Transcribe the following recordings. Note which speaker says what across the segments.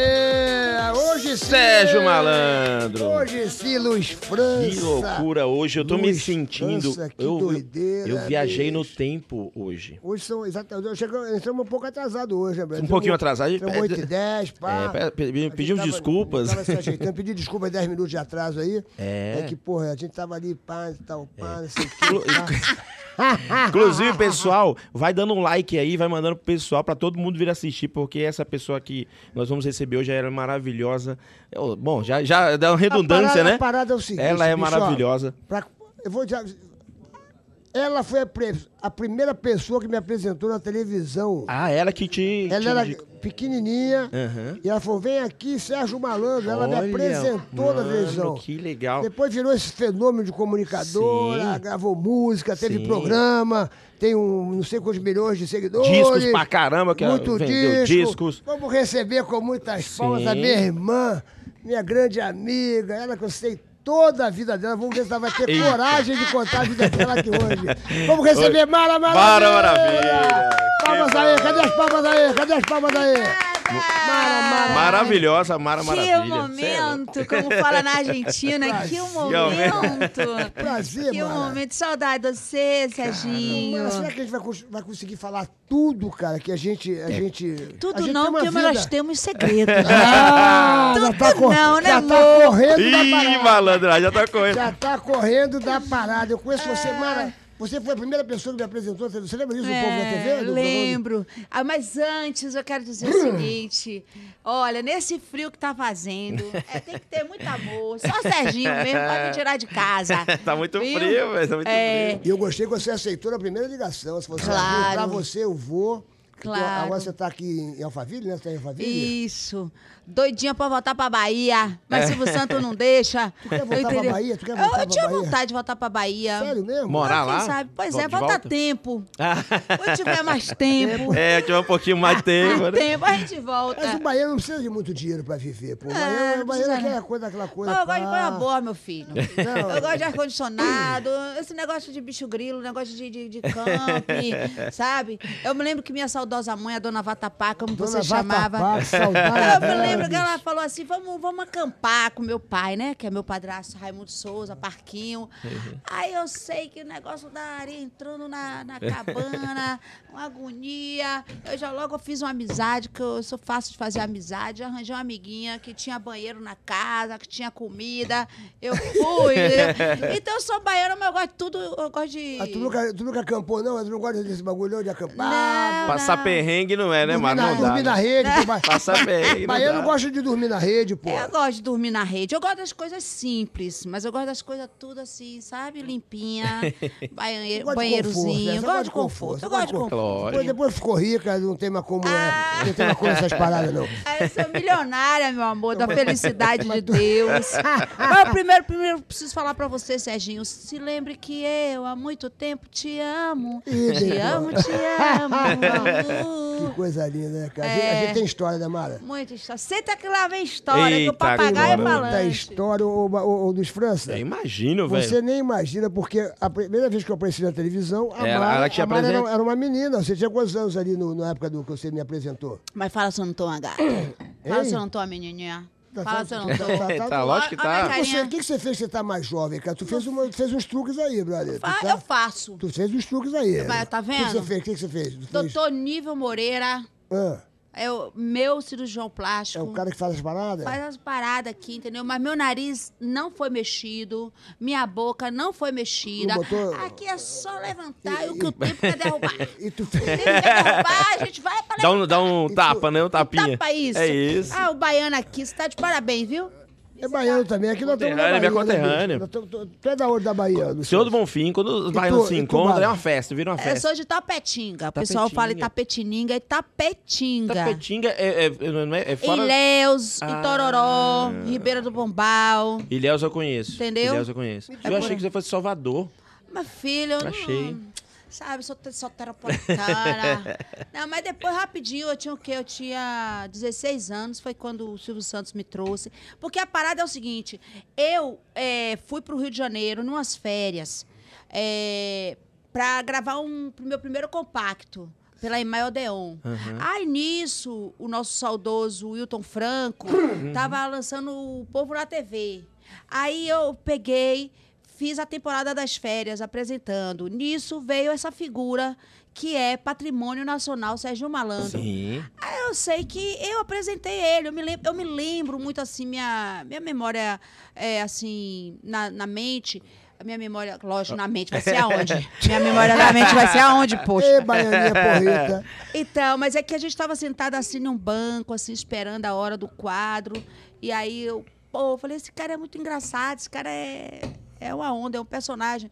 Speaker 1: Aê! Hoje sim!
Speaker 2: Sérgio Malandro.
Speaker 1: Hoje sim, Luiz França!
Speaker 2: Que loucura hoje, eu tô me
Speaker 1: Luiz
Speaker 2: sentindo.
Speaker 1: França, que
Speaker 2: eu, eu-
Speaker 1: doideira,
Speaker 2: eu viajei no
Speaker 1: bicho.
Speaker 2: tempo hoje.
Speaker 1: Hoje são exatamente. Chegamos, entramos um pouco atrasado hoje, né, Breno?
Speaker 2: Um pouquinho atrasado, a gente
Speaker 1: Entramos 8
Speaker 2: pede-
Speaker 1: e 10,
Speaker 2: É,
Speaker 1: pá.
Speaker 2: pe- pe-
Speaker 1: Ah, A gente
Speaker 2: pedimos
Speaker 1: tava-
Speaker 2: desculpas.
Speaker 1: Tava se ajeitando, pedi desculpas 10 minutos de atraso aí.
Speaker 2: É.
Speaker 1: que, porra, a gente tava ali, pá, e tal, pá, não sei o quê.
Speaker 2: Inclusive, pessoal, vai dando um like aí, vai mandando pro pessoal pra todo mundo vir assistir, porque essa pessoa que nós vamos receber hoje ela é maravilhosa. Eu- bom, já, já dá uma redundância,
Speaker 1: a parada,
Speaker 2: né?
Speaker 1: A parada é o seguinte.
Speaker 2: ela é
Speaker 1: bicho, ó,
Speaker 2: maravilhosa.
Speaker 1: pra- eu vou dizer. Ela foi a, pre- a primeira pessoa que me apresentou na televisão.
Speaker 2: Ah, ela que te. te
Speaker 1: Ela era
Speaker 2: indica- É.
Speaker 1: pequenininha
Speaker 2: Aham.
Speaker 1: e ela falou: vem aqui, Sérgio Malandro. Ela me
Speaker 2: Olha,
Speaker 1: apresentou na
Speaker 2: mano,
Speaker 1: televisão.
Speaker 2: que legal.
Speaker 1: Depois virou esse fenômeno de comunicadora,
Speaker 2: Sim.
Speaker 1: gravou música, teve
Speaker 2: Sim.
Speaker 1: programa, tem um não sei quantos milhões de seguidores.
Speaker 2: Discos pra caramba, que ela
Speaker 1: muito
Speaker 2: vendeu
Speaker 1: disco.
Speaker 2: discos.
Speaker 1: Vamos receber com muitas palmas a
Speaker 2: Sim.
Speaker 1: minha irmã, minha grande amiga, ela que eu sei toda a vida dela. Vamos ver se ela vai ter
Speaker 2: Eita.
Speaker 1: coragem de contar a vida dela aqui hoje. Vamos receber
Speaker 2: Hoje-
Speaker 1: Mara Maravilha!
Speaker 2: Mara Maravilha.
Speaker 1: Palmas
Speaker 2: Que
Speaker 1: aí, cadê as palmas aí? Cadê as palmas aí? Mara, Mara.
Speaker 2: Maravilhosa, Mara Maravilha.
Speaker 3: Que
Speaker 2: Cê é louco.
Speaker 3: momento, como fala na Argentina, que momento.
Speaker 1: Prazer,
Speaker 3: Que
Speaker 1: Mara.
Speaker 3: momento, saudade de você, Serginho.
Speaker 1: Mara, será que a gente vai, cons- vai conseguir falar tudo, cara? Que a gente.
Speaker 2: É.
Speaker 1: A gente a
Speaker 3: Tudo
Speaker 1: gente
Speaker 3: não,
Speaker 1: tem uma
Speaker 3: porque é
Speaker 1: vida.
Speaker 3: nós temos segredos.
Speaker 1: Ah, já
Speaker 3: Tudo
Speaker 1: tá, cor-
Speaker 3: não, né,
Speaker 1: já tá
Speaker 3: amor?
Speaker 1: correndo da
Speaker 2: Ih,
Speaker 1: parada.
Speaker 2: malandro, já tá correndo.
Speaker 1: Já tá correndo da parada. Eu conheço
Speaker 3: É.
Speaker 1: você, Mara. Você foi a primeira pessoa que me apresentou. Você lembra disso, do povo tá da TV? Do- do- do-
Speaker 3: É, lembro. Ah, mas antes eu quero dizer o seguinte: olha, nesse frio que tá fazendo, é, tem que ter muito amor. Só o Serginho mesmo vai me tirar de casa.
Speaker 2: Tá muito
Speaker 3: Viu?
Speaker 2: frio, velho, tá muito
Speaker 3: é,
Speaker 1: E eu gostei que você aceitou na primeira ligação. Você falou assim,
Speaker 3: Claro.
Speaker 1: "Arthur, pra você eu vou. Então,
Speaker 3: Claro.
Speaker 1: Agora você tá aqui em Alphaville, né? Você tá em Alphaville?
Speaker 3: Isso. Doidinha pra voltar pra Bahia, mas Silvio Santos não deixa. Tu
Speaker 1: quer voltar pra Bahia? É. Tu quer voltar
Speaker 3: eu, eu
Speaker 1: pra
Speaker 3: tinha
Speaker 1: Bahia?
Speaker 3: vontade de voltar pra Bahia.
Speaker 1: Sério mesmo?
Speaker 2: Mora- Morar
Speaker 3: Quem
Speaker 2: lá?
Speaker 3: sabe? Pois
Speaker 2: Vol-
Speaker 3: é,
Speaker 2: de
Speaker 3: volta a
Speaker 2: volta?
Speaker 3: tempo. Quando tiver mais tempo,
Speaker 2: É, tiver um pouquinho mais de tempo,
Speaker 3: mais
Speaker 2: né?
Speaker 3: tempo, a gente volta.
Speaker 1: Mas o baiano não precisa de muito dinheiro pra viver, pô. O baiano,
Speaker 3: não
Speaker 1: o baiano é
Speaker 3: precisa, né?
Speaker 1: aquela
Speaker 3: não.
Speaker 1: coisa, aquela coisa.
Speaker 3: Mas eu gosto de
Speaker 1: pá.
Speaker 3: coisa boa, meu filho.
Speaker 1: Não. é
Speaker 3: Eu gosto de ar-condicionado, esse negócio de bicho grilo, negócio de, de, de camping, sabe? Eu me lembro que minha saudosa mãe, a dona Vatapá, como
Speaker 1: Dona
Speaker 3: você chamava.
Speaker 1: Vatapá, que
Speaker 3: Eu
Speaker 1: saudade
Speaker 3: me
Speaker 1: dela,
Speaker 3: lembro que
Speaker 1: bicho.
Speaker 3: ela falou assim: vamos, vamos acampar com meu pai, né? Que é meu padrasto Raimundo Souza, Parquinho. Aí eu sei que o negócio da areia entrando na, na cabana, uma agonia. Eu já logo fiz uma amizade, que eu sou fácil de fazer amizade. Arranjei uma amiguinha que tinha banheiro na casa, que tinha comida. Eu fui. entendeu? então eu sou baiana, mas eu gosto de tudo. Eu gosto de.
Speaker 1: Ah, tu, nunca, tu nunca acampou, não? Tu não gosta desse bagulho de acampar?
Speaker 3: Não,
Speaker 2: Passar
Speaker 3: não.
Speaker 2: perrengue não é, né,
Speaker 1: dormir
Speaker 2: Mara?
Speaker 1: na,
Speaker 2: Não dá.
Speaker 1: dormir na
Speaker 2: né?
Speaker 1: rede. tu vai-
Speaker 2: Passar perrengue não
Speaker 1: Baiano
Speaker 2: dá.
Speaker 1: gosta de dormir na rede, pô.
Speaker 3: É, Eu gosto de dormir na rede. Eu gosto das coisas simples, mas eu gosto das coisas tudo assim, sabe? Limpinha,
Speaker 1: gosta de conforto,
Speaker 3: banhe- banheirozinho.
Speaker 1: né?
Speaker 3: eu
Speaker 1: Você
Speaker 3: gosto de conforto. Eu gosto de conforto.
Speaker 2: Lógico.
Speaker 1: Depois, depois ficou rica, não tem mais como. é,
Speaker 3: Ah.
Speaker 1: não tem mais como essas paradas, não.
Speaker 3: Aí Ah, eu sou milionária, meu amor, da felicidade de Deus. Mas eu primeiro, primeiro preciso falar pra você, Serginho. Se lembre que eu há muito tempo te amo.
Speaker 1: Ih,
Speaker 3: Te
Speaker 1: Deus.
Speaker 3: amo, te amo.
Speaker 1: Que coisa linda, né, cara? A gente- A, gente,
Speaker 3: É.
Speaker 1: tem história, né, Mara?
Speaker 3: Muito história. Senta que lá vem história, que
Speaker 2: Eita,
Speaker 3: o papagaio é
Speaker 2: agora.
Speaker 1: Da
Speaker 3: falante.
Speaker 1: história, ô, ô, ô Luiz França.
Speaker 2: Eu imagino,
Speaker 1: Você
Speaker 2: velho.
Speaker 1: nem imagina, porque a primeira vez que eu apareci na televisão, a
Speaker 2: Ela-
Speaker 1: Mara,
Speaker 2: ela te
Speaker 1: a Mara era,
Speaker 2: apresenta-
Speaker 1: era uma menina. Você tinha quantos anos ali no- na época do que você me apresentou?
Speaker 3: Mas fala se eu não tô uma gata. Fala se eu não tô uma menininha.
Speaker 1: Tá,
Speaker 3: Fala
Speaker 1: tá,
Speaker 3: se eu não tô.
Speaker 1: tá, tá,
Speaker 2: Tá,
Speaker 1: tá.
Speaker 2: lógico que
Speaker 3: Olha a minha
Speaker 2: tá.
Speaker 3: carinha.
Speaker 1: Você- O que, que você fez que você tá mais jovem, cara? Tu fez, uma, fez uns truques aí, brother.
Speaker 3: Fa-
Speaker 1: Tu, tá-
Speaker 3: Eu faço.
Speaker 1: tu fez uns truques aí.
Speaker 3: Mas tá
Speaker 1: O que, que você
Speaker 3: vendo?
Speaker 1: fez? O que, que você fez? Tu fez-
Speaker 3: Doutor Nível Moreira
Speaker 1: Ah,
Speaker 3: é o meu cirurgião plástico.
Speaker 1: é o cara que é. faz as paradas?
Speaker 3: Faz as paradas aqui, entendeu? Mas meu nariz não foi mexido, minha boca não foi mexida.
Speaker 1: Não botou-
Speaker 3: Aqui é só levantar e o que o tempo quer derrubar. O
Speaker 1: E tu fez.
Speaker 3: tempo quer derrubar, a gente vai pra
Speaker 2: Dá um, dá um tapa, né? Um tapinha.
Speaker 3: Tapa isso.
Speaker 2: É isso.
Speaker 3: Ah, o baiano aqui, você tá de parabéns, viu?
Speaker 1: É baiano também, aqui nós estamos na Bahia.
Speaker 2: Conterrâneo, minha
Speaker 1: né, bicho?
Speaker 2: conterrânea.
Speaker 1: Nós tamo- tu- Tu é da onde da Bahia? Luciano?
Speaker 2: Senhor do Bonfim, quando os
Speaker 1: E
Speaker 2: baianos
Speaker 1: tu-
Speaker 2: se
Speaker 1: e tu,
Speaker 2: encontram,
Speaker 1: Mara?
Speaker 2: é uma festa, vira uma
Speaker 3: Eu
Speaker 2: festa.
Speaker 3: sou de Tapetinga. O pessoal
Speaker 2: Tapetinga.
Speaker 3: fala é Itapetininga, Itapetinga.
Speaker 2: Tapetinga é, é, é- não é, é fora...
Speaker 3: Ilhéus,
Speaker 2: Ah.
Speaker 3: Itororó, Ribeira do Bombal.
Speaker 2: Ilhéus eu conheço.
Speaker 3: Entendeu?
Speaker 2: Ilhéus eu conheço.
Speaker 3: É
Speaker 2: Eu
Speaker 3: por
Speaker 2: achei
Speaker 3: aí.
Speaker 2: que você fosse Salvador.
Speaker 3: Mas, filho, eu não-
Speaker 2: Achei.
Speaker 3: Sabe, sou, te- sou terapolitana. não, mas depois, rapidinho, eu tinha o quê? Eu tinha 16 anos, foi quando o Silvio Santos me trouxe. Porque a parada é o seguinte, eu eh, fui pro Rio de Janeiro, é, numas férias, eh, pra gravar um, pro meu primeiro compacto. pela Imai Odeon. Aí nisso, o nosso saudoso Wilton Franco tava lançando o Povo na TV. Aí eu peguei, fiz a temporada das férias apresentando. Nisso veio essa figura que é Patrimônio Nacional Sérgio Malandro.
Speaker 2: Sim.
Speaker 3: Aí eu sei que eu apresentei ele, eu me lembro, eu me lembro muito assim, minha, minha memória é assim, na, na mente. A minha memória, lógico, na mente vai ser aonde? minha memória na mente vai ser aonde, poxa?
Speaker 1: Ê, baianinha porreta.
Speaker 3: Então, mas é que a gente estava sentada assim num banco, assim, esperando a hora do quadro. E aí eu, pô, eu falei, esse cara é muito engraçado, esse cara é, é uma onda, é um personagem.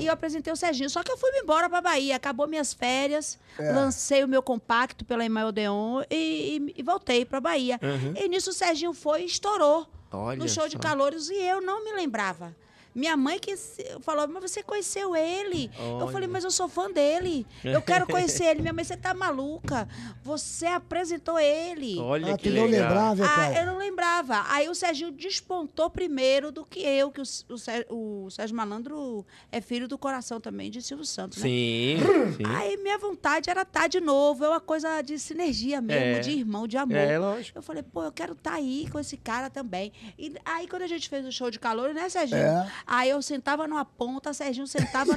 Speaker 3: E eu apresentei o Serginho. Só que eu fui embora pra Bahia, acabou minhas férias, lancei o meu compacto pela Emael Odeon e, e- e voltei pra Bahia. E nisso o Serginho foi e estourou
Speaker 2: Olha
Speaker 3: no show
Speaker 2: só.
Speaker 3: de calores e eu não me lembrava. Minha mãe que se- falou, mas você conheceu ele? Eu
Speaker 2: Olha.
Speaker 3: falei, mas eu sou fã dele. Eu quero conhecer ele. Minha mãe, você tá maluca. Você apresentou ele.
Speaker 2: Olha
Speaker 1: Ah,
Speaker 2: que
Speaker 1: tu não
Speaker 2: legal.
Speaker 1: lembrava,
Speaker 3: Ah, eu
Speaker 1: cara?
Speaker 3: não lembrava. Aí o Serginho despontou primeiro do que eu, que o, S- o, Sé- o Sérgio Malandro é filho do coração também de Silvio Santos, né?
Speaker 2: Sim, sim.
Speaker 3: Aí minha vontade era estar de novo. É uma coisa de sinergia mesmo,
Speaker 2: É.
Speaker 3: de irmão, de amor.
Speaker 2: É, lógico.
Speaker 3: Eu falei, pô, eu quero estar aí com esse cara também. E aí, quando a gente fez o show de calor, né, Serginho?
Speaker 1: É.
Speaker 3: Aí eu sentava numa ponta, Serginho sentava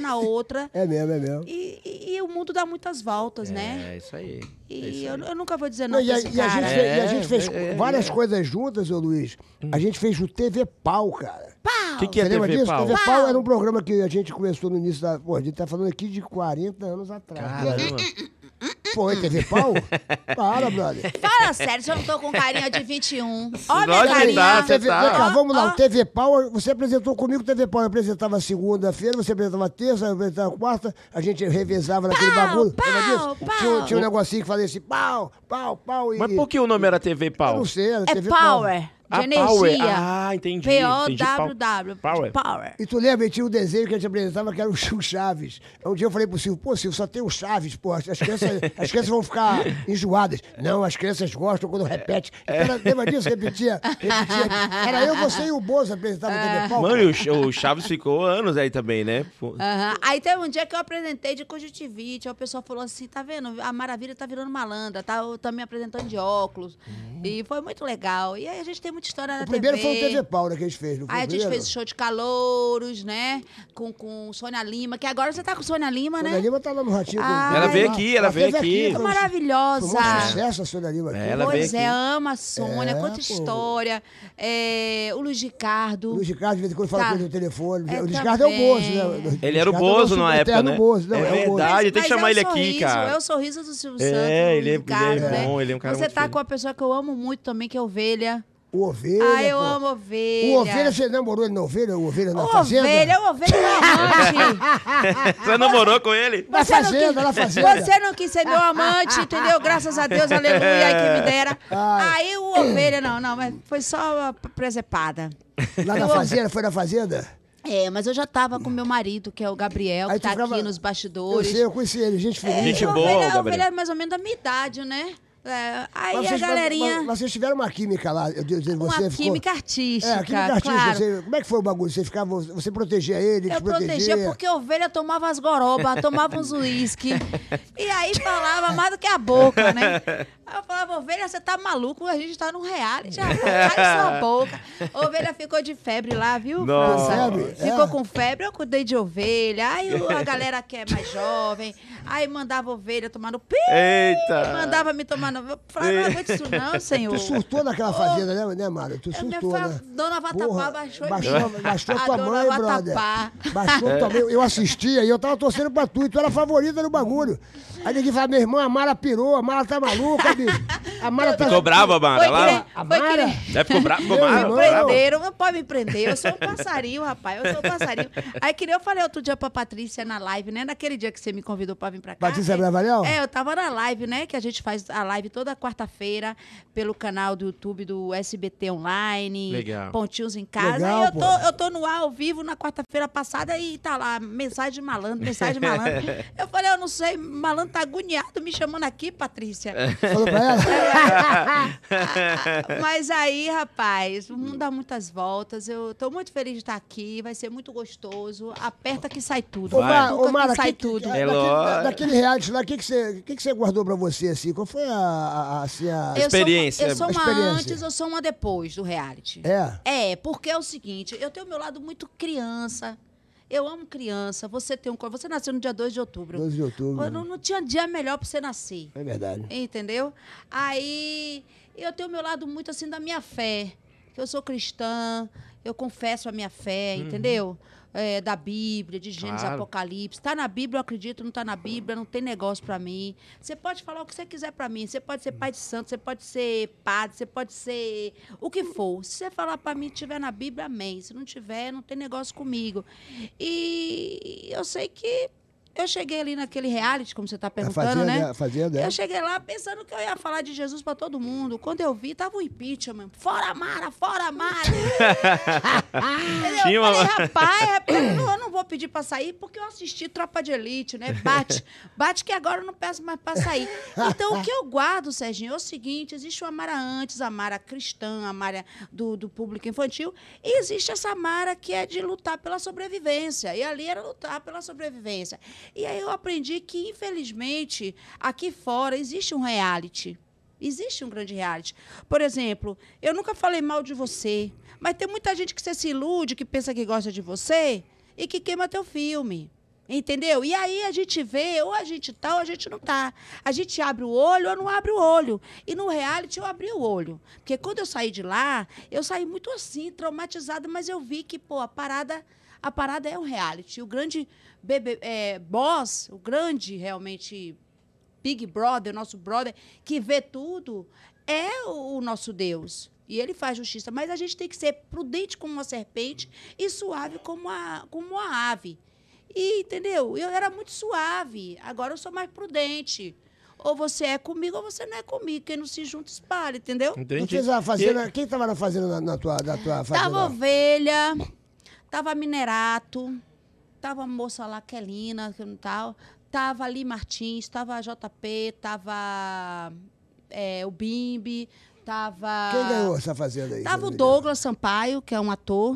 Speaker 3: na outra.
Speaker 1: É mesmo, é mesmo.
Speaker 3: E, e- e o mundo dá muitas voltas, né?
Speaker 2: É, isso aí. é isso
Speaker 3: E
Speaker 2: aí.
Speaker 3: eu, eu nunca vou dizer não,
Speaker 1: Não,
Speaker 3: pra
Speaker 1: e, a,
Speaker 3: esse
Speaker 1: e a gente
Speaker 3: cara.
Speaker 1: fez, e a
Speaker 2: É,
Speaker 1: gente fez
Speaker 2: é, é,
Speaker 1: várias
Speaker 2: é.
Speaker 1: coisas juntas, ô Luiz. A gente fez o TV Pau, cara.
Speaker 3: Pau!
Speaker 2: Que que é
Speaker 1: Você lembra
Speaker 2: TV
Speaker 1: disso?
Speaker 2: Pau?
Speaker 1: TV Pau
Speaker 3: Pau.
Speaker 1: era um programa que a gente começou no início da. Pô, a gente tá falando aqui de 40 anos atrás.
Speaker 2: Caramba.
Speaker 1: Foi TV é Pau? Para, brother.
Speaker 2: é?
Speaker 3: Fala sério, se eu não tô com um carinha de 21. Olha minha
Speaker 2: Lógico que
Speaker 3: carinha.
Speaker 2: dá, você
Speaker 1: TV,
Speaker 2: tá.
Speaker 1: vem cá, ah, vamos lá,
Speaker 3: Ó,
Speaker 1: o TV Pau, você apresentou comigo o TV Pau. Eu apresentava segunda-feira, você apresentava terça, eu apresentava quarta, a gente revezava naquele
Speaker 3: Pau,
Speaker 1: bagulho.
Speaker 3: pau,
Speaker 1: lembra disso? Tinha, um-
Speaker 3: pau.
Speaker 1: tinha um negocinho que fazia assim, pau, pau, pau. E,
Speaker 2: Mas por que o nome era TV
Speaker 1: Eu
Speaker 2: Pau?
Speaker 1: não sei, era
Speaker 3: É
Speaker 1: TV Pau.
Speaker 3: power, de
Speaker 2: Ah,
Speaker 3: energia.
Speaker 2: Power. Ah, entendi, entendi.
Speaker 3: P-O-W-W.
Speaker 2: Power.
Speaker 3: Power. power.
Speaker 1: E tu lembra, tinha um desenho que a gente apresentava que era o Chico Chaves. Um dia eu falei pro Silvio, pô, Silvio, só tem o Chaves, pô, as as crianças, as crianças vão ficar enjoadas. Não, as crianças gostam quando repete. Então, era, lembra disso? Repetia, repetia. Era eu, você e o Bozo apresentavam o TV Pau.
Speaker 2: Mano, e o Ch- o Chaves ficou anos aí também, né? Pô,
Speaker 3: Aham. Aí teve um dia que eu apresentei de conjuntivite, aí o pessoal falou assim, tá vendo, a Maravilha tá virando malandra, tá, tá me apresentando de óculos, e foi muito legal. E aí a gente tem muita história na
Speaker 1: É. O primeiro
Speaker 3: TV.
Speaker 1: foi o TV Pau né, que a gente fez, não foi
Speaker 3: Aí Ah, a
Speaker 1: o
Speaker 3: gente
Speaker 1: primeiro?
Speaker 3: fez o show de calouros, né, com, com Sônia Lima, que agora você tá com Sônia Lima,
Speaker 1: Sônia
Speaker 3: né?
Speaker 1: Lima tá lá no Ratinho.
Speaker 3: Ah,
Speaker 1: Clube.
Speaker 3: Ela veio
Speaker 2: aqui, ela veio
Speaker 1: teve
Speaker 2: aqui.
Speaker 1: foi um-
Speaker 3: Maravilhosa.
Speaker 1: Foi um sucesso a Sônia Lima aqui.
Speaker 2: É, ela-
Speaker 3: pois
Speaker 2: veio
Speaker 3: é,
Speaker 2: aqui.
Speaker 3: ama a Sônia,
Speaker 1: É,
Speaker 3: conta
Speaker 1: pô.
Speaker 3: história. É, o Luiz Ricardo.
Speaker 1: O Luiz Ricardo, de vez em quando, fala
Speaker 3: Tá.
Speaker 1: com ele no telefone.
Speaker 3: É,
Speaker 1: o Luiz Ricardo é o
Speaker 3: também.
Speaker 1: Bozo, né? O Luiz
Speaker 2: Ele era o
Speaker 1: Ricardo é
Speaker 2: Bozo na época,
Speaker 1: subalterno
Speaker 2: né?
Speaker 1: Bozo, não,
Speaker 2: É
Speaker 1: é o Bozo.
Speaker 2: verdade. Ah, eu tenho que chamar
Speaker 3: é o
Speaker 2: ele aqui,
Speaker 3: sorriso,
Speaker 2: cara.
Speaker 3: É o sorriso do
Speaker 2: É,
Speaker 3: Silvio Santos. do
Speaker 2: ele é-
Speaker 3: Ricardo,
Speaker 2: ele é
Speaker 3: né?
Speaker 2: bom, ele é um cara
Speaker 3: Você
Speaker 2: muito
Speaker 3: tá
Speaker 2: feliz.
Speaker 3: com uma pessoa que eu amo muito também, que é Ovelha.
Speaker 1: O Ovelha,
Speaker 3: ah, eu
Speaker 1: pô.
Speaker 3: amo Ovelha.
Speaker 1: O Ovelha, você namorou ele na Ovelha? O Ovelha na
Speaker 3: Ô,
Speaker 1: Fazenda?
Speaker 3: Ovelha, o Ovelha é meu amante.
Speaker 2: Você namorou com ele?
Speaker 1: Na
Speaker 3: Você não
Speaker 1: Fazenda,
Speaker 3: quis-
Speaker 1: na Fazenda.
Speaker 3: Você não quis ser meu amante, entendeu? Graças a Deus, aleluia, que me dera.
Speaker 1: Ai.
Speaker 3: Aí o Ovelha, não, não, mas foi só uma presepada.
Speaker 1: Lá na Fazenda, foi na Fazenda?
Speaker 3: É, mas eu já tava com meu marido, que é o Gabriel,
Speaker 1: Aí
Speaker 3: que
Speaker 1: tu
Speaker 3: tá
Speaker 1: ficava-
Speaker 3: aqui nos bastidores.
Speaker 1: Eu sei, eu conheci ele, gente feliz.
Speaker 2: Gente
Speaker 3: E o
Speaker 2: boa,
Speaker 3: Ovelha, o
Speaker 2: Gabriel.
Speaker 3: Ovelha é mais ou menos da minha idade, né? É,
Speaker 1: Mas
Speaker 3: aí a
Speaker 1: vocês tiveram-
Speaker 3: galerinha,
Speaker 1: mas- mas vocês tiveram uma química lá. Eu, eu, você
Speaker 3: uma
Speaker 1: ficou-
Speaker 3: química
Speaker 1: É,
Speaker 3: artística,
Speaker 1: a química artística.
Speaker 3: claro.
Speaker 1: Você- como é que foi o bagulho? Você, ficava, você protegia ele, ele
Speaker 3: Eu
Speaker 1: te protegia?
Speaker 3: protegia porque a ovelha tomava as gorobas, tomava uns uísque. E aí falava mais do que a boca, né? Aí eu falava, ovelha, você tá maluco? A gente tá num reality, rapaz. Cala sua boca. A ovelha ficou de febre lá, viu?
Speaker 2: Nossa.
Speaker 1: Com
Speaker 3: França?
Speaker 1: febre?
Speaker 3: Ficou
Speaker 1: É.
Speaker 3: com febre, eu cuidei de ovelha. Aí o- a galera que é mais jovem, aí mandava a ovelha tomar no pi.
Speaker 2: Eita!
Speaker 3: Mandava me tomar no... Eu falava, não aguento isso não, senhor.
Speaker 1: Tu surtou naquela fazenda, né, né Mário? Tu
Speaker 3: minha
Speaker 1: surtou,
Speaker 3: fa-
Speaker 1: né?
Speaker 3: Dona Vatapá baixou em
Speaker 1: baixou,
Speaker 3: mim.
Speaker 1: baixou
Speaker 3: A
Speaker 1: tua
Speaker 3: dona
Speaker 1: mãe, brother.
Speaker 3: Vatapá.
Speaker 1: Baixou tua mãe. Eu assistia e eu tava torcendo pra tu, e tu era a favorita no bagulho. Aí ninguém fala, meu irmão, a Mara pirou, a Mara tá maluca, bicho. A Mara tá...
Speaker 2: Ficou brava, Mara?
Speaker 3: Foi que
Speaker 2: Lá?
Speaker 3: nem-
Speaker 1: A
Speaker 3: foi que
Speaker 1: Mara?
Speaker 3: nem-
Speaker 2: Já ficou brava? Ficou
Speaker 1: Meu
Speaker 2: brava?
Speaker 1: irmão.
Speaker 2: brava?
Speaker 3: Prenderam, não pode me prender. Eu sou um passarinho, rapaz. Eu sou um passarinho. Aí que nem eu falei outro dia pra Patrícia na live, né? Naquele dia que você me convidou pra vir pra cá.
Speaker 1: Patrícia
Speaker 3: É,
Speaker 1: Bravanel?
Speaker 3: É, eu tava na live, né? Que a gente faz a live toda quarta-feira pelo canal do YouTube do SBT Online.
Speaker 2: Legal.
Speaker 3: Pontinhos em casa.
Speaker 1: Legal,
Speaker 3: Aí eu
Speaker 1: pô.
Speaker 3: tô, eu tô no ar ao vivo na quarta-feira passada e tá lá, mensagem de malandro, mensagem de malandro. Eu falei, eu não sei, malandro tá agoniado me chamando aqui, Patrícia.
Speaker 1: Falou pra ela?
Speaker 3: É, Mas aí, rapaz, o mundo dá muitas voltas. Eu tô muito feliz de estar aqui, vai ser muito gostoso. Aperta que sai tudo.
Speaker 1: Ô,
Speaker 2: Vai.
Speaker 1: Mara,
Speaker 3: Cutuca
Speaker 1: ô, Mara,
Speaker 3: que sai
Speaker 1: que-
Speaker 3: tudo.
Speaker 1: que-
Speaker 2: É
Speaker 1: naquele-
Speaker 2: lógico.
Speaker 1: na- Daquele reality lá, o que, que, você, que, que você guardou pra você, assim? Qual foi a. a, a, assim, a-
Speaker 2: Eu- Experiência.
Speaker 3: Eu sou, uma- eu sou uma
Speaker 1: Experiência.
Speaker 3: antes, eu sou uma depois do reality.
Speaker 1: É.
Speaker 3: É, porque é o seguinte, eu tenho o meu lado muito criança. Eu amo criança. Você tem um cor- Você nasceu no dia 2 de outubro.
Speaker 1: 12 de outubro.
Speaker 3: Não, não tinha dia melhor pra você nascer.
Speaker 1: É verdade.
Speaker 3: Entendeu? Aí eu tenho o meu lado muito assim da minha fé. que Eu sou cristã, eu confesso a minha fé, entendeu? É, da Bíblia, de Gênesis,
Speaker 2: Claro.
Speaker 3: Apocalipse. Tá na Bíblia, eu acredito, não tá na Bíblia, não tem negócio pra mim. Você pode falar o que você quiser pra mim. Você pode ser pai de santo, você pode ser padre, você pode ser o que for. Se você falar pra mim, tiver na Bíblia, amém. Se não tiver, não tem negócio comigo. E eu sei que eu cheguei ali naquele reality, como você tá
Speaker 1: A
Speaker 3: perguntando,
Speaker 1: fazenda,
Speaker 3: né?
Speaker 1: a fazenda, é.
Speaker 3: Eu cheguei lá pensando que eu ia falar de Jesus pra todo mundo. Quando eu vi, tava o impeachment. Fora Mara, fora Mara. Entendeu?
Speaker 2: Tinha
Speaker 3: eu
Speaker 2: uma-
Speaker 3: falei, rapaz, é- eu não, eu não vou pedir pra sair porque eu assisti Tropa de Elite, né? Bate. Bate que agora eu não peço mais pra sair. Então, o que eu guardo, Serginho, é o seguinte. Existe uma Mara antes, a Mara cristã, a Mara do, do público infantil. E existe essa Mara que é de lutar pela sobrevivência. E ali era lutar pela sobrevivência. E aí eu aprendi que, infelizmente, aqui fora existe um reality. Existe um grande reality. Por exemplo, eu nunca falei mal de você, mas tem muita gente que você se ilude, que pensa que gosta de você e que queima teu filme. Entendeu? E aí a gente vê, ou a gente tá ou a gente não tá. A gente abre o olho ou não abre o olho. E no reality eu abri o olho. Porque quando eu saí de lá, eu saí muito assim, traumatizada, mas eu vi que, pô, a parada a parada é um reality. O grande bebê, é, boss, o grande realmente Big Brother, nosso brother, que vê tudo, é o, o nosso Deus. E ele faz justiça. Mas a gente tem que ser prudente como uma serpente e suave como a, como uma ave. E, entendeu? Eu era muito suave. Agora eu sou mais prudente. Ou você é comigo ou você não é comigo. Quem não se junta, espalha, entendeu?
Speaker 1: Tu
Speaker 2: Entendi.
Speaker 1: fez a fazenda. Quem tava na fazenda na, na tua, na tua fazenda?
Speaker 3: Tava ovelha, tava minerato, tava a moça lá, Kelina, que não tal. Tava ali Martins, tava JP, tava é, o Bimbi, tava.
Speaker 1: Quem ganhou essa fazenda aí?
Speaker 3: Tava o
Speaker 1: Rodrigo?
Speaker 3: Douglas Sampaio, que é um ator.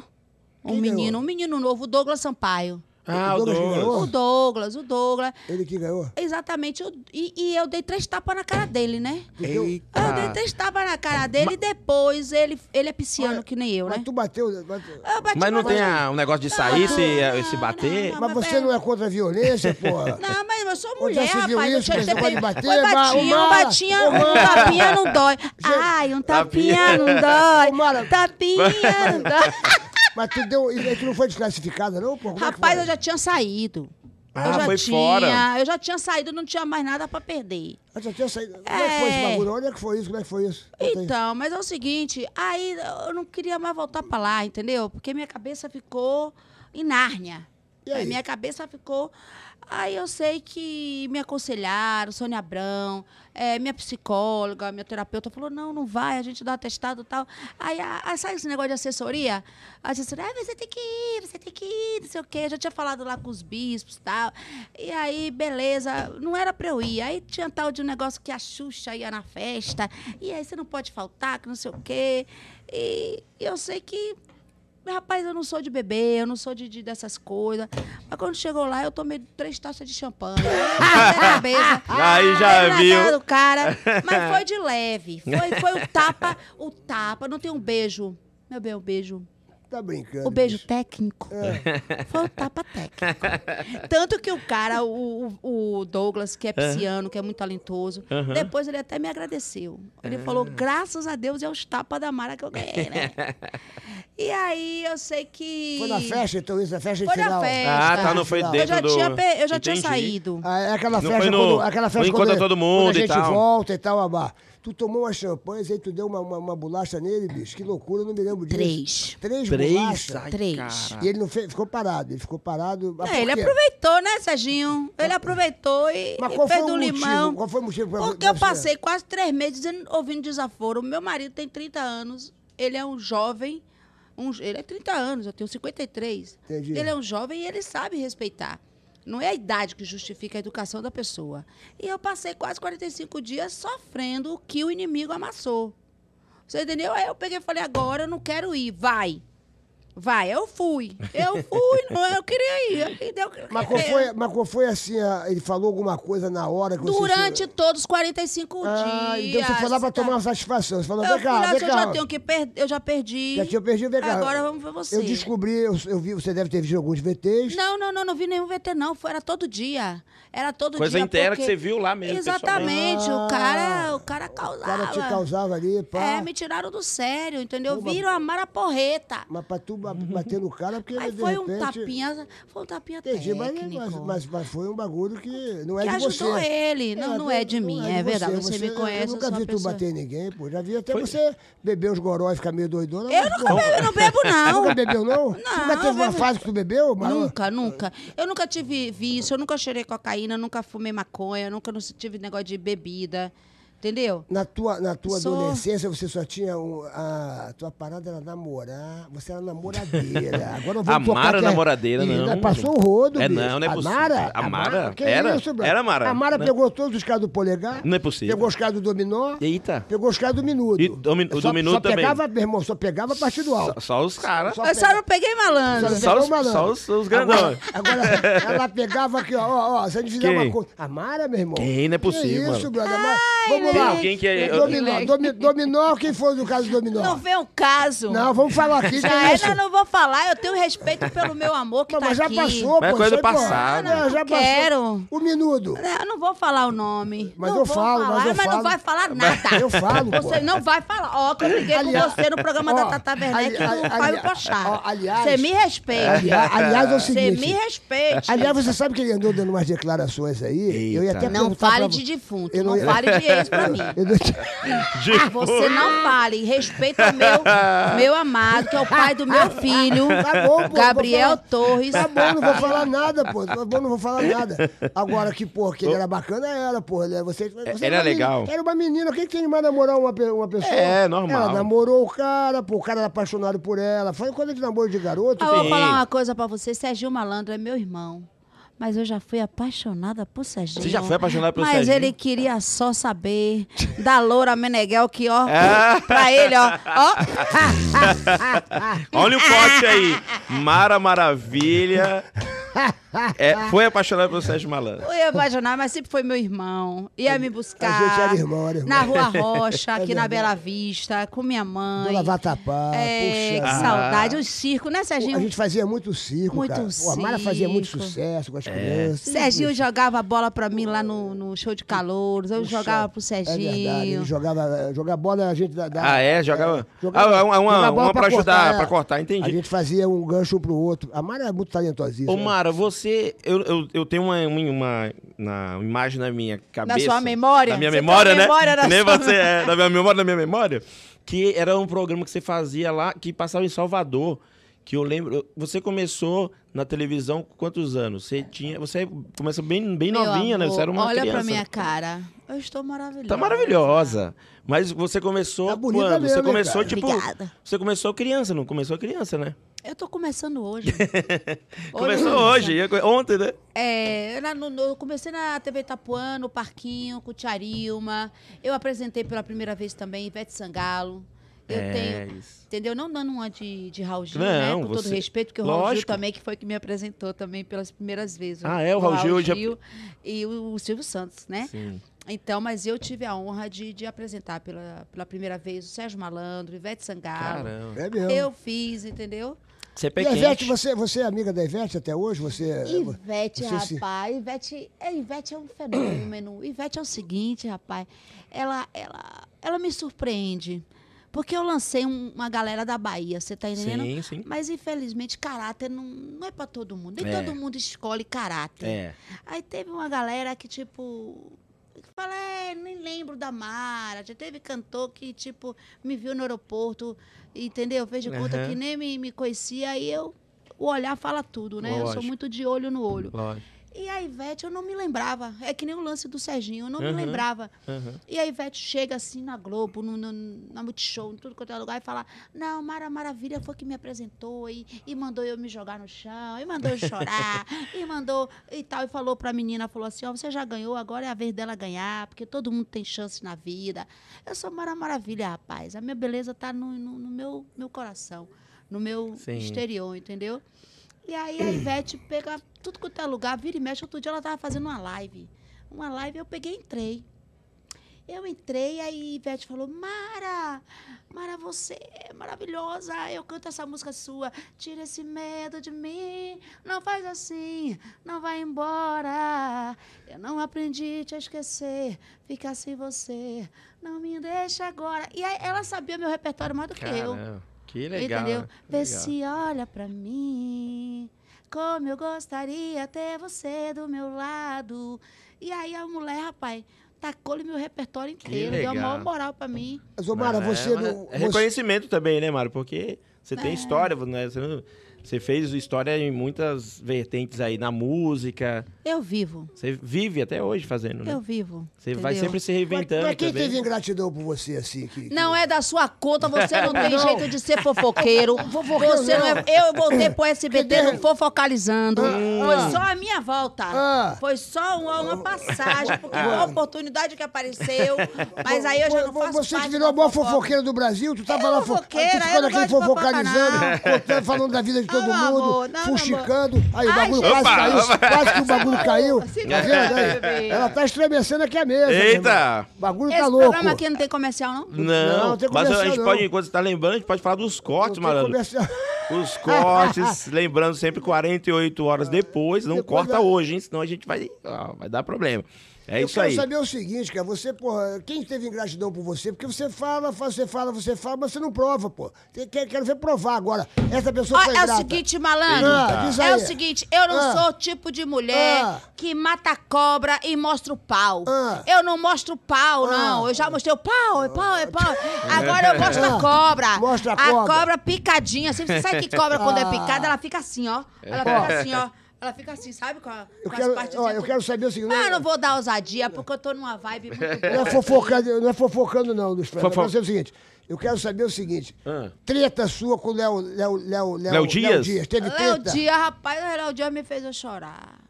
Speaker 3: Um
Speaker 1: Quem ganhou?
Speaker 3: menino, um menino novo, o Douglas Sampaio.
Speaker 2: Ah,
Speaker 1: O
Speaker 2: o
Speaker 1: Douglas
Speaker 2: Douglas.
Speaker 1: ganhou?
Speaker 3: O Douglas, o Douglas.
Speaker 1: Ele que ganhou?
Speaker 3: Exatamente. eu- e, e eu dei três tapas na cara dele, né? Eu
Speaker 1: Ah.
Speaker 3: dei
Speaker 2: Eita.
Speaker 3: três tapas na cara dele e depois ele, ele é pisciano, que nem eu, né?
Speaker 1: Mas tu bateu. bateu-
Speaker 3: Eu bati
Speaker 2: Mas não
Speaker 3: na-
Speaker 2: tem ah, um negócio de sair,
Speaker 3: Não,
Speaker 2: se,
Speaker 3: não,
Speaker 2: se bater?
Speaker 3: não,
Speaker 1: Mas
Speaker 3: Ah, mas
Speaker 1: você
Speaker 3: pera-
Speaker 1: não é contra a violência, porra?
Speaker 3: Não, mas eu sou
Speaker 1: Onde já
Speaker 3: mulher,
Speaker 1: se viu
Speaker 3: rapaz. Eu
Speaker 1: isso?
Speaker 3: tinha que
Speaker 1: Você
Speaker 3: ter
Speaker 1: pode
Speaker 3: pe-
Speaker 1: bater,
Speaker 3: Mas
Speaker 1: Mara,
Speaker 3: batinha, um
Speaker 1: Mara.
Speaker 3: batinha, um tapinha não dói. Ai, um tapinha não
Speaker 1: Ô, Mara.
Speaker 3: dói. Tapinha não dói.
Speaker 1: Mas tu deu. E tu não foi desclassificada, não, porra? Como é que
Speaker 3: Rapaz,
Speaker 1: foi?
Speaker 3: eu já tinha saído.
Speaker 2: Ah,
Speaker 3: eu já
Speaker 2: foi
Speaker 3: tinha,
Speaker 2: fora.
Speaker 3: eu já tinha saído, não tinha mais nada pra perder.
Speaker 1: Eu já tinha saído. Como é que foi esse
Speaker 3: É.
Speaker 1: bagulho? Onde é que foi isso? Como é que foi isso? Conta aí.
Speaker 3: Então, mas é o seguinte, aí eu não queria mais voltar pra lá, entendeu? Porque minha cabeça ficou em Nárnia.
Speaker 1: E aí?
Speaker 3: Minha cabeça ficou. Aí eu sei que me aconselharam, Sônia Abrão, eh, minha psicóloga, minha terapeuta falou: não, não vai, a gente dá atestado e tal. Aí, a, a- sabe esse negócio de assessoria? A assessoria, ah, você tem que ir, você tem que ir, não sei o quê. Eu já tinha falado lá com os bispos e tal. E aí, beleza, não era pra eu ir. Aí tinha tal de um negócio que a Xuxa ia na festa, e aí você não pode faltar, que não sei o quê. E eu sei que Rapaz, eu não sou de beber, eu não sou de, de- dessas coisas. Mas quando chegou lá, eu tomei três taças de champanhe. Batei na cabeça.
Speaker 2: Aí já
Speaker 3: batei na
Speaker 2: viu.
Speaker 3: cara do cara. Mas foi de leve. Foi, foi o tapa, o tapa. Não tem um beijo. Meu bem, o beijo.
Speaker 1: Tá brincando.
Speaker 3: O beijo
Speaker 1: bicho.
Speaker 3: técnico.
Speaker 2: É.
Speaker 3: Foi o tapa técnico. Tanto que o cara, o, o- o Douglas, que é pisciano, que é muito talentoso,
Speaker 2: Aham. Ah.
Speaker 3: depois ele até me agradeceu. Ele falou, graças a Deus é os tapas da Mara que eu ganhei, né? e aí eu sei que.
Speaker 1: Foi na festa, então, isso? Na festa
Speaker 3: Foi
Speaker 1: de
Speaker 3: na
Speaker 1: final.
Speaker 3: festa.
Speaker 2: Ah, tá, não foi
Speaker 1: Eu
Speaker 2: dentro
Speaker 3: eu já
Speaker 2: do...
Speaker 3: tinha, pe- eu já tinha
Speaker 2: Entendi.
Speaker 3: saído.
Speaker 1: Ah, é aquela
Speaker 2: Não
Speaker 1: festa
Speaker 2: foi no-
Speaker 1: quando, aquela
Speaker 2: no
Speaker 1: festa
Speaker 2: Encontra
Speaker 1: quando,
Speaker 2: Todo Mundo
Speaker 1: quando a
Speaker 2: e
Speaker 1: gente
Speaker 2: tal.
Speaker 1: volta e tal, abá. Tu tomou uma champanhe, aí tu deu uma, uma, uma bolacha nele, bicho. Que loucura, eu não me lembro disso.
Speaker 3: Três.
Speaker 1: Três,
Speaker 2: Três?
Speaker 1: bolachas.
Speaker 2: Ai,
Speaker 3: Três.
Speaker 2: cara.
Speaker 1: E ele não fez, ficou parado, ele ficou parado. Mas
Speaker 3: É,
Speaker 1: por
Speaker 3: ele
Speaker 1: quê?
Speaker 3: aproveitou, né, Serginho? Ele aproveitou e,
Speaker 1: Mas
Speaker 3: e
Speaker 1: qual
Speaker 3: fez
Speaker 1: foi o
Speaker 3: do
Speaker 1: motivo?
Speaker 3: limão.
Speaker 1: Qual foi o motivo pra-
Speaker 3: Porque
Speaker 1: pra
Speaker 3: eu
Speaker 1: você?
Speaker 3: passei quase três meses en- ouvindo desaforo. Meu marido tem 30 anos, ele é um jovem. um jo- ele é 30 anos, eu tenho 53.
Speaker 1: Entendi.
Speaker 3: Ele é um jovem e ele sabe respeitar. Não é a idade que justifica a educação da pessoa. E eu passei quase 45 dias sofrendo o que o inimigo amassou. Você entendeu? Aí eu peguei e falei, agora eu não quero ir, vai. Vai, eu fui. Eu fui, não, eu queria ir. E deu-
Speaker 1: Mas qual, foi, mas qual foi assim? a- ele falou alguma coisa na hora que você.
Speaker 3: Durante todos os 45
Speaker 1: Ah,
Speaker 3: dias.
Speaker 1: então você foi lá pra
Speaker 3: tá?
Speaker 1: tomar uma satisfação. Você falou,
Speaker 3: Eu
Speaker 1: vem
Speaker 3: fui lá,
Speaker 1: cá,
Speaker 3: se
Speaker 1: vem
Speaker 3: eu já
Speaker 1: cá.
Speaker 3: tenho que perder, eu já perdi.
Speaker 1: Já tinha perdido, vem cá.
Speaker 3: Agora vamos ver você.
Speaker 1: Eu descobri, eu, eu vi, você deve ter visto alguns VTs.
Speaker 3: Não, não, não, não vi nenhum VT, não. Foi, era todo dia. Era todo
Speaker 2: Coisa
Speaker 3: dia.
Speaker 2: inteira
Speaker 3: porque-
Speaker 2: que você viu lá mesmo,
Speaker 3: Exatamente.
Speaker 1: pessoalmente.
Speaker 3: O cara, o cara causava.
Speaker 1: Ah. O cara te causava ali, pá.
Speaker 3: É, me tiraram do sério, entendeu?
Speaker 1: Uma-
Speaker 3: Viram a maraporreta.
Speaker 1: Mas pra tu ba- bater no cara, porque
Speaker 3: Aí
Speaker 1: de
Speaker 3: foi
Speaker 1: repente...
Speaker 3: um tapinha, foi um tapinha
Speaker 1: Entendi, mas, é
Speaker 3: técnico.
Speaker 1: mas, mas, mas foi um bagulho que não é
Speaker 3: Que
Speaker 1: de você.
Speaker 3: ajudou ele. Não, não é de mim, é
Speaker 1: de
Speaker 3: verdade. Você me conhece,
Speaker 1: Eu
Speaker 3: eu
Speaker 1: nunca
Speaker 3: sou
Speaker 1: vi tu
Speaker 3: uma pessoa-
Speaker 1: bater em ninguém, pô. Já vi até você beber os goró e ficar meio doidona.
Speaker 3: Eu
Speaker 1: mas,
Speaker 3: nunca
Speaker 1: pô,
Speaker 3: bebo, eu não bebo, não.
Speaker 1: Nunca bebeu, não? Nunca
Speaker 3: Não,
Speaker 1: teve uma
Speaker 3: bebo-
Speaker 1: fase que tu bebeu? Mas,
Speaker 3: Nunca, nunca. Eu nunca tive vício, eu nunca cheirei cocaína, eu nunca fumei maconha, eu nunca não tive negócio de bebida. Entendeu?
Speaker 1: Na tua, na tua
Speaker 3: Sou.
Speaker 1: adolescência, você só tinha um, a tua parada era namorar. Você era namoradeira. Agora eu vou
Speaker 2: A Mara namoradeira, não.
Speaker 1: é né? Passou o rodo,
Speaker 2: É,
Speaker 1: bicho.
Speaker 2: não, não é
Speaker 1: a
Speaker 2: possível.
Speaker 1: Mara,
Speaker 2: A Mara? Era?
Speaker 1: brother?
Speaker 2: Era a Mara.
Speaker 1: A Mara
Speaker 2: Não.
Speaker 1: pegou todos os caras do polegar.
Speaker 2: Não é possível.
Speaker 1: Pegou os caras do dominó.
Speaker 2: Eita.
Speaker 1: Pegou os caras do minuto. É
Speaker 2: E domi- o
Speaker 1: só,
Speaker 2: do minuto
Speaker 1: só
Speaker 2: também.
Speaker 1: pegava, meu irmão, só pegava partido
Speaker 2: Só,
Speaker 1: alto.
Speaker 2: só os caras.
Speaker 1: Só
Speaker 3: eu só não peguei malandro.
Speaker 1: Ela
Speaker 2: só
Speaker 1: pegou
Speaker 2: os-
Speaker 1: o malandro.
Speaker 2: só os- os grandão.
Speaker 1: Agora, agora ela pegava aqui, ó, ó, ó, se a gente fizer
Speaker 2: Quem?
Speaker 1: uma coisa. A Mara, meu irmão.
Speaker 2: Quem? Não é possível,
Speaker 1: Que isso,
Speaker 2: mano.
Speaker 1: brother. Mas, vamos lá.
Speaker 2: Quem- quem que é?
Speaker 1: Dominó, domi- dominó, quem foi do caso do Dominó?
Speaker 3: Não vem o caso.
Speaker 1: Não, vamos falar aqui. que
Speaker 3: Já
Speaker 1: é
Speaker 3: é,
Speaker 1: isso?
Speaker 3: não, não vou falar, eu tenho respeito pelo meu amor que
Speaker 1: Mas,
Speaker 3: tá
Speaker 1: mas já
Speaker 3: aqui.
Speaker 1: passou,
Speaker 2: Mas é
Speaker 1: pô.
Speaker 2: coisa
Speaker 1: isso
Speaker 2: do
Speaker 1: aí, pô,
Speaker 2: passado.
Speaker 1: é, já
Speaker 3: Não
Speaker 1: passou.
Speaker 3: quero.
Speaker 1: O minudo.
Speaker 3: Não, É, eu não vou falar o nome.
Speaker 1: Mas
Speaker 3: não
Speaker 1: eu
Speaker 3: vou
Speaker 1: falo, mas
Speaker 3: falar,
Speaker 1: eu falo.
Speaker 3: não vai falar nada.
Speaker 1: Eu falo, pô.
Speaker 3: Você não vai falar. Ó, que eu briguei
Speaker 1: Aliás-
Speaker 3: com você no programa
Speaker 1: ó,
Speaker 3: da Tata Werneck e
Speaker 1: ali-
Speaker 3: do
Speaker 1: ali-
Speaker 3: Fábio
Speaker 1: ó,
Speaker 3: Pochá.
Speaker 1: aliás-
Speaker 3: Você me respeite.
Speaker 1: Aliás, aliás, é o
Speaker 3: Você
Speaker 1: seguinte.
Speaker 3: me respeite.
Speaker 1: Aliás, você sabe que ele andou dando umas declarações aí? Eu ia
Speaker 2: Eita.
Speaker 1: até
Speaker 3: Não
Speaker 1: perguntar
Speaker 3: fale
Speaker 1: pra-
Speaker 3: de defunto,
Speaker 1: Eu
Speaker 3: não fale de ex pra mim. Ah,
Speaker 1: Eu não-
Speaker 2: De-
Speaker 3: Você não fale, respeita o meu, meu amado, que é o pai do meu filho,
Speaker 1: Tá bom, pô,
Speaker 3: Gabriel
Speaker 1: vou falar-
Speaker 3: Torres.
Speaker 1: Tá bom, não vou falar nada, pô. Tá bom, não vou falar nada. Agora que, pô, que ele era bacana, era, pô. né? Você, você
Speaker 2: Ele
Speaker 1: uma
Speaker 2: é legal.
Speaker 1: menina- era uma menina. Quem que tem mais namorar uma, pe- uma pessoa?
Speaker 2: É, normal.
Speaker 1: Ela namorou o cara, pô. O cara era apaixonado por ela. Foi coisa de namoro de garoto.
Speaker 3: Ah, eu
Speaker 2: Sim.
Speaker 3: vou falar uma coisa pra você. Serginho Malandro é meu irmão. Mas eu já fui apaixonada por Serginho.
Speaker 2: Você já foi apaixonada pelo
Speaker 3: Mas
Speaker 2: Serginho?
Speaker 3: ele queria só saber da Loura Meneghel que, ó,
Speaker 2: É.
Speaker 3: pra ele, ó. ó.
Speaker 2: Olha o pote aí. Mara Maravilha. É, foi apaixonada pelo Sérgio Malandro.
Speaker 3: Eu ia apaixonar, mas sempre foi meu irmão. Ia me buscar.
Speaker 1: A gente era irmão, era irmão.
Speaker 3: Na Rua Rocha, aqui na
Speaker 1: verdade.
Speaker 3: Bela Vista, com minha mãe.
Speaker 1: Dona Vatapá,
Speaker 3: É,
Speaker 1: puxa.
Speaker 2: Ah.
Speaker 3: que saudade. O circo, né,
Speaker 1: Pô, A
Speaker 3: Serginho?
Speaker 1: gente fazia muito circo,
Speaker 3: Muito
Speaker 1: cara. Pô, A Mara fazia muito
Speaker 3: circo.
Speaker 1: sucesso
Speaker 2: É.
Speaker 1: com as crianças.
Speaker 3: Serginho jogava bola pra mim lá no, no show de calouros. Eu jogava pro Serginho.
Speaker 1: É verdade, ele jogava, jogava bola, a gente da, da-
Speaker 2: Ah, é? Jogava.
Speaker 1: jogava-
Speaker 2: Ah, uma- uma-
Speaker 1: jogava bola
Speaker 2: uma pra ajudar,
Speaker 1: é.
Speaker 2: pra cortar, entendi.
Speaker 1: A gente fazia um gancho um pro outro. A Mara é muito talentosíssima.
Speaker 2: Ô, Mara, você. Eu, eu, eu tenho uma, uma, uma- uma imagem na minha cabeça.
Speaker 3: sua memória?
Speaker 2: Na minha
Speaker 3: Você tem
Speaker 2: memória, né?
Speaker 3: memória na
Speaker 2: Que nem
Speaker 3: sua
Speaker 2: você é. Na minha memória, na minha memória. Que era um programa que você fazia lá, que passava em Salvador. Que eu lembro. Você começou na televisão com quantos anos? Você tinha. Você começa bem, bem
Speaker 3: Meu
Speaker 2: novinha, né?
Speaker 3: amor,
Speaker 2: Você era uma
Speaker 3: Olha
Speaker 2: criança.
Speaker 3: pra minha cara. Eu estou maravilhosa.
Speaker 2: Tá maravilhosa. Mas você começou
Speaker 1: Tá bonita
Speaker 2: quando?
Speaker 1: mesmo,
Speaker 2: você
Speaker 1: hein,
Speaker 2: começou,
Speaker 1: cara?
Speaker 2: tipo.
Speaker 3: Obrigada.
Speaker 2: Você começou criança, não começou criança, né?
Speaker 3: Eu tô começando hoje.
Speaker 2: começou hoje, ontem, né?
Speaker 3: É, na- no- no- eu comecei na TV Itapuã, no Parquinho, com Tia Arilma. Eu apresentei pela primeira vez também Ivete Sangalo. Eu
Speaker 2: É,
Speaker 3: tenho.
Speaker 2: isso.
Speaker 3: Entendeu? Não dando uma de, de Raul Gil,
Speaker 2: Não,
Speaker 3: né? Com todo
Speaker 2: você-
Speaker 3: respeito, porque o Raul Gil
Speaker 2: Lógico.
Speaker 3: também, que foi que me apresentou também pelas primeiras vezes.
Speaker 2: Ah, é? O Raul Gil já-
Speaker 3: E o, o Silvio Santos, né?
Speaker 2: Sim.
Speaker 3: Então, mas eu tive a honra de, de apresentar pela, pela primeira vez o Sérgio Malandro, Ivete Sangalo.
Speaker 2: Caramba.
Speaker 1: É mesmo.
Speaker 3: Eu fiz, entendeu?
Speaker 2: Você é
Speaker 1: E a Ivete,
Speaker 2: pequeno.
Speaker 1: você, você é amiga da Ivete até hoje?
Speaker 2: É,
Speaker 1: Você,
Speaker 3: Ivete,
Speaker 1: você se-
Speaker 3: rapaz, Ivete, é, Ivete é um fenômeno. Ivete é o seguinte, rapaz, ela, ela, ela me surpreende. Porque eu lancei um- uma galera da Bahia, você tá
Speaker 1: é
Speaker 3: entendendo?
Speaker 2: Sim, sim.
Speaker 3: Mas infelizmente caráter não, não é pra todo mundo. Nem
Speaker 2: É.
Speaker 3: todo mundo escolhe caráter.
Speaker 2: É.
Speaker 3: Aí teve uma galera que, tipo, fala, é, nem lembro da Mara. Já teve cantor que, tipo, me viu no aeroporto, entendeu? Fez de conta
Speaker 2: Aham.
Speaker 3: que nem me, me conhecia. Aí eu, o olhar fala tudo, né? Eu sou
Speaker 2: Lógico.
Speaker 3: muito de olho no olho.
Speaker 2: Lógico.
Speaker 3: E a Ivete, eu não me lembrava. É que nem o lance do Serginho, eu não me
Speaker 2: Aham.
Speaker 3: lembrava.
Speaker 2: Aham.
Speaker 3: E a Ivete chega assim na Globo, no, no- na Multishow, em tudo quanto é lugar, e fala: Não, Mara Maravilha foi que me apresentou e, e mandou eu me jogar no chão, e mandou eu chorar, e mandou e tal. E falou pra menina: Falou assim, ó, você já ganhou, agora é a vez dela ganhar, porque todo mundo tem chance na vida. Eu sou Mara Maravilha, rapaz. A minha beleza tá no, no- no meu, meu coração. no meu
Speaker 2: Sim.
Speaker 3: exterior, entendeu? E aí a Ivete pega tudo quanto é lugar, vira e mexe. Outro dia ela tava fazendo uma live. Uma live eu peguei e entrei. Eu entrei, aí Ivete falou: Mara, Mara, você é maravilhosa. Eu canto essa música sua. Tira esse medo de mim. Não faz assim. Não vai embora. Eu não aprendi a te esquecer. Ficar sem você. Não me deixa agora. E aí ela sabia meu repertório mais do que eu.
Speaker 2: Caramba, que legal.
Speaker 3: Entendeu?
Speaker 2: né?
Speaker 3: Vê
Speaker 2: Legal.
Speaker 3: se olha pra mim. Como eu gostaria ter você do meu lado. E aí a mulher, rapaz, tacou-lhe meu repertório inteiro. Deu a
Speaker 2: legal.
Speaker 3: maior moral pra mim.
Speaker 1: Mas, ô, Mara,
Speaker 2: Não,
Speaker 1: você É.
Speaker 2: mas
Speaker 1: não.
Speaker 2: É
Speaker 1: você-
Speaker 2: reconhecimento também, né, Mário? Porque você tem história, né? Você, não- você fez história em muitas vertentes aí, na música.
Speaker 3: Eu vivo.
Speaker 2: Você vive até hoje fazendo, né?
Speaker 3: Eu vivo.
Speaker 2: Você vai
Speaker 3: entendeu?
Speaker 2: sempre se
Speaker 1: Pra,
Speaker 2: reinventando
Speaker 1: pra quem
Speaker 2: também.
Speaker 1: teve ingratidão por você, assim? Que, que-
Speaker 3: Não é da sua conta, você não tem jeito de ser fofoqueiro.
Speaker 1: Fofoqueiro
Speaker 3: Você não é- Eu voltei pro SBT
Speaker 1: Que
Speaker 3: não fofocalizando.
Speaker 1: Ah, ah.
Speaker 3: Foi só a minha volta.
Speaker 1: Ah.
Speaker 3: Foi só uma, uma passagem, porque foi uma oportunidade que apareceu. Mas aí eu já não
Speaker 1: Vo-
Speaker 3: faço
Speaker 1: Você que
Speaker 3: parte
Speaker 1: virou a
Speaker 3: da
Speaker 1: maior
Speaker 3: fofoca.
Speaker 1: fofoqueira do Brasil, tu tava
Speaker 3: Eu
Speaker 1: lá fo-
Speaker 3: fofoqueira,
Speaker 1: tu
Speaker 3: eu
Speaker 1: ficando
Speaker 3: não
Speaker 1: aqui
Speaker 3: gosto de fofocar,
Speaker 1: fofocalizando,
Speaker 3: não.
Speaker 1: contando, tá falando da vida de todo
Speaker 3: Ah, meu
Speaker 1: mundo,
Speaker 3: amor, não, meu
Speaker 1: fuxicando. Aí o
Speaker 3: Ai,
Speaker 1: bagulho quase
Speaker 3: gente.
Speaker 2: Opa,
Speaker 1: caiu,
Speaker 2: opa.
Speaker 1: quase que o bagulho caiu. Tá
Speaker 3: Se
Speaker 1: vendo?
Speaker 3: não vai,
Speaker 1: aí?
Speaker 3: bebê.
Speaker 1: Ela tá estremecendo aqui a mesa. meu
Speaker 2: Eita!
Speaker 1: irmão. O bagulho
Speaker 3: é Esse
Speaker 1: tá
Speaker 3: programa
Speaker 1: louco.
Speaker 3: aqui é não tem comercial, não?
Speaker 2: Não,
Speaker 1: Não, tem
Speaker 2: mas a
Speaker 1: comercial,
Speaker 2: gente
Speaker 1: não.
Speaker 2: pode, enquanto você tá lembrando, a gente pode falar dos
Speaker 1: Não
Speaker 2: cortes,
Speaker 1: tem
Speaker 2: malandro. É
Speaker 1: comercial.
Speaker 2: Os cortes, lembrando sempre 48 horas depois, não
Speaker 1: Depois
Speaker 2: corta
Speaker 1: da-
Speaker 2: hoje, hein? Senão a gente vai, ah, vai dar problema. É
Speaker 1: Eu
Speaker 2: isso
Speaker 1: quero
Speaker 2: aí.
Speaker 1: saber o seguinte, cara, você, porra, quem teve ingratidão por você? Porque você fala, fa- você fala, você fala, mas você não prova, pô. Tem- quer- Quero ver provar agora. Essa pessoa foi
Speaker 3: Ó, é
Speaker 1: ingrata.
Speaker 3: o seguinte, malandro.
Speaker 1: Ah, diz aí.
Speaker 3: é o seguinte, eu não
Speaker 1: Ah.
Speaker 3: sou o tipo de mulher
Speaker 1: Ah.
Speaker 3: que mata cobra e mostra o pau.
Speaker 1: Ah.
Speaker 3: Eu não mostro pau,
Speaker 1: Ah.
Speaker 3: não. Eu já mostrei o pau, é pau, é pau. Agora eu mostro
Speaker 1: Ah.
Speaker 3: a cobra.
Speaker 1: Mostra a cobra.
Speaker 3: cobra picadinha. Você você sabe que cobra, quando é
Speaker 1: Ah. É.
Speaker 3: picada, ela fica assim, ó. Ela fica assim, ó. Ela fica assim, sabe? Com, a,
Speaker 1: Eu
Speaker 3: com
Speaker 1: quero-
Speaker 3: as partes
Speaker 1: ó, eu quero saber o seguinte, né?
Speaker 3: Mas
Speaker 1: não-
Speaker 3: eu Ah, não vou dar ousadia, porque eu tô numa vibe muito boa.
Speaker 1: Não é fofocando, não, é fofocando, não dos fãs. Eu
Speaker 2: Fofo-
Speaker 1: quero saber o seguinte. Eu quero saber o seguinte.
Speaker 2: Ah.
Speaker 1: Treta sua com o Léo, Léo, Léo, Léo,
Speaker 2: Léo Dias?
Speaker 1: Teve
Speaker 3: Léo
Speaker 1: treta?
Speaker 3: Dia, rapaz, o Léo Dia me fez eu chorar.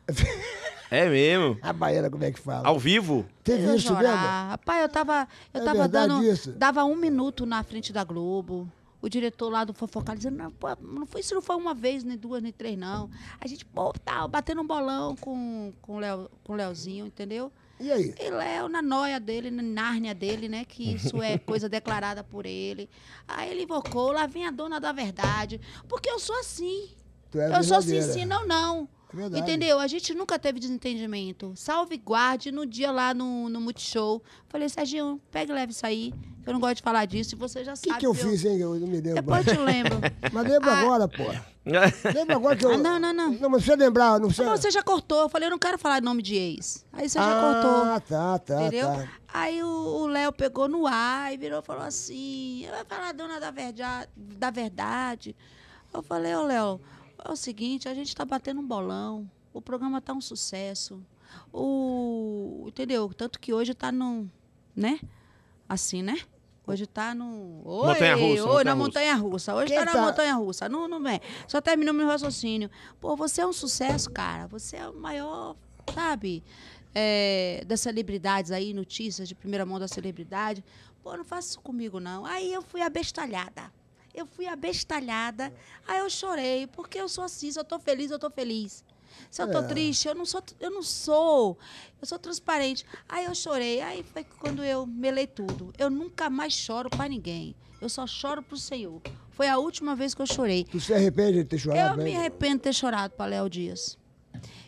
Speaker 2: É mesmo.
Speaker 1: A baiana, como é que fala?
Speaker 2: Ao vivo.
Speaker 1: Teve
Speaker 3: eu
Speaker 1: isso
Speaker 3: chorar.
Speaker 1: mesmo?
Speaker 3: Rapaz, eu tava, eu
Speaker 1: É
Speaker 3: tava
Speaker 1: verdade
Speaker 3: dando.
Speaker 1: isso?
Speaker 3: Dava um minuto na frente da Globo. O diretor lá do Fofocar dizendo, não, pô, não foi, isso não foi uma vez, nem duas, nem três, não. A gente, pô, tá, batendo um bolão com, com, o Léo, com o Léozinho, entendeu?
Speaker 1: E aí?
Speaker 3: E Léo, na noia dele, na nárnia dele, né? Que isso é coisa declarada por ele. Aí ele invocou, lá vem a dona da verdade. Porque eu sou assim.
Speaker 1: Tu é
Speaker 3: eu sou assim,
Speaker 1: verdadeira.
Speaker 3: sim, não, não.
Speaker 1: É verdade.
Speaker 3: Entendeu? A gente nunca teve desentendimento. Salve guarde no dia lá no, no Multishow. Falei, Serginho, pega e leva isso aí. que Eu não gosto de falar disso. e Você já
Speaker 1: O
Speaker 3: sabe.
Speaker 1: que, que eu fiz, hein? Eu não me lembro.
Speaker 3: Depois eu te lembro.
Speaker 1: Mas lembra
Speaker 3: Ah.
Speaker 1: agora, pô. Lembra agora que eu...
Speaker 3: Ah, não, não, não.
Speaker 1: Não, mas precisa lembrar, não precisa...
Speaker 3: Mas você já cortou. Eu falei, eu não quero falar nome de ex. Aí você já cortou.
Speaker 1: Ah, tá, tá,
Speaker 3: entendeu?
Speaker 1: tá.
Speaker 3: Aí o- o Léo pegou no ar e virou e falou assim: eu vou falar dona da verdade, da verdade. Eu falei, ô Léo, é o seguinte, a gente tá batendo um bolão, o programa tá um sucesso. O. Entendeu? Tanto que hoje tá num. né? Assim, né? Hoje tá no. Oi,
Speaker 2: Montanha-russa,
Speaker 3: oi, na
Speaker 2: montanha-russa.
Speaker 3: montanha-russa. Hoje
Speaker 1: Quem
Speaker 3: tá na
Speaker 1: tá-
Speaker 3: montanha-russa. Não, não vem. Só terminou meu raciocínio. Pô, você é um sucesso, cara. Você é o maior, sabe? é, das celebridades aí, notícias de primeira mão da celebridade. Pô, não faça isso comigo, não. Aí eu fui abestalhada. Eu fui abestalhada. Aí eu chorei, porque eu sou assim. Se eu tô feliz, eu tô feliz. Se eu tô
Speaker 1: É.
Speaker 3: triste, eu não sou, eu não sou. Eu sou transparente. Aí eu chorei. Aí foi quando eu melei tudo. Eu nunca mais choro pra ninguém. Eu só choro pro Senhor. Foi a última vez que eu chorei.
Speaker 1: Tu se arrepende de ter
Speaker 3: Eu
Speaker 1: chorado?
Speaker 3: me
Speaker 1: né?
Speaker 3: arrependo de ter chorado para Léo Dias.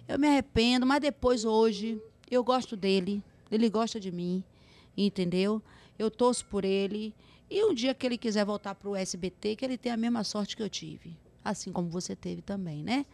Speaker 3: Eu me arrependo, mas depois hoje eu gosto dele, ele gosta de mim, entendeu? Eu torço por ele e um dia que ele quiser voltar pro SBT, que ele tenha a mesma sorte que eu tive, assim como você teve também, né?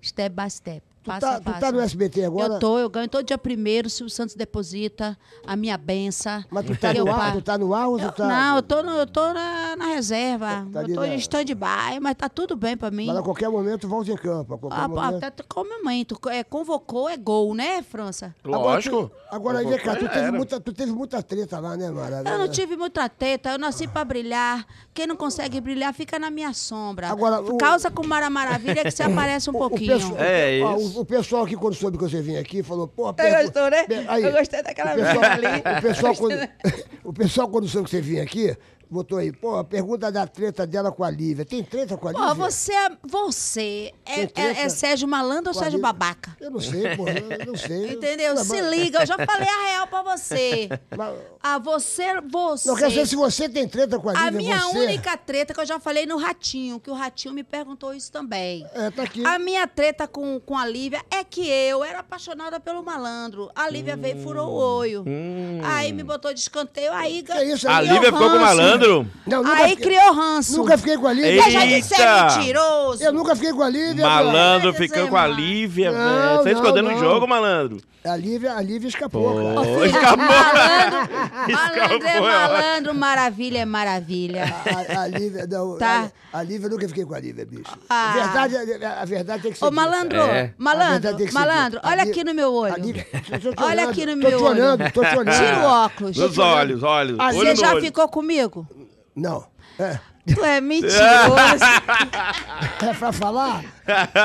Speaker 3: Step by step.
Speaker 1: Tu
Speaker 3: Passo
Speaker 1: tá,
Speaker 3: a
Speaker 1: tu
Speaker 3: passo.
Speaker 1: tá no SBT agora?
Speaker 3: Eu tô, eu ganho todo dia primeiro, se o Santos deposita a minha benção.
Speaker 1: Mas tu tá
Speaker 3: Eu
Speaker 1: no ar?
Speaker 3: pa-
Speaker 1: Tu tá no ar ou
Speaker 3: Eu-
Speaker 1: tu tá...
Speaker 3: Não, eu tô, no- eu tô na, na reserva.
Speaker 1: Tá ali
Speaker 3: eu tô
Speaker 1: na-
Speaker 3: em stand-by, mas tá tudo bem pra mim.
Speaker 1: Mas a qualquer momento volta em campo. A qualquer
Speaker 3: Ah, pô,
Speaker 1: momento...
Speaker 3: até t- como momento. co- É, convocou é gol, né, França?
Speaker 2: Lógico.
Speaker 1: Agora, aí, vem cá, tu
Speaker 2: Já
Speaker 1: teve,
Speaker 2: era.
Speaker 1: muita, tu teve muita treta lá, né, Mara?
Speaker 3: Eu Ah, não tive muita teta, eu nasci pra brilhar. Quem não consegue brilhar fica na minha sombra.
Speaker 1: Agora, o-
Speaker 3: Causa com Mara Maravilha que você aparece um
Speaker 1: O
Speaker 3: pouquinho.
Speaker 1: pessoal,
Speaker 2: É
Speaker 1: ó,
Speaker 2: isso.
Speaker 1: O, o pessoal aqui, quando soube que você vinha aqui, falou, pô...
Speaker 3: Você gostou, né?
Speaker 1: Pe- aí,
Speaker 3: eu gostei daquela
Speaker 1: o
Speaker 3: menina
Speaker 1: pessoal,
Speaker 3: ali. né?
Speaker 1: o pessoal quando, o pessoal, quando soube que você vinha aqui, botou aí, pô, pergunta da treta dela com a Lívia. Tem treta com a Lívia?
Speaker 3: Pô, você é. Você é,
Speaker 1: Tem treta?
Speaker 3: é- é Sérgio Malandro ou
Speaker 1: Com a
Speaker 3: Sérgio
Speaker 1: Lívia?
Speaker 3: Babaca?
Speaker 1: Eu não sei, pô, eu não sei.
Speaker 3: Entendeu?
Speaker 1: Mas-
Speaker 3: Se liga, eu já falei a real pra você.
Speaker 1: mas-
Speaker 3: Ah, você. Você.
Speaker 1: Não quero saber se você tem treta com a Lívia.
Speaker 3: A minha
Speaker 1: é você...
Speaker 3: única treta que eu já falei no Ratinho, que o Ratinho me perguntou isso também.
Speaker 1: É, tá aqui.
Speaker 3: A minha treta com, com a Lívia é que eu era apaixonada pelo malandro. A Lívia veio e furou o olho.
Speaker 2: Hum.
Speaker 3: Aí me botou de escanteio, aí
Speaker 1: Que é
Speaker 3: ganhou.
Speaker 1: isso
Speaker 2: A
Speaker 1: aí?
Speaker 3: Lívia
Speaker 2: Lívia ficou com o
Speaker 3: ranço.
Speaker 2: malandro?
Speaker 1: Não, nunca
Speaker 3: Aí
Speaker 1: fiquei-
Speaker 3: criou ranço.
Speaker 1: Nunca fiquei com a Lívia.
Speaker 3: Eu já disse que é
Speaker 2: Eita!
Speaker 3: mentiroso.
Speaker 1: Eu nunca fiquei com a Lívia.
Speaker 2: Malandro
Speaker 3: Vai dizer,
Speaker 2: ficando com a
Speaker 3: mano.
Speaker 2: Lívia,
Speaker 1: é Não,
Speaker 2: velho. Você tá
Speaker 1: não,
Speaker 2: escondendo o
Speaker 1: não.
Speaker 2: jogo, malandro?
Speaker 1: A Lívia, a Lívia escapou,
Speaker 2: Pô,
Speaker 1: cara.
Speaker 2: escapou.
Speaker 3: Malandro é
Speaker 2: Escapou, é ótimo.
Speaker 3: malandro, maravilha é maravilha.
Speaker 1: A, a- a Lívia, não,
Speaker 3: Tá.
Speaker 1: a, a Lívia, eu nunca fiquei com a Lívia, bicho.
Speaker 3: Ah.
Speaker 1: A, verdade, é, a, a verdade tem que ser.
Speaker 3: Ô,
Speaker 1: dita.
Speaker 3: malandro,
Speaker 2: É.
Speaker 1: A verdade tem
Speaker 3: malandro,
Speaker 1: que ser
Speaker 3: malandro,
Speaker 1: dita. A
Speaker 3: olha
Speaker 1: Lívia-
Speaker 3: aqui no meu olho.
Speaker 1: A Lívia, eu tô te
Speaker 3: Olha
Speaker 1: olhando,
Speaker 3: aqui no
Speaker 1: Tô
Speaker 3: meu
Speaker 1: te
Speaker 3: olho.
Speaker 1: olhando, tô te olhando.
Speaker 3: Tira o óculos.
Speaker 2: Nos olhos, olhos.
Speaker 1: Ah,
Speaker 2: olho
Speaker 3: Você
Speaker 2: no
Speaker 3: já
Speaker 2: olho.
Speaker 3: ficou comigo?
Speaker 1: Não. É,
Speaker 3: Tu é mentiroso.
Speaker 1: é pra falar?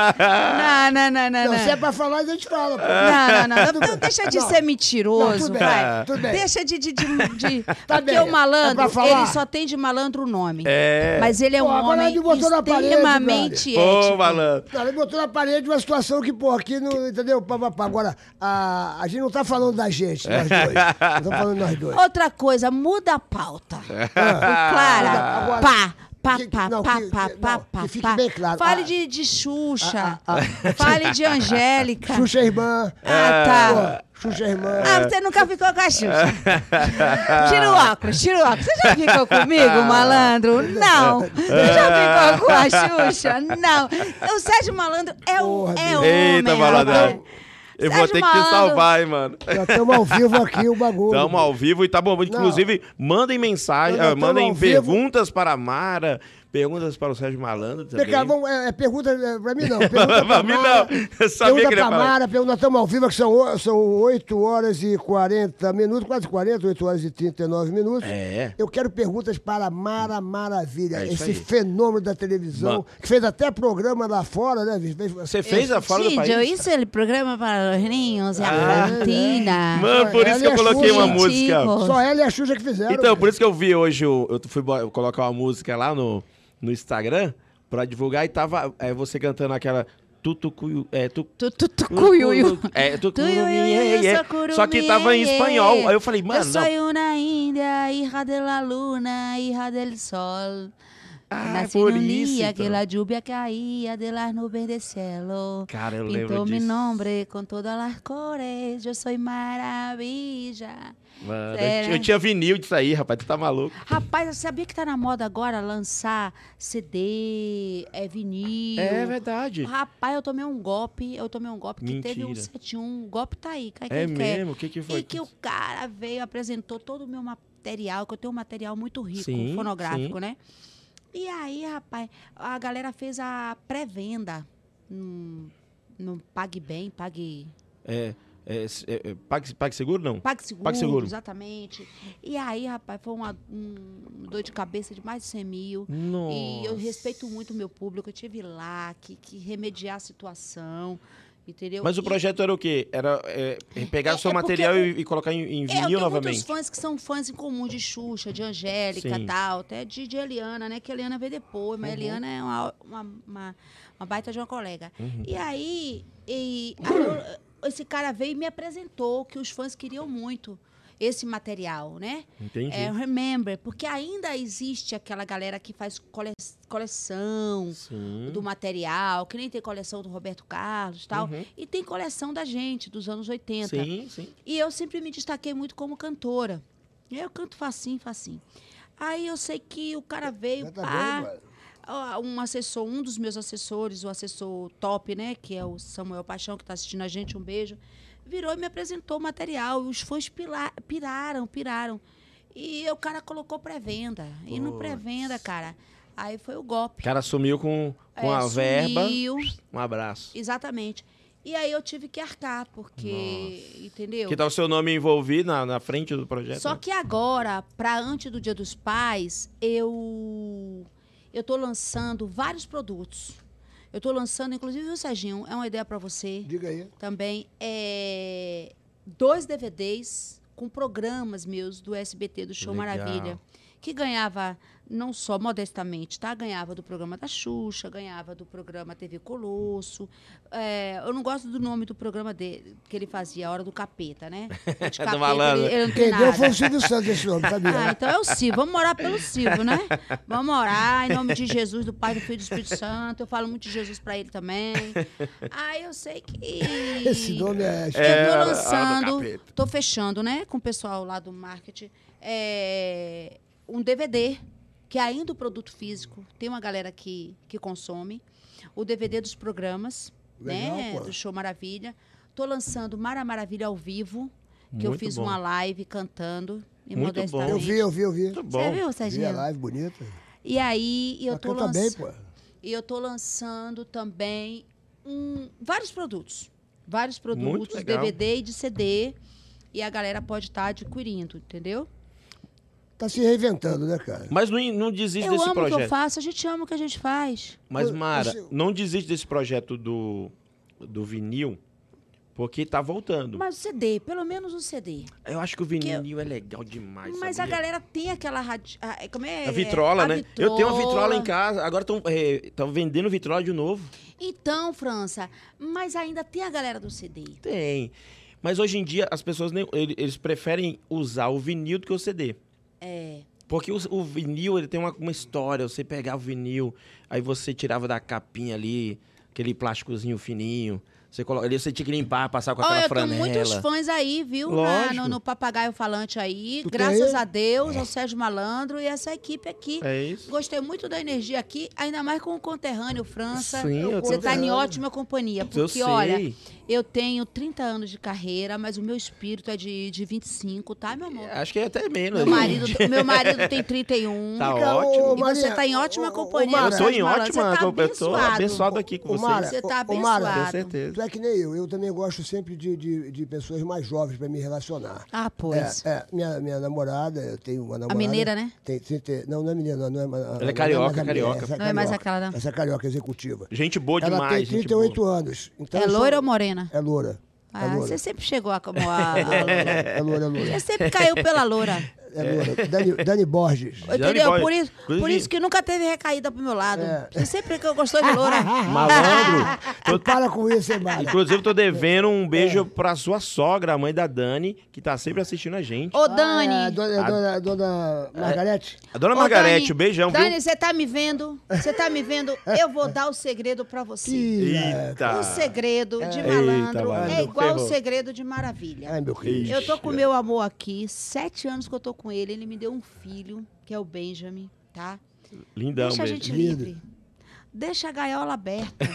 Speaker 3: não, não, não, não.
Speaker 1: Não,
Speaker 3: não.
Speaker 1: se é pra falar, a gente fala. pô.
Speaker 3: né? Não, não, não. Então deixa de
Speaker 1: Não.
Speaker 3: ser
Speaker 1: Não,
Speaker 3: mentiroso,
Speaker 1: tudo bem,
Speaker 3: vai.
Speaker 1: tudo bem.
Speaker 3: Deixa de. de, de, de-
Speaker 1: Tá
Speaker 3: porque
Speaker 1: bem,
Speaker 3: o
Speaker 1: é pra
Speaker 3: malandro,
Speaker 1: falar.
Speaker 3: ele só tem de malandro o nome.
Speaker 2: É.
Speaker 3: Mas ele é um
Speaker 1: Pô, agora
Speaker 3: homem
Speaker 1: ele botou na parede,
Speaker 3: extremamente
Speaker 2: Ô,
Speaker 1: tipo,
Speaker 3: ético.
Speaker 2: malandro.
Speaker 1: Não, ele botou na parede uma situação que, pô, aqui não. Entendeu? Pá, pá, pá. Agora, a, a gente não tá falando da gente, nós dois. Não tá falando nós dois.
Speaker 3: Outra coisa, muda a pauta. Clara,
Speaker 1: Agora-
Speaker 3: pá. Pá,
Speaker 1: Que-
Speaker 3: pá,
Speaker 1: não,
Speaker 3: pá,
Speaker 1: que-
Speaker 3: pá,
Speaker 1: que-
Speaker 3: pá,
Speaker 1: não,
Speaker 3: pá,
Speaker 1: que fique
Speaker 3: pá.
Speaker 1: bem claro.
Speaker 3: Fale
Speaker 1: Ah,
Speaker 3: de, de Xuxa.
Speaker 1: ah,
Speaker 3: Fale de Angélica.
Speaker 1: Xuxa é irmã.
Speaker 3: Ah, tá.
Speaker 1: Pô, Xuxa é irmã.
Speaker 3: Ah, você nunca ficou com a Xuxa. Tira o óculos, tira o óculos. Você já ficou comigo, malandro? Não. Você já ficou com a Xuxa? Não. O Sérgio Malandro é um
Speaker 1: Porra,
Speaker 3: é
Speaker 1: bicho.
Speaker 3: homem.
Speaker 2: Eita,
Speaker 3: rapaz.
Speaker 2: malandro. Eu vou
Speaker 3: Sérgio
Speaker 2: ter que te
Speaker 3: Malandro.
Speaker 2: salvar, hein, mano.
Speaker 1: Já estamos ao vivo aqui o bagulho.
Speaker 2: Estamos ao vivo e tá bom. Inclusive, mandem mensagem,
Speaker 1: Não, não,
Speaker 2: ah, mandem
Speaker 1: tamo ao vivo.
Speaker 2: perguntas para a Mara, perguntas para o Sérgio Malandro tá também.
Speaker 1: Vem cá, vamos, é, é pergunta é, pra mim não. Pergunta
Speaker 2: Pra
Speaker 1: pra
Speaker 2: mim
Speaker 1: Mara,
Speaker 2: não. Eu sabia
Speaker 1: pergunta
Speaker 2: que ele ia
Speaker 1: pra
Speaker 2: falar.
Speaker 1: Mara, pergunta, estamos ao vivo, que são, o- são 8 horas e 40 minutos, quase 40, 8 horas e 39 minutos.
Speaker 2: É.
Speaker 1: Eu quero perguntas para Mara Maravilha,
Speaker 2: É isso
Speaker 1: esse
Speaker 2: aí.
Speaker 1: fenômeno da televisão,
Speaker 2: Ma-
Speaker 1: que fez até programa lá fora, né? bicho? Fez-
Speaker 2: Você fez
Speaker 3: Tá
Speaker 2: a fora do
Speaker 3: Gente,
Speaker 2: país?
Speaker 3: isso é programa para os ninhos e a Argentina.
Speaker 2: Mano, por
Speaker 1: Ela
Speaker 2: isso que eu
Speaker 1: é
Speaker 2: coloquei uma
Speaker 1: suja,
Speaker 2: música.
Speaker 3: tipo.
Speaker 1: Só ela e a Xuxa que fizeram.
Speaker 2: Então, por isso que eu vi hoje, o- eu fui bo- colocar uma música lá no, no Instagram pra divulgar e tava é, você cantando aquela tutucuiu, é, tu,
Speaker 3: Tu, tu, tu, cuiuiu.
Speaker 2: É, tu, curumim,
Speaker 3: eu
Speaker 2: é, é.
Speaker 3: sou curumim,
Speaker 2: Só que tava em
Speaker 3: é, é.
Speaker 2: espanhol. Aí eu falei, mano,
Speaker 3: Eu
Speaker 2: não.
Speaker 3: sou uma índia, hija de la luna, hija del sol.
Speaker 2: Ah,
Speaker 3: Nasci
Speaker 2: por
Speaker 3: num
Speaker 2: isso,
Speaker 3: dia
Speaker 2: então.
Speaker 3: que la lluvia caía de las nubes de cielo.
Speaker 2: Cara, eu lembro
Speaker 3: Pintou mi
Speaker 2: disso.
Speaker 3: nombre com todas las cores, eu sou maravilha.
Speaker 2: Mano, eu,
Speaker 3: É.
Speaker 2: ti- eu tinha vinil disso aí, rapaz. Tu tá maluco.
Speaker 3: Rapaz, eu sabia que tá na moda agora lançar CD, é vinil.
Speaker 2: É verdade.
Speaker 3: Rapaz, eu tomei um golpe, eu tomei um golpe que teve um
Speaker 2: Mentira.
Speaker 3: 71, o golpe tá aí, cai quem
Speaker 2: É
Speaker 3: quer.
Speaker 2: mesmo? O que que foi?
Speaker 3: E que o cara veio, apresentou todo o meu material, que eu tenho um material muito rico,
Speaker 2: Sim,
Speaker 3: fonográfico,
Speaker 2: sim.
Speaker 3: né? E aí, rapaz, a galera fez a pré-venda no, no PagBem, Pague...
Speaker 2: É, é, é, é, pague, pague seguro, não?
Speaker 3: PagSeguro,
Speaker 2: PagSeguro.
Speaker 3: exatamente. E aí, rapaz, foi uma, um dor de cabeça de mais de 100 mil.
Speaker 2: Nossa.
Speaker 3: E eu respeito muito o meu público, eu tive lá que, que remediar a situação, entendeu?
Speaker 2: Mas o
Speaker 3: E-
Speaker 2: projeto era o quê? Era é, pegar
Speaker 3: É-
Speaker 2: seu
Speaker 3: é porque
Speaker 2: material
Speaker 3: eu-
Speaker 2: e, e colocar em, em
Speaker 3: É, eu
Speaker 2: vinil
Speaker 3: tenho muitos
Speaker 2: novamente.
Speaker 3: fãs que são fãs em comum de Xuxa, de Angélica
Speaker 2: Sim. Uhum.
Speaker 3: e tal, até de, de Eliana, né? Que a Eliana veio depois, mas a Eliana é uma, uma, uma, uma baita de uma colega.
Speaker 2: Uhum.
Speaker 3: E aí, e- aí eu- esse cara veio e me apresentou que os fãs queriam muito esse material, né?
Speaker 2: Entendi.
Speaker 3: É, remember, porque ainda existe aquela galera que faz cole- coleção
Speaker 2: Sim.
Speaker 3: do material, que nem tem coleção do Roberto Carlos e tal,
Speaker 2: Uhum.
Speaker 3: e tem coleção da gente, dos anos 80.
Speaker 2: Sim, sim.
Speaker 3: E eu sempre me destaquei muito como cantora. E aí Eu canto facinho, facinho. Aí eu sei que o
Speaker 2: É,
Speaker 3: cara veio,
Speaker 1: Já tá
Speaker 3: pá,
Speaker 1: vendo, mano?
Speaker 3: ó, um assessor, um dos meus assessores, o assessor top, né, que é o Samuel Paixão, que está assistindo a gente, um beijo, virou e me apresentou o material. E os fãs pila- piraram, piraram. E o cara colocou pré-venda. E no
Speaker 2: Puts.
Speaker 3: pré-venda, cara, aí foi o golpe.
Speaker 2: O cara sumiu com, com
Speaker 3: É,
Speaker 2: a verba.
Speaker 3: sumiu.
Speaker 2: Um abraço.
Speaker 3: Exatamente. E aí eu tive que arcar, porque, entendeu?
Speaker 2: Que tá o seu nome envolvido na, na frente do projeto?
Speaker 3: Só
Speaker 2: né?
Speaker 3: que agora, para antes do Dia dos Pais, eu eu tô lançando vários produtos. Eu tô lançando, inclusive, viu, Serginho, é uma ideia para você
Speaker 1: Diga aí.
Speaker 3: também, é dois DVDs com programas meus do SBT do Show
Speaker 2: Legal.
Speaker 3: Maravilha, que ganhava não só modestamente, tá? Ganhava do programa da Xuxa, ganhava do programa TV Colosso. É, eu não gosto do nome do programa dele, que ele fazia, a Hora do Capeta, né? De capeta,
Speaker 2: malandro.
Speaker 3: ele, ele não tem
Speaker 1: Quem deu
Speaker 3: nada.
Speaker 1: foi o Silvio Santos esse nome,
Speaker 3: Ah,
Speaker 1: sabia?
Speaker 3: então é o Silvio. Vamos orar pelo Silvio, né? Vamos orar em nome de Jesus, do Pai, do Filho e do Espírito Santo. Eu falo muito de Jesus pra ele também. Ah, eu sei que.
Speaker 1: Esse nome é...
Speaker 3: Eu
Speaker 2: É, a- a
Speaker 3: tô
Speaker 2: do
Speaker 3: lançando,
Speaker 2: capeta.
Speaker 3: tô fechando, né, com o pessoal lá do marketing, é, um DVD, que é ainda o produto físico, tem uma galera que, que consome, o DVD dos programas, né,
Speaker 1: Legal, pô.
Speaker 3: do Show Maravilha. Tô lançando Mara Maravilha ao vivo, que eu
Speaker 2: Muito
Speaker 3: fiz
Speaker 2: bom.
Speaker 3: uma live cantando, e
Speaker 2: Muito bom.
Speaker 3: modestamente.
Speaker 1: Eu vi, eu vi, eu vi.
Speaker 2: Muito
Speaker 3: Você
Speaker 2: bom.
Speaker 3: viu,
Speaker 1: Vi a
Speaker 3: Serginho?
Speaker 1: live bonita.
Speaker 3: E aí, eu
Speaker 1: Ela
Speaker 3: tô
Speaker 1: canta bem,
Speaker 3: lançando...
Speaker 1: pô.
Speaker 3: E eu tô lançando também um- vários produtos. Vários produtos,
Speaker 2: legal.
Speaker 3: DVD e de CD. E a galera pode estar adquirindo, entendeu?
Speaker 1: Tá se reinventando, né, cara?
Speaker 2: Mas não, não desiste
Speaker 3: eu
Speaker 2: desse
Speaker 3: amo o que eu
Speaker 2: projeto.
Speaker 3: faço, a gente ama o que a gente faz.
Speaker 2: Mas,
Speaker 1: Eu-
Speaker 2: Mara,
Speaker 1: eu-
Speaker 2: não desiste desse projeto do, do vinil, porque tá voltando.
Speaker 3: Mas o CD, pelo menos o CD.
Speaker 2: Eu acho que o vinil é legal demais.
Speaker 3: Mas a
Speaker 2: sabia?
Speaker 3: galera tem aquela radi... a- Como é?
Speaker 2: A vitrola,
Speaker 3: A
Speaker 2: né? Eu tenho uma vitrola em
Speaker 3: vitrola.
Speaker 2: casa. Agora estão vendendo vitrola de novo.
Speaker 3: Então, França, mas ainda tem a galera do CD.
Speaker 2: Tem. Mas hoje em dia as pessoas nem- ele- eles preferem usar o vinil do que o CD.
Speaker 3: É.
Speaker 2: Porque o, o vinil ele tem uma, uma história. Você pegava o vinil, aí você tirava da capinha ali, aquele plásticozinho fininho. Você, coloca, ali você tinha que limpar, passar com aquela
Speaker 3: Olha, eu tenho
Speaker 2: franela.
Speaker 3: muitos fãs aí, viu?
Speaker 2: Lógico.
Speaker 3: Na- no, no Papagaio Falante aí.
Speaker 1: Tu tem
Speaker 3: graças
Speaker 1: aí?
Speaker 3: a Deus, ao Sérgio Malandro e essa equipe aqui.
Speaker 2: É isso?
Speaker 3: Gostei muito da energia aqui, ainda mais com o conterrâneo França.
Speaker 2: Sim, eu
Speaker 3: Você
Speaker 2: tô
Speaker 3: está em
Speaker 1: vendo.
Speaker 3: ótima companhia, porque
Speaker 2: Eu sei.
Speaker 3: olha, eu tenho 30 anos de carreira, mas o meu espírito é de, de 25, tá, meu amor?
Speaker 2: Acho que é até menos.
Speaker 3: Meu marido, meu marido tem 31.
Speaker 2: Tá
Speaker 1: Fica,
Speaker 2: ótimo.
Speaker 1: ô,
Speaker 3: E você está em ótima
Speaker 1: ô, ô,
Speaker 3: companhia.
Speaker 1: Mara,
Speaker 2: Eu tô em
Speaker 3: Sérgio Malandro.
Speaker 2: ótima.
Speaker 3: um Você tá
Speaker 2: eu tô
Speaker 3: abençoado.
Speaker 2: abençoado aqui com
Speaker 1: Ô,
Speaker 2: vocês.
Speaker 1: Mara,
Speaker 3: Você tá
Speaker 1: Ô, ô, Mara,
Speaker 3: abençoado.
Speaker 2: Tenho certeza.
Speaker 1: Tu é que nem eu. Eu também gosto sempre de, de, de pessoas mais jovens pra me relacionar.
Speaker 3: Ah, pois.
Speaker 1: É, é, minha, minha namorada, eu tenho uma namorada.
Speaker 3: mineira, né?
Speaker 1: Tem, tem- tem- não, não é mineira, não, não é. Ela
Speaker 2: é
Speaker 1: não é,
Speaker 2: carioca,
Speaker 1: mais a
Speaker 2: carioca.
Speaker 1: mineira, essa
Speaker 3: Não é mais
Speaker 1: carioca,
Speaker 3: aquela, não.
Speaker 1: Essa carioca executiva.
Speaker 2: Gente boa
Speaker 1: Ela
Speaker 2: demais.
Speaker 1: tem
Speaker 2: gente boa.
Speaker 1: 38 anos. Então
Speaker 3: É
Speaker 1: eu sou-
Speaker 3: loira ou morena?
Speaker 1: É loura. é
Speaker 3: Ah,
Speaker 1: loura.
Speaker 3: você sempre chegou a como a, a loura.
Speaker 1: É loura, é loura.
Speaker 3: Você sempre caiu pela loura.
Speaker 1: É loura. Dani, Dani Borges.
Speaker 3: Entendeu?
Speaker 2: Boy.
Speaker 3: Por isso, por
Speaker 2: Inclusive- É.
Speaker 3: isso que nunca teve recaída pro meu lado. Você sempre que eu gostou de loura.
Speaker 2: Malandro.
Speaker 1: Tu para com isso, hein,
Speaker 3: É.
Speaker 1: Mara?
Speaker 2: Inclusive, tô devendo um beijo pra sua sogra, a mãe da Dani, que tá sempre assistindo a gente.
Speaker 3: Ô,
Speaker 1: Ah, é,
Speaker 3: Dani.
Speaker 1: dona, dona, dona
Speaker 2: É.
Speaker 1: Margarete?
Speaker 2: A dona
Speaker 3: Ô,
Speaker 2: Margarete,
Speaker 3: Dani,
Speaker 2: um beijão, viu?
Speaker 3: Dani, você tá me vendo? Você tá me vendo? Eu vou dar o segredo pra você.
Speaker 1: Ih,
Speaker 2: Eita.
Speaker 3: O segredo de
Speaker 2: Ah. Eita,
Speaker 3: malandro
Speaker 2: malandro,
Speaker 3: é igual
Speaker 2: ferrou.
Speaker 3: o segredo de maravilha.
Speaker 1: Ai, meu querido.
Speaker 3: Eu tô com o meu amor aqui, sete anos que eu tô com ele. Ele me deu um filho, que é o Benjamin, tá?
Speaker 2: Lindão,
Speaker 3: Deixa a
Speaker 2: beijo.
Speaker 3: gente
Speaker 1: Lindo.
Speaker 3: livre. Deixa a gaiola aberta.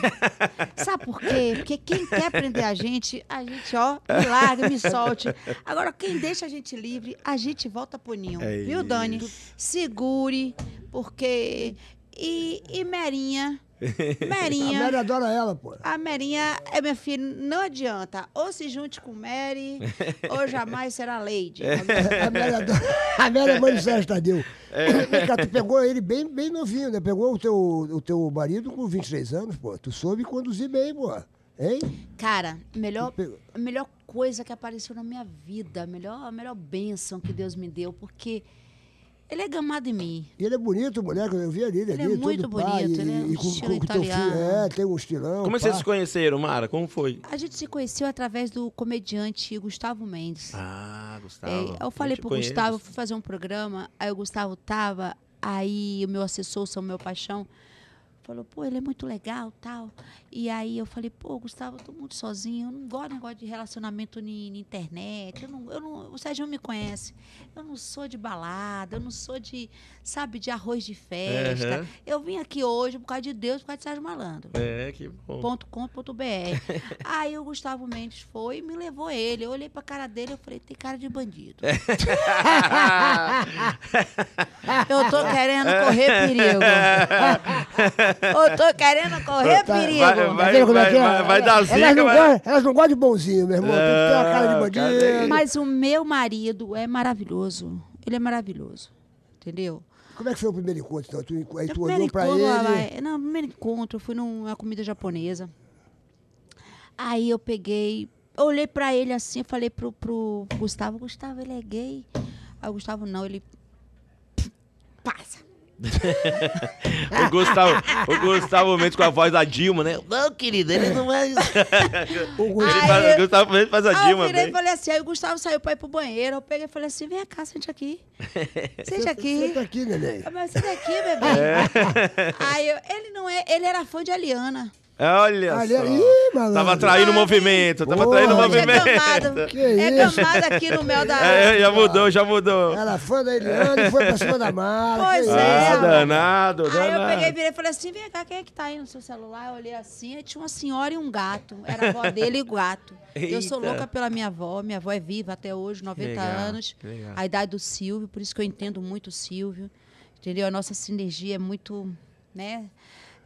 Speaker 3: Sabe por quê? Porque quem quer prender a gente, a gente, ó, me larga, me solte. Agora, quem deixa a gente livre, a gente volta pro ninho.
Speaker 2: É
Speaker 3: viu, Dani?
Speaker 2: isso.
Speaker 3: Segure, porque... E, e Merinha?
Speaker 1: A Mary
Speaker 3: Merinha...
Speaker 1: adora ela, pô.
Speaker 3: A Merinha é minha filha, não adianta. Ou se junte com Mary, ou jamais será Lady.
Speaker 1: A Mary adora. A Mary é mãe do Sérgio Tadeu.
Speaker 2: É.
Speaker 1: Vem cá, tu pegou ele bem, bem novinho, né? Pegou o teu, o teu marido com 23 anos, pô. Tu soube conduzir bem, pô. Hein?
Speaker 3: Cara, melhor,
Speaker 1: Pegou.
Speaker 3: a melhor coisa que apareceu na minha vida, a melhor, a melhor bênção que Deus me deu, porque ele é gamado em mim.
Speaker 1: E ele é bonito, moleque. Eu vi ali, ele,
Speaker 3: Ele
Speaker 1: ali,
Speaker 3: é muito
Speaker 1: todo pá,
Speaker 3: bonito,
Speaker 1: e,
Speaker 3: ele é um
Speaker 1: e com,
Speaker 3: estilo
Speaker 1: com, com teu filho.
Speaker 3: italiano.
Speaker 1: É, tem um estilão.
Speaker 2: Como
Speaker 1: pá.
Speaker 2: vocês se conheceram, Mara? Como foi?
Speaker 3: A gente se conheceu através do comediante Gustavo Mendes.
Speaker 2: Ah, Gustavo.
Speaker 3: É, eu falei
Speaker 2: te
Speaker 3: pro
Speaker 2: conheço.
Speaker 3: Gustavo, fui fazer um programa, aí o Gustavo tava, aí o meu assessor, o Samuel Paixão, falou, pô, ele é muito legal, tal. E aí eu falei, pô, Gustavo, eu tô muito sozinho, eu não gosto de negócio de relacionamento na internet, eu não, eu não, o Sérgio me conhece, eu não sou de balada, eu não sou de, sabe, de arroz de festa.
Speaker 2: Aham.
Speaker 3: Eu vim aqui hoje por causa de Deus, por causa de Sérgio Malandro
Speaker 2: É, que bom.
Speaker 3: www.cultura.com.br. Aí o Gustavo Mendes foi e me levou ele. Eu olhei pra cara dele e falei, tem cara de bandido. Eu tô querendo correr perigo. Eu tô querendo correr perigo.
Speaker 1: Tá vendo como é que é?
Speaker 2: Vai- vai dar zica,
Speaker 1: Elas não,
Speaker 2: vai-
Speaker 1: gostam, elas não gostam de bonzinho, meu irmão. Tem que ter uma cara de
Speaker 2: Ah, cara
Speaker 1: bandido.
Speaker 3: Mas o meu marido é maravilhoso. Ele é maravilhoso. Entendeu?
Speaker 1: Como é que foi o primeiro encontro, então? Tu, aí
Speaker 3: No
Speaker 1: tu olhou pra
Speaker 3: encontro, lá
Speaker 1: ele.
Speaker 3: vai- Não, no primeiro encontro, eu fui numa comida japonesa. Aí eu peguei, eu olhei pra ele assim, eu falei pro, pro Gustavo, Gustavo, ele é gay? Aí o Gustavo, não, ele
Speaker 2: o, Gustavo, o Gustavo Mendes com a voz da Dilma, né? Não, querida, ele não vai.
Speaker 1: O Gustavo-
Speaker 2: Ele faz-
Speaker 3: Aí-
Speaker 2: o Gustavo Mendes faz a
Speaker 3: Aí Ah, eu
Speaker 2: Dilma, né?
Speaker 3: virei e
Speaker 2: bem.
Speaker 3: falei assim, aí o Gustavo saiu pra ir pro banheiro, eu peguei e falei assim, vem cá, sente aqui, sente aqui.
Speaker 1: Senta aqui, neném.
Speaker 3: Eu falei, sente aqui, bebê. Aí eu- ele não é, ele era fã de Aliana.
Speaker 2: Olha
Speaker 1: Olha
Speaker 2: só.
Speaker 1: aí, malandro.
Speaker 2: tava traindo o movimento, tava traindo o
Speaker 1: Porra.
Speaker 3: Hoje é
Speaker 2: movimento.
Speaker 3: gamada,
Speaker 1: Que
Speaker 3: é
Speaker 1: isso?
Speaker 3: gamada aqui no mel da...
Speaker 2: É, já mudou, já mudou.
Speaker 1: Ela fã da Eliane e foi pra cima da mala.
Speaker 3: Pois
Speaker 1: que
Speaker 3: é.
Speaker 2: Ah,
Speaker 1: isso.
Speaker 2: danado,
Speaker 3: Aí eu peguei,
Speaker 2: danado.
Speaker 3: virei e falei assim: vem cá, quem é que tá aí no seu celular? Eu olhei assim, aí tinha uma senhora e um gato. Era a avó dele e o gato. Eu sou
Speaker 2: Eita.
Speaker 3: louca pela minha avó, minha avó é viva até hoje, 90
Speaker 2: Legal,
Speaker 3: anos.
Speaker 2: legal.
Speaker 3: A idade do Silvio, por isso que eu entendo muito o Silvio. Entendeu? A nossa sinergia é muito, né?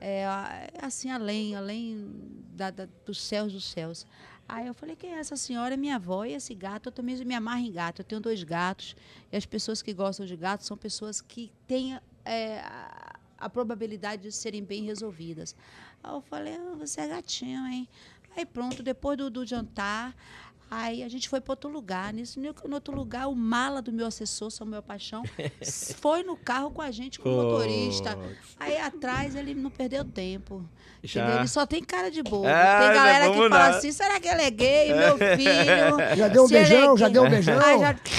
Speaker 3: É, a- assim, além, além da- da- dos céus dos céus. Aí eu falei, quem é essa senhora? É minha avó e esse gato. Eu também me amarro em gato. Eu tenho dois gatos. E as pessoas que gostam de gato são pessoas que têm é, a, a probabilidade de serem bem resolvidas. Aí eu falei, ah, você é gatinho, hein? Aí pronto, depois do, do jantar, aí a gente foi para outro lugar. Nisso, no no outro lugar, o mala do meu assessor, Samuel Paixão, s- foi no carro com a gente, com o motorista.
Speaker 2: Putz.
Speaker 3: Aí atrás ele não perdeu tempo.
Speaker 2: Já.
Speaker 3: entendeu? Ele só tem cara de bobo.
Speaker 2: Ah, não é
Speaker 3: tem galera que
Speaker 2: bobo,
Speaker 3: fala
Speaker 2: não.
Speaker 3: assim: será que ele é gay, meu filho?
Speaker 1: Já deu um
Speaker 3: Se ele é
Speaker 1: beijão, já
Speaker 3: gay-
Speaker 1: deu um beijão?
Speaker 3: Ai, já-
Speaker 1: Que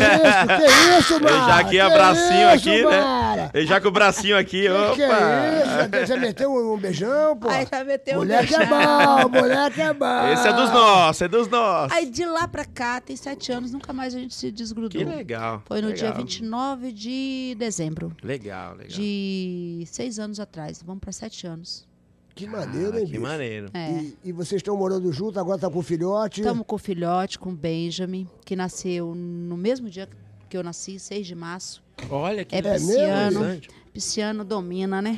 Speaker 1: isso, que isso, Mara?
Speaker 2: Eu já aqui,
Speaker 1: que
Speaker 2: abracinho
Speaker 1: isso,
Speaker 2: aqui, né?
Speaker 1: Mara?
Speaker 2: Eu já com o bracinho aqui,
Speaker 1: Que, que é
Speaker 2: opa.
Speaker 1: isso? Já- Já meteu um um beijão, pô?
Speaker 3: Ai, já meteu um
Speaker 1: moleque é
Speaker 3: beijão.
Speaker 1: bom, moleque é bom.
Speaker 2: Esse é dos nossos, é dos nossos.
Speaker 3: Aí de lá pra cá, tem sete anos, nunca mais a gente se desgrudou.
Speaker 2: Que legal.
Speaker 3: Foi no dia
Speaker 2: legal.
Speaker 3: 29 de dezembro.
Speaker 2: Legal, legal.
Speaker 3: De seis anos atrás. Vamos para sete anos.
Speaker 1: Que maneiro, hein,
Speaker 2: Ah, Que
Speaker 1: bicho?
Speaker 2: maneiro.
Speaker 3: É.
Speaker 1: E, e vocês estão morando junto, agora tá com o filhote.
Speaker 3: Estamos com o filhote, com o Benjamin, que nasceu no mesmo dia que eu nasci, 6 de março.
Speaker 2: Olha que
Speaker 3: É
Speaker 2: legal.
Speaker 3: pisciano.
Speaker 2: Interessante.
Speaker 3: Pisciano domina, né?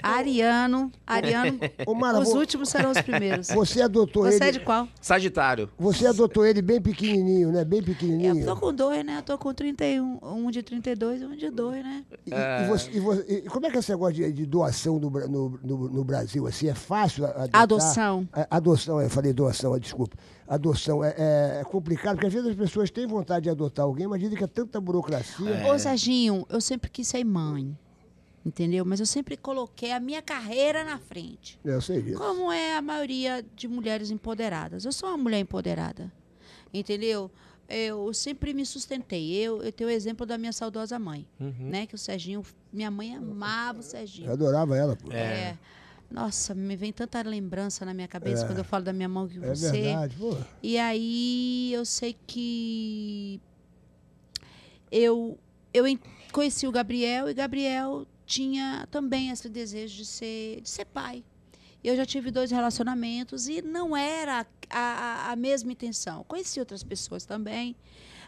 Speaker 3: Ariano. Ariano.
Speaker 1: Ô, Mara,
Speaker 3: os
Speaker 1: vou-
Speaker 3: últimos serão os primeiros.
Speaker 1: Você adotou
Speaker 3: Você é
Speaker 1: ele.
Speaker 3: de qual?
Speaker 2: Sagitário.
Speaker 1: Você adotou ele bem pequenininho, né? Bem
Speaker 3: Eu
Speaker 1: pequenininho.
Speaker 3: tô com dois, né? Eu tô com 31. Um de 32 e um de dois, né?
Speaker 1: E, e você- e você- e como é que é esse negócio de, de doação no, Bra- no- no- no Brasil? Assim, é fácil a- adotar?
Speaker 3: Adoção.
Speaker 1: A- adoção, eu falei doação, é, desculpa. Adoção é, é- é complicado, porque às vezes as pessoas têm vontade de adotar alguém, mas dizem que é tanta burocracia.
Speaker 3: Ô, Serginho, eu sempre quis ser mãe. Entendeu? Mas eu sempre coloquei a minha carreira na frente.
Speaker 1: Eu sei disso.
Speaker 3: Como é a maioria de mulheres empoderadas. Eu sou uma mulher empoderada. Entendeu? Eu sempre me sustentei. Eu, eu tenho o exemplo da minha saudosa mãe,
Speaker 1: Uhum.
Speaker 3: né? Que o Serginho, minha mãe amava o
Speaker 1: Eu
Speaker 3: Serginho.
Speaker 1: adorava ela, pô.
Speaker 3: É. Nossa, me vem tanta lembrança na minha cabeça quando eu falo da minha mão que
Speaker 1: É
Speaker 3: você.
Speaker 1: verdade, pô.
Speaker 3: E aí eu sei que eu eu en- conheci o Gabriel e Gabriel tinha também esse desejo de ser de ser pai. Eu já tive dois relacionamentos e não era a, a, a mesma intenção. Conheci outras pessoas também,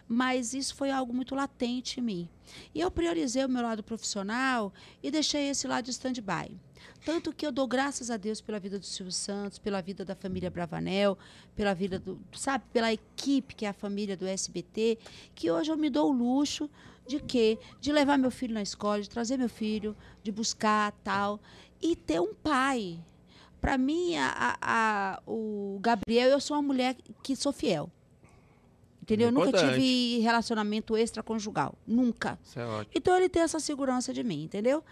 Speaker 3: mas isso foi algo muito latente em mim. E eu priorizei o meu lado profissional e deixei esse lado de stand-by. Tanto que eu dou graças a Deus pela vida do Silvio Santos, pela vida da família Bravanel, pela vida do, sabe, pela equipe que é a família do SBT, que hoje eu me dou o luxo de quê? De levar meu filho na escola, de trazer meu filho, de buscar tal e ter um pai. Para mim, a, a- a- o Gabriel, eu sou uma mulher que sou fiel. Entendeu? Eu nunca
Speaker 2: Importante.
Speaker 3: tive relacionamento extraconjugal. Nunca.
Speaker 2: Isso é ótimo.
Speaker 3: Então ele tem essa segurança de mim, entendeu?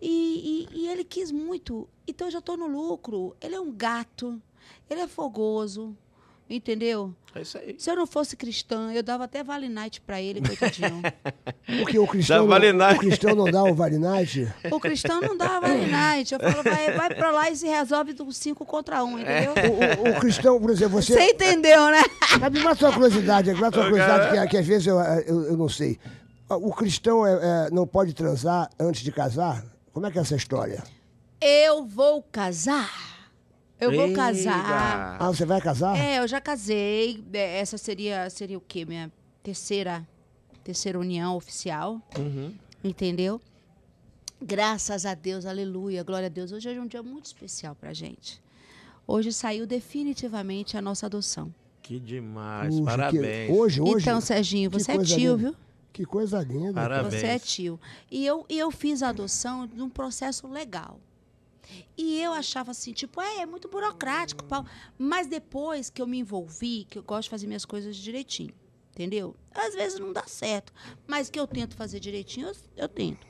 Speaker 3: E, e- e ele quis muito. Então eu já tô no lucro. Ele é um gato. Ele é fogoso. Entendeu?
Speaker 2: É isso aí.
Speaker 3: Se eu não fosse cristã, eu dava até Vale Night pra ele, coitadinho.
Speaker 1: Porque o cristão,
Speaker 2: Dá Vale
Speaker 1: não,
Speaker 2: Night.
Speaker 1: o cristão não dá o Vale Night.
Speaker 3: O cristão não dava Vale Night. Eu falo, vai, vai pra lá e se resolve do 5 contra 1, um, entendeu?
Speaker 1: O, o- o cristão, por exemplo, você.
Speaker 3: Você entendeu, né?
Speaker 1: Mas me mata uma curiosidade, me mata uma curiosidade que, que às vezes eu, eh, eu, eu não sei. O cristão é- é, não pode transar antes de casar? Como é que é essa história?
Speaker 3: Eu vou casar. Eu vou casar.
Speaker 2: Eita.
Speaker 1: Ah, você vai casar?
Speaker 3: É, eu já casei. É, Essa seria, seria o quê? Minha terceira, terceira união oficial.
Speaker 2: Uhum.
Speaker 3: Entendeu? Graças a Deus, aleluia, glória a Deus. Hoje é um dia muito especial pra gente. Hoje saiu definitivamente a nossa adoção.
Speaker 2: Que demais.
Speaker 1: Puxa, que-
Speaker 2: Parabéns.
Speaker 1: hoje, hoje.
Speaker 3: então, Serginho,
Speaker 1: que
Speaker 3: você é
Speaker 1: coisa
Speaker 3: tio,
Speaker 1: linda.
Speaker 3: viu?
Speaker 1: Que coisa linda.
Speaker 2: Parabéns.
Speaker 3: Você é tio. E eu, e eu fiz a adoção num processo legal. E eu achava assim, tipo, é, é muito burocrático, pau. Mas depois que eu me envolvi, que eu gosto de fazer minhas coisas direitinho, entendeu? Às vezes não dá certo, mas que eu tento fazer direitinho, eu, eu tento.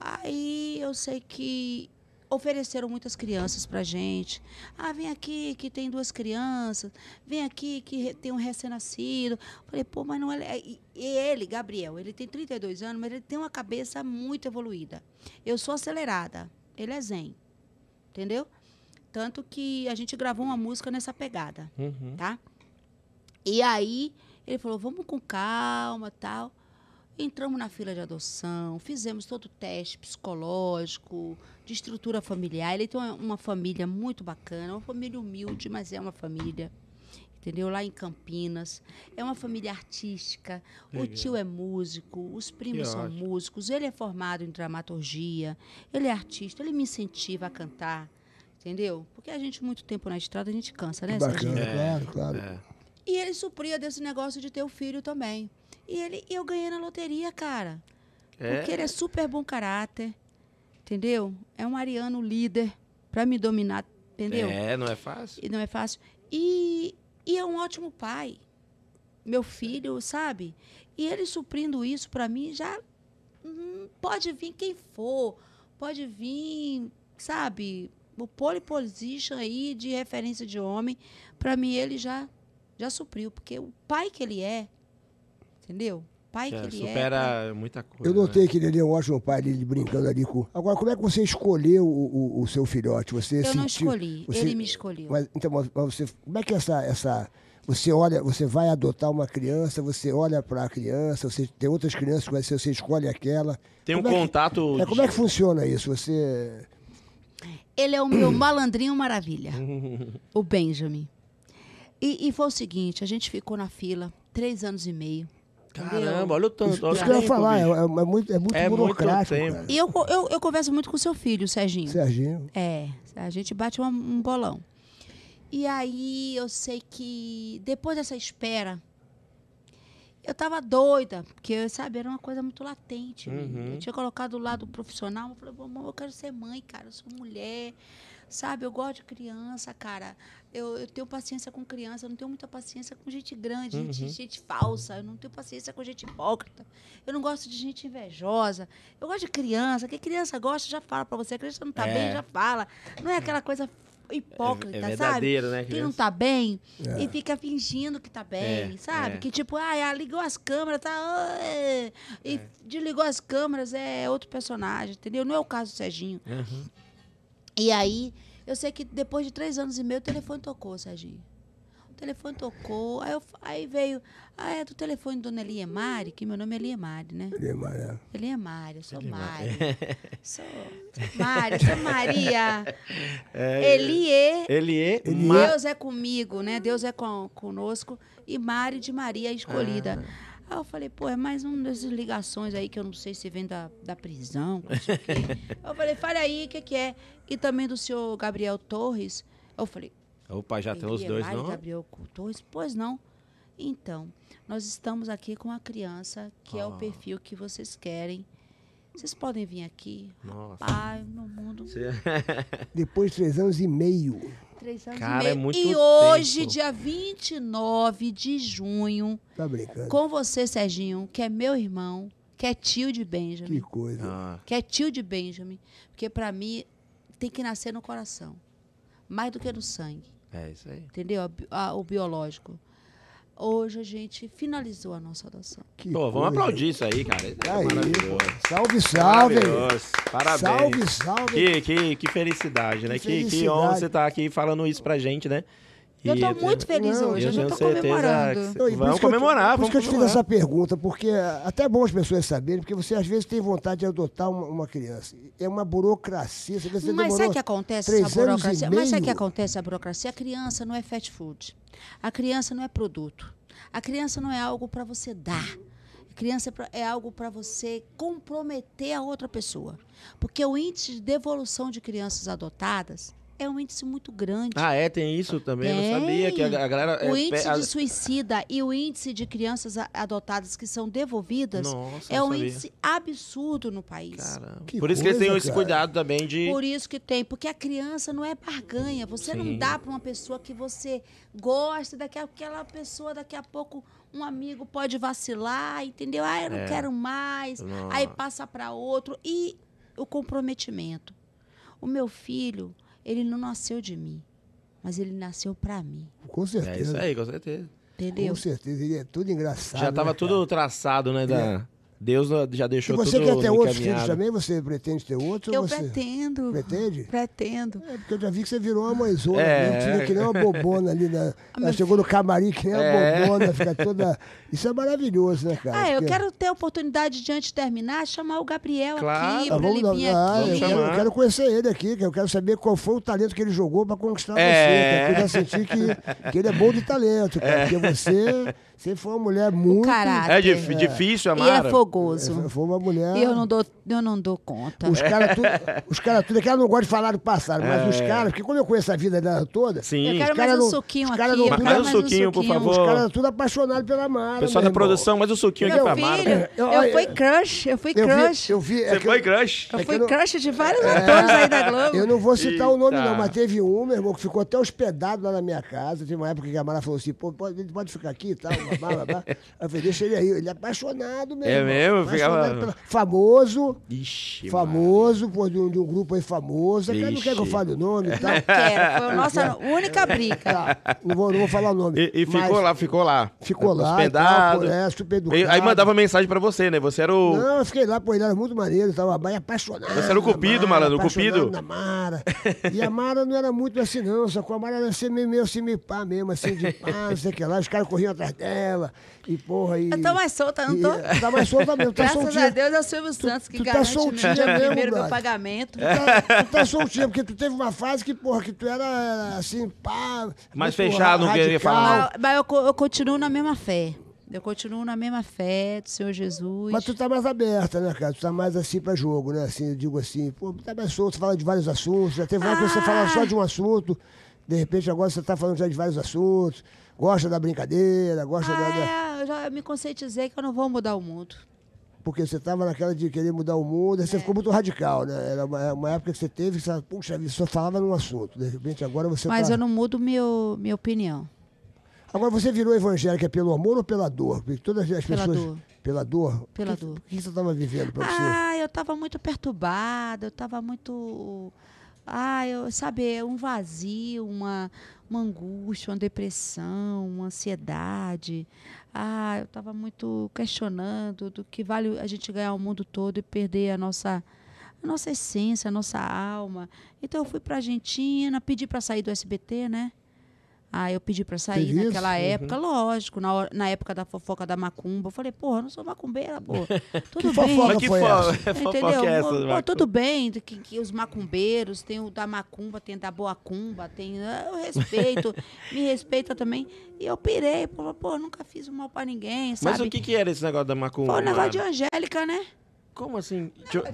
Speaker 3: Aí eu sei que ofereceram muitas crianças pra gente. Ah, vem aqui que tem duas crianças, vem aqui que re- tem um recém-nascido. Falei, pô, mas não é. le- E e ele, Gabriel, ele tem 32 anos, mas ele tem uma cabeça muito evoluída. Eu sou acelerada, ele é zen. Entendeu? Tanto que a gente gravou uma música nessa pegada
Speaker 1: é
Speaker 2: Uhum.
Speaker 3: tá? E aí ele falou, vamos com calma, tal. Entramos na fila de adoção, fizemos todo o teste psicológico, de estrutura familiar. Ele tem uma, uma família muito bacana, uma família humilde, mas é uma família. Entendeu? Lá em Campinas. É uma família artística. O
Speaker 2: Legal.
Speaker 3: tio é músico, os primos
Speaker 2: Que
Speaker 3: são
Speaker 2: ótimo.
Speaker 3: músicos, ele é formado em dramaturgia, ele é artista, ele me incentiva a cantar. Entendeu? Porque a gente, muito tempo na estrada, a gente cansa, né?
Speaker 1: Que
Speaker 3: Sérgio?
Speaker 1: bacana, claro, claro.
Speaker 2: É.
Speaker 3: E ele supria desse negócio de ter o filho também. E ele, e eu ganhei na loteria, cara.
Speaker 2: É.
Speaker 3: Porque ele é super bom caráter. Entendeu? É um ariano líder pra me dominar, entendeu?
Speaker 2: É, não é fácil.
Speaker 3: E não é fácil. E, e é um ótimo pai. Meu filho, sabe? E ele suprindo isso pra mim já hum, pode vir quem for. Pode vir, sabe? O pole position aí de referência de homem, pra mim ele já já supriu, porque o pai que ele é, entendeu? O Pai
Speaker 2: Já
Speaker 3: que ele é. pra-
Speaker 2: supera muita coisa.
Speaker 1: tá?
Speaker 2: né?
Speaker 1: Eu notei que ele é um ótimo pai dele brincando ali com. Agora, como é que você escolheu o, o- o seu filhote? Você
Speaker 3: Eu não
Speaker 1: sentiu-
Speaker 3: escolhi,
Speaker 1: você-
Speaker 3: ele me escolheu.
Speaker 1: Mas, então, mas você, como é que essa, essa. Você olha, você vai adotar uma criança, você olha para a criança, você tem outras crianças, mas você escolhe aquela.
Speaker 2: Tem um
Speaker 1: Como é que-
Speaker 2: contato.
Speaker 1: é, como é que funciona isso? Você.
Speaker 3: Ele é o meu malandrinho maravilha. o Benjamin. E, e foi o seguinte, a gente ficou na fila três anos e meio.
Speaker 2: Caramba, olha o tanto. olha o
Speaker 1: é? Isso que eu ia
Speaker 2: tempo,
Speaker 1: falar, é,
Speaker 2: bicho.
Speaker 1: é- é muito, é muito
Speaker 2: É muito
Speaker 1: burocrático.
Speaker 2: tempo.
Speaker 1: cara.
Speaker 3: E eu, co- eu, eu converso muito com seu filho, Serginho.
Speaker 1: Serginho.
Speaker 3: É, a gente bate uma- um bolão. E aí eu sei que depois dessa espera, eu tava doida, porque, sabe, era uma coisa muito latente. em mim.
Speaker 2: Uhum.
Speaker 3: Eu tinha colocado o lado profissional, eu falei, mamãe, eu quero ser mãe, cara, eu sou mulher, sabe, eu gosto de criança, cara. Eu, eu tenho paciência com criança, eu não tenho muita paciência com gente grande, gente, gente falsa, eu não tenho paciência com gente hipócrita, eu não gosto de gente invejosa, eu gosto de criança, que criança gosta, já fala pra você, a criança não tá
Speaker 2: É.
Speaker 3: bem, já fala. Não é aquela coisa hipócrita,
Speaker 2: É
Speaker 3: sabe?
Speaker 2: verdadeiro, né?
Speaker 3: que não
Speaker 2: criança?
Speaker 3: tá bem e fica fingindo que tá bem,
Speaker 2: É,
Speaker 3: sabe?
Speaker 2: é.
Speaker 3: Que tipo, ah, ah, ligou as câmeras, tá. ah, é. E desligou as câmeras, é outro personagem, entendeu? Não é o caso do Serginho.
Speaker 2: Uhum.
Speaker 3: E aí, eu sei que depois de três anos e meio, o telefone tocou, Serginho. O telefone tocou, aí, eu, aí veio. Ah, é do telefone Dona Eliemari, que meu nome é Eliemari, né?
Speaker 1: Ele é mara-
Speaker 3: Ele é Mário, eu sou
Speaker 2: Ele é Mário.
Speaker 3: Mário. Sou Mário, sou Maria.
Speaker 2: É,
Speaker 3: Elie,
Speaker 2: Ele é. ma-
Speaker 3: Deus é comigo, né? Deus é com, conosco. E Mário de Maria escolhida.
Speaker 2: Ah.
Speaker 3: Aí eu falei, pô, é mais uma dessas ligações aí que eu não sei se vem da, da prisão. não sei o quê. eu falei, fale aí, o que, que é? E também do senhor Gabriel Torres. Eu falei,
Speaker 2: Opa, já tem
Speaker 3: Eli
Speaker 2: os é dois,
Speaker 3: Emari,
Speaker 2: não?
Speaker 3: Gabriel Torres? Pois não. Então, nós estamos aqui com a criança, que é
Speaker 2: Ah.
Speaker 3: o perfil que vocês querem. Vocês podem vir aqui.
Speaker 2: Nossa.
Speaker 3: Pai, meu mundo,
Speaker 2: Você-
Speaker 1: Depois de três anos e meio.
Speaker 3: três anos
Speaker 2: Cara,
Speaker 3: e meio.
Speaker 2: é muito
Speaker 3: e hoje,
Speaker 2: tempo.
Speaker 3: dia 29 de junho,
Speaker 1: Tá brincando.
Speaker 3: com você, Serginho, que é meu irmão, que é tio de Benjamin.
Speaker 1: Que coisa.
Speaker 2: Ah,
Speaker 3: que é tio de Benjamin. Porque, para mim, tem que nascer no coração. Mais do que no sangue.
Speaker 2: é isso aí.
Speaker 3: entendeu? A bi- a- o biológico. Hoje a gente finalizou a nossa adoção.
Speaker 1: que
Speaker 2: Pô, vamos
Speaker 1: coisa.
Speaker 2: aplaudir isso aí, cara. Isso é
Speaker 1: Tá Aí,
Speaker 2: maravilhoso.
Speaker 1: pô. salve, salve.
Speaker 2: Maravilhoso. Parabéns.
Speaker 1: Salve, salve.
Speaker 2: Que, que, que felicidade, né?
Speaker 1: Que
Speaker 2: Que, que
Speaker 1: felicidade.
Speaker 2: honra você estar aqui falando isso pra gente, né?
Speaker 3: Eu
Speaker 2: E
Speaker 3: estou muito feliz
Speaker 1: Não,
Speaker 3: hoje, eu
Speaker 2: eu
Speaker 3: já
Speaker 2: tenho
Speaker 3: estou
Speaker 2: certeza
Speaker 3: comemorando.
Speaker 2: que-
Speaker 1: Não, Então, e por
Speaker 2: Vamos
Speaker 1: isso que eu te-
Speaker 2: comemorar,
Speaker 1: Por isso
Speaker 2: vamos
Speaker 1: que eu te fiz
Speaker 2: comemorar.
Speaker 1: essa pergunta, porque ah, até é bom as pessoas saberem, porque você às vezes tem vontade de adotar uma, uma criança. É uma burocracia. Você você
Speaker 3: Mas sabe
Speaker 1: demorou
Speaker 3: o que acontece
Speaker 1: três
Speaker 3: essa
Speaker 1: anos e
Speaker 3: burocracia? Mas sabe o que
Speaker 1: meio?
Speaker 3: acontece a burocracia? A criança não é fast food. A criança não é produto. A criança não é algo para você dar. A criança é pra- é algo para você comprometer a outra pessoa. Porque o índice de devolução de crianças adotadas é um índice muito grande.
Speaker 2: Ah, é, tem isso também. Eu
Speaker 3: Tem.
Speaker 2: não sabia que a a galera. é,
Speaker 3: O
Speaker 2: pe-
Speaker 3: índice
Speaker 2: a-
Speaker 3: de suicida e o índice de crianças a- adotadas que são devolvidas
Speaker 2: Nossa,
Speaker 3: é
Speaker 2: não
Speaker 3: um
Speaker 2: sabia.
Speaker 3: índice absurdo no país.
Speaker 2: Caramba.
Speaker 1: Que
Speaker 2: Por isso que eles
Speaker 1: coisa,
Speaker 2: têm esse
Speaker 1: cara.
Speaker 2: cuidado também de.
Speaker 3: Por isso que tem, porque a criança não é barganha. Você
Speaker 2: Sim.
Speaker 3: não dá para uma pessoa que você gosta, daqui a, aquela pessoa, daqui a pouco, um amigo pode vacilar, entendeu? Ah, eu não
Speaker 2: É.
Speaker 3: quero mais.
Speaker 2: Não.
Speaker 3: Aí passa para outro. E o comprometimento. O meu filho, ele não nasceu de mim, mas ele nasceu pra mim.
Speaker 1: Com
Speaker 2: É isso
Speaker 1: certeza.
Speaker 2: aí, com certeza.
Speaker 3: Entendeu?
Speaker 1: Com certeza. Ele é tudo engraçado.
Speaker 2: já tava
Speaker 1: né, cara?
Speaker 2: tudo traçado, né? Da... Deus já
Speaker 1: E
Speaker 2: deixou
Speaker 1: você é
Speaker 2: tudo
Speaker 1: quer ter outros filhos
Speaker 2: encaminhado.
Speaker 1: também? Você pretende ter outros? ou
Speaker 3: Eu
Speaker 1: você...
Speaker 3: pretendo.
Speaker 1: Pretende?
Speaker 3: Pretendo.
Speaker 1: É, porque eu já vi que você virou uma mãezona,
Speaker 2: É.
Speaker 1: mesmo, que nem- que nem uma bobona ali. Na, ela chegou no camarim que nem uma
Speaker 2: É.
Speaker 1: bobona, fica toda... Isso é maravilhoso, né, cara?
Speaker 3: Ah, eu
Speaker 1: Porque-
Speaker 3: quero ter a oportunidade de, antes de terminar, chamar o Gabriel
Speaker 2: Claro.
Speaker 3: aqui,
Speaker 1: Ah,
Speaker 3: pra
Speaker 1: vamos
Speaker 3: ele vir
Speaker 1: dar- ah,
Speaker 3: aqui.
Speaker 1: eu, quero,
Speaker 2: Chamar.
Speaker 1: eu quero conhecer ele aqui, que eu quero saber qual foi o talento que ele jogou pra conquistar você.
Speaker 2: É.
Speaker 1: Porque eu já senti que, que ele é bom de talento, cara. Porque você, você foi uma mulher muito.
Speaker 3: Caralho.
Speaker 2: É dif- difícil,
Speaker 3: E é
Speaker 2: Amara.
Speaker 3: fogoso.
Speaker 1: Foi uma mulher.
Speaker 3: E eu não dou, eu não dou conta.
Speaker 1: Os caras tudo, os cara tudo, é que ela não gosta de falar do passado, mas os caras, porque como eu conheço a vida dela toda,
Speaker 2: É. Sim.
Speaker 3: Eu quero
Speaker 1: Os
Speaker 3: mais
Speaker 1: cara
Speaker 3: um
Speaker 1: não-
Speaker 3: suquinho
Speaker 1: os
Speaker 3: aqui.
Speaker 1: cara
Speaker 3: eu
Speaker 1: não-
Speaker 3: quero
Speaker 2: Mais um
Speaker 3: mais um
Speaker 2: suquinho, por
Speaker 1: os
Speaker 2: favor. Pô.
Speaker 1: caras tudo apaixonados pela Mara.
Speaker 2: Pessoal
Speaker 1: meu
Speaker 2: da
Speaker 1: irmão.
Speaker 2: produção, mas o suquinho aqui
Speaker 3: Meu
Speaker 2: pra
Speaker 3: filho,
Speaker 2: Amara. né?
Speaker 1: Eu-
Speaker 3: eu
Speaker 1: eu-
Speaker 3: fui crush, eu fui
Speaker 1: Eu
Speaker 3: crush.
Speaker 1: vi, eu vi, é
Speaker 2: Você
Speaker 1: que
Speaker 2: foi
Speaker 1: eu-
Speaker 2: crush?
Speaker 1: é
Speaker 3: Eu
Speaker 1: que
Speaker 3: fui
Speaker 1: eu não- É.
Speaker 3: crush de vários atores aí da Globo.
Speaker 1: Eu não vou citar o nome,
Speaker 2: Eita.
Speaker 1: não, mas teve um, meu irmão, que ficou até hospedado lá na minha casa. Teve uma época que a Mara falou assim: pô, pode, ele pode ficar aqui e tal, babá, babá. Aí eu falei: deixa ele aí. Ele é apaixonado mesmo.
Speaker 2: É mesmo? Ficava-
Speaker 1: Famoso.
Speaker 2: Ixi,
Speaker 1: Famoso, pô, de um, de um grupo aí famoso. Cara, não quer que eu
Speaker 2: Vixe.
Speaker 1: fale o nome e tal.
Speaker 3: Não quero. Foi a nossa única briga.
Speaker 1: Tá, não, vou, não vou falar o nome.
Speaker 2: E, e ficou
Speaker 1: mas
Speaker 2: lá, ficou lá.
Speaker 1: Ficou lá.
Speaker 2: Hospedado.
Speaker 1: e tal, pô, é, super educado.
Speaker 2: E- Aí mandava mensagem pra você, né? Você era o.
Speaker 1: Não, eu fiquei lá, pô, ele era muito maneiro, tava bem apaixonado.
Speaker 2: Você era o
Speaker 1: na
Speaker 2: cupido,
Speaker 1: Mara,
Speaker 2: malandro, o
Speaker 1: apaixonado
Speaker 2: cupido.
Speaker 1: na Mara. E a Mara não era muito assim, não, só com a Mara era assim, meio, meio assim, meio pá mesmo, assim, de pá, não sei o que lá. Os caras corriam atrás dela, e porra, e...
Speaker 3: Eu tô Então tá mais solta, não
Speaker 1: e-
Speaker 3: tô?
Speaker 1: Tá mais solta mesmo, tá
Speaker 3: Graças
Speaker 1: soltinha.
Speaker 3: a Deus é o Silvio Santos que
Speaker 1: tu tá
Speaker 3: garante
Speaker 1: soltinha
Speaker 3: meu,
Speaker 1: mesmo,
Speaker 3: primeiro meu
Speaker 1: brother. Tu
Speaker 3: pagamento.
Speaker 1: tá, tu tá soltinha, porque tu teve uma fase que, porra, que tu era assim, pá...
Speaker 2: Mais
Speaker 1: muito
Speaker 2: fechado, não queria
Speaker 1: radical.
Speaker 2: falar.
Speaker 3: Mas, mas eu, co- eu continuo na mesma fé. Eu continuo na mesma fé do Senhor Jesus.
Speaker 1: Mas tu tá mais aberta, né, cara? Tu tá mais assim pra jogo, né? Assim, eu digo assim, pô, tá mais solto, fala de vários assuntos. Já teve uma época que você falava
Speaker 3: Ah.
Speaker 1: só de um assunto, de repente agora você tá falando já de vários assuntos. Gosta da brincadeira, gosta da. da-
Speaker 3: Ah, é, eu já me conscientizei que eu não vou mudar o mundo.
Speaker 1: Porque você tava naquela de querer mudar o mundo,
Speaker 3: É.
Speaker 1: aí você ficou muito radical, né? Era uma, uma época que você teve que você, falava, puxa vida, só falava num assunto. De repente agora você
Speaker 3: Mas
Speaker 1: tá-
Speaker 3: eu não mudo meu, minha opinião.
Speaker 1: Agora você virou evangélica pelo amor ou pela dor? Porque todas as
Speaker 3: Pela
Speaker 1: pessoas.
Speaker 3: dor.
Speaker 1: Pela dor?
Speaker 3: Pela
Speaker 1: O que-
Speaker 3: dor.
Speaker 1: O que você tava vivendo pra você?
Speaker 3: Ah, eu tava muito perturbada, eu tava muito. Ah, eu sabe, um vazio, uma, uma angústia, uma depressão, uma ansiedade. Ah, eu tava muito questionando do que vale a gente ganhar o mundo todo e perder a nossa a nossa essência, a nossa alma. Então eu fui pra Argentina, pedi pra sair do SBT, né? Ah, eu pedi pra sair
Speaker 1: Teve isso? Uhum.
Speaker 3: naquela época, lógico, na, hora- na época da fofoca da macumba. Eu falei, porra, eu não sou macumbeira, pô. Tudo bem.
Speaker 1: fofoca
Speaker 2: Mas que
Speaker 1: foi
Speaker 2: fo-
Speaker 1: essa?
Speaker 2: fofoca é essa?
Speaker 3: Pô,
Speaker 2: Marco?
Speaker 3: tudo bem, do que, que os macumbeiros, tem o da macumba, tem o da boa cumba, tem. ah, Eu respeito, me respeita também. E eu pirei, pô, pô, nunca fiz um mal pra ninguém, sabe?
Speaker 2: Mas o que, é que era esse negócio da macumba?
Speaker 3: Foi um negócio de
Speaker 2: Amara?
Speaker 3: Angélica, né?
Speaker 2: Como assim? Deixa eu-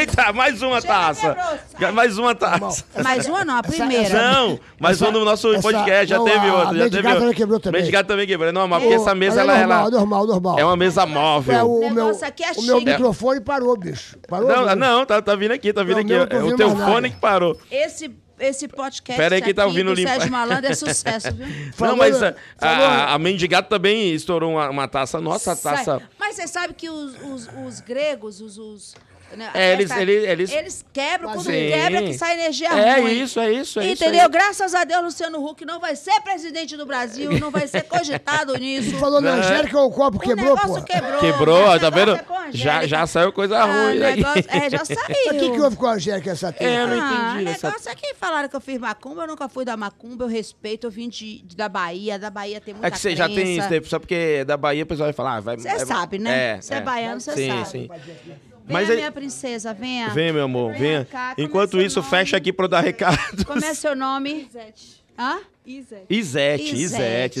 Speaker 2: Eita, mais uma
Speaker 3: Chega,
Speaker 2: taça.
Speaker 3: quebrou, sai.
Speaker 2: Mais uma taça.
Speaker 3: Mais uma não, a primeira.
Speaker 2: Não, mas
Speaker 1: essa-
Speaker 2: um no nosso
Speaker 1: essa-
Speaker 2: podcast já
Speaker 1: não,
Speaker 2: teve
Speaker 1: a- a
Speaker 2: outro. Já teve
Speaker 1: Mendigata
Speaker 2: outro.
Speaker 1: também quebrou também.
Speaker 2: Mendigata também quebrou. Não, mas porque
Speaker 1: Ô,
Speaker 2: essa mesa,
Speaker 1: mas
Speaker 2: ela,
Speaker 1: é normal,
Speaker 2: ela-
Speaker 1: normal, normal.
Speaker 2: é uma mesa
Speaker 1: É,
Speaker 2: móvel.
Speaker 1: o, o meu,
Speaker 3: negócio aqui é
Speaker 1: o meu
Speaker 3: chique.
Speaker 1: microfone parou, bicho. Parou?
Speaker 2: Não,
Speaker 1: bicho?
Speaker 2: não, tá, tá vindo aqui, tá vindo
Speaker 1: Não,
Speaker 2: aqui.
Speaker 1: meu, eu tô
Speaker 2: É o
Speaker 1: ouvindo
Speaker 2: teu
Speaker 1: mais nada.
Speaker 2: fone que parou.
Speaker 3: Esse, esse podcast
Speaker 2: Pera aí que tá
Speaker 3: aqui
Speaker 2: ouvindo
Speaker 3: do
Speaker 2: limpar.
Speaker 3: Sérgio Malandro é sucesso, viu?
Speaker 1: Falou,
Speaker 2: não, mas a,
Speaker 1: falou.
Speaker 2: a, a Mendigata também estourou uma, uma taça. Nossa, a taça.
Speaker 3: Sai. Mas você sabe que os, os, os gregos, os. os né,
Speaker 2: É, eles-
Speaker 3: essa-
Speaker 2: eles- eles-
Speaker 3: quebram, quando
Speaker 2: Sim.
Speaker 3: quebra, que sai energia
Speaker 2: É
Speaker 3: ruim.
Speaker 2: isso, é isso, é isso.
Speaker 3: Entendeu?
Speaker 2: é isso.
Speaker 3: Graças a Deus, Luciano Huck não vai ser presidente do Brasil, não vai ser cogitado nisso.
Speaker 1: Tu falou na
Speaker 2: Não.
Speaker 1: Angélica ou o copo
Speaker 3: o
Speaker 1: quebrou, pô?
Speaker 3: negócio quebrou.
Speaker 2: Quebrou,
Speaker 3: O
Speaker 2: tá
Speaker 3: negócio
Speaker 2: vendo?
Speaker 3: é com a Angélica.
Speaker 2: Já, já saiu coisa
Speaker 3: Ah,
Speaker 2: ruim. né?
Speaker 3: negócio- É, já saiu.
Speaker 1: Mas o que, que houve com a Angélica essa
Speaker 2: É,
Speaker 1: terra?
Speaker 2: não
Speaker 3: Ah,
Speaker 2: entendi
Speaker 3: o
Speaker 2: essa-
Speaker 3: negócio é que falaram que eu fiz macumba, eu nunca fui da macumba, eu respeito, eu vim de, de- da Bahia, da Bahia tem muita
Speaker 2: É que você já tem
Speaker 3: crença.
Speaker 2: isso, né? só porque da Bahia o pessoal vai falar. ah, vai-
Speaker 3: Você
Speaker 2: vai-
Speaker 3: sabe, né?
Speaker 2: É,
Speaker 3: Você é baiano, você
Speaker 2: sim,
Speaker 3: sabe.
Speaker 2: Sim,
Speaker 3: Vem
Speaker 2: É, Mas
Speaker 3: a
Speaker 2: é-
Speaker 3: minha princesa, vem. a-
Speaker 2: Ah, Vem, meu amor, venha.
Speaker 3: cá, como é
Speaker 2: Enquanto
Speaker 3: seu
Speaker 2: isso,
Speaker 3: nome?
Speaker 2: fecha aqui pra eu dar recado.
Speaker 3: Como é seu nome? Hã?
Speaker 4: Isete.
Speaker 2: Isete, Isete,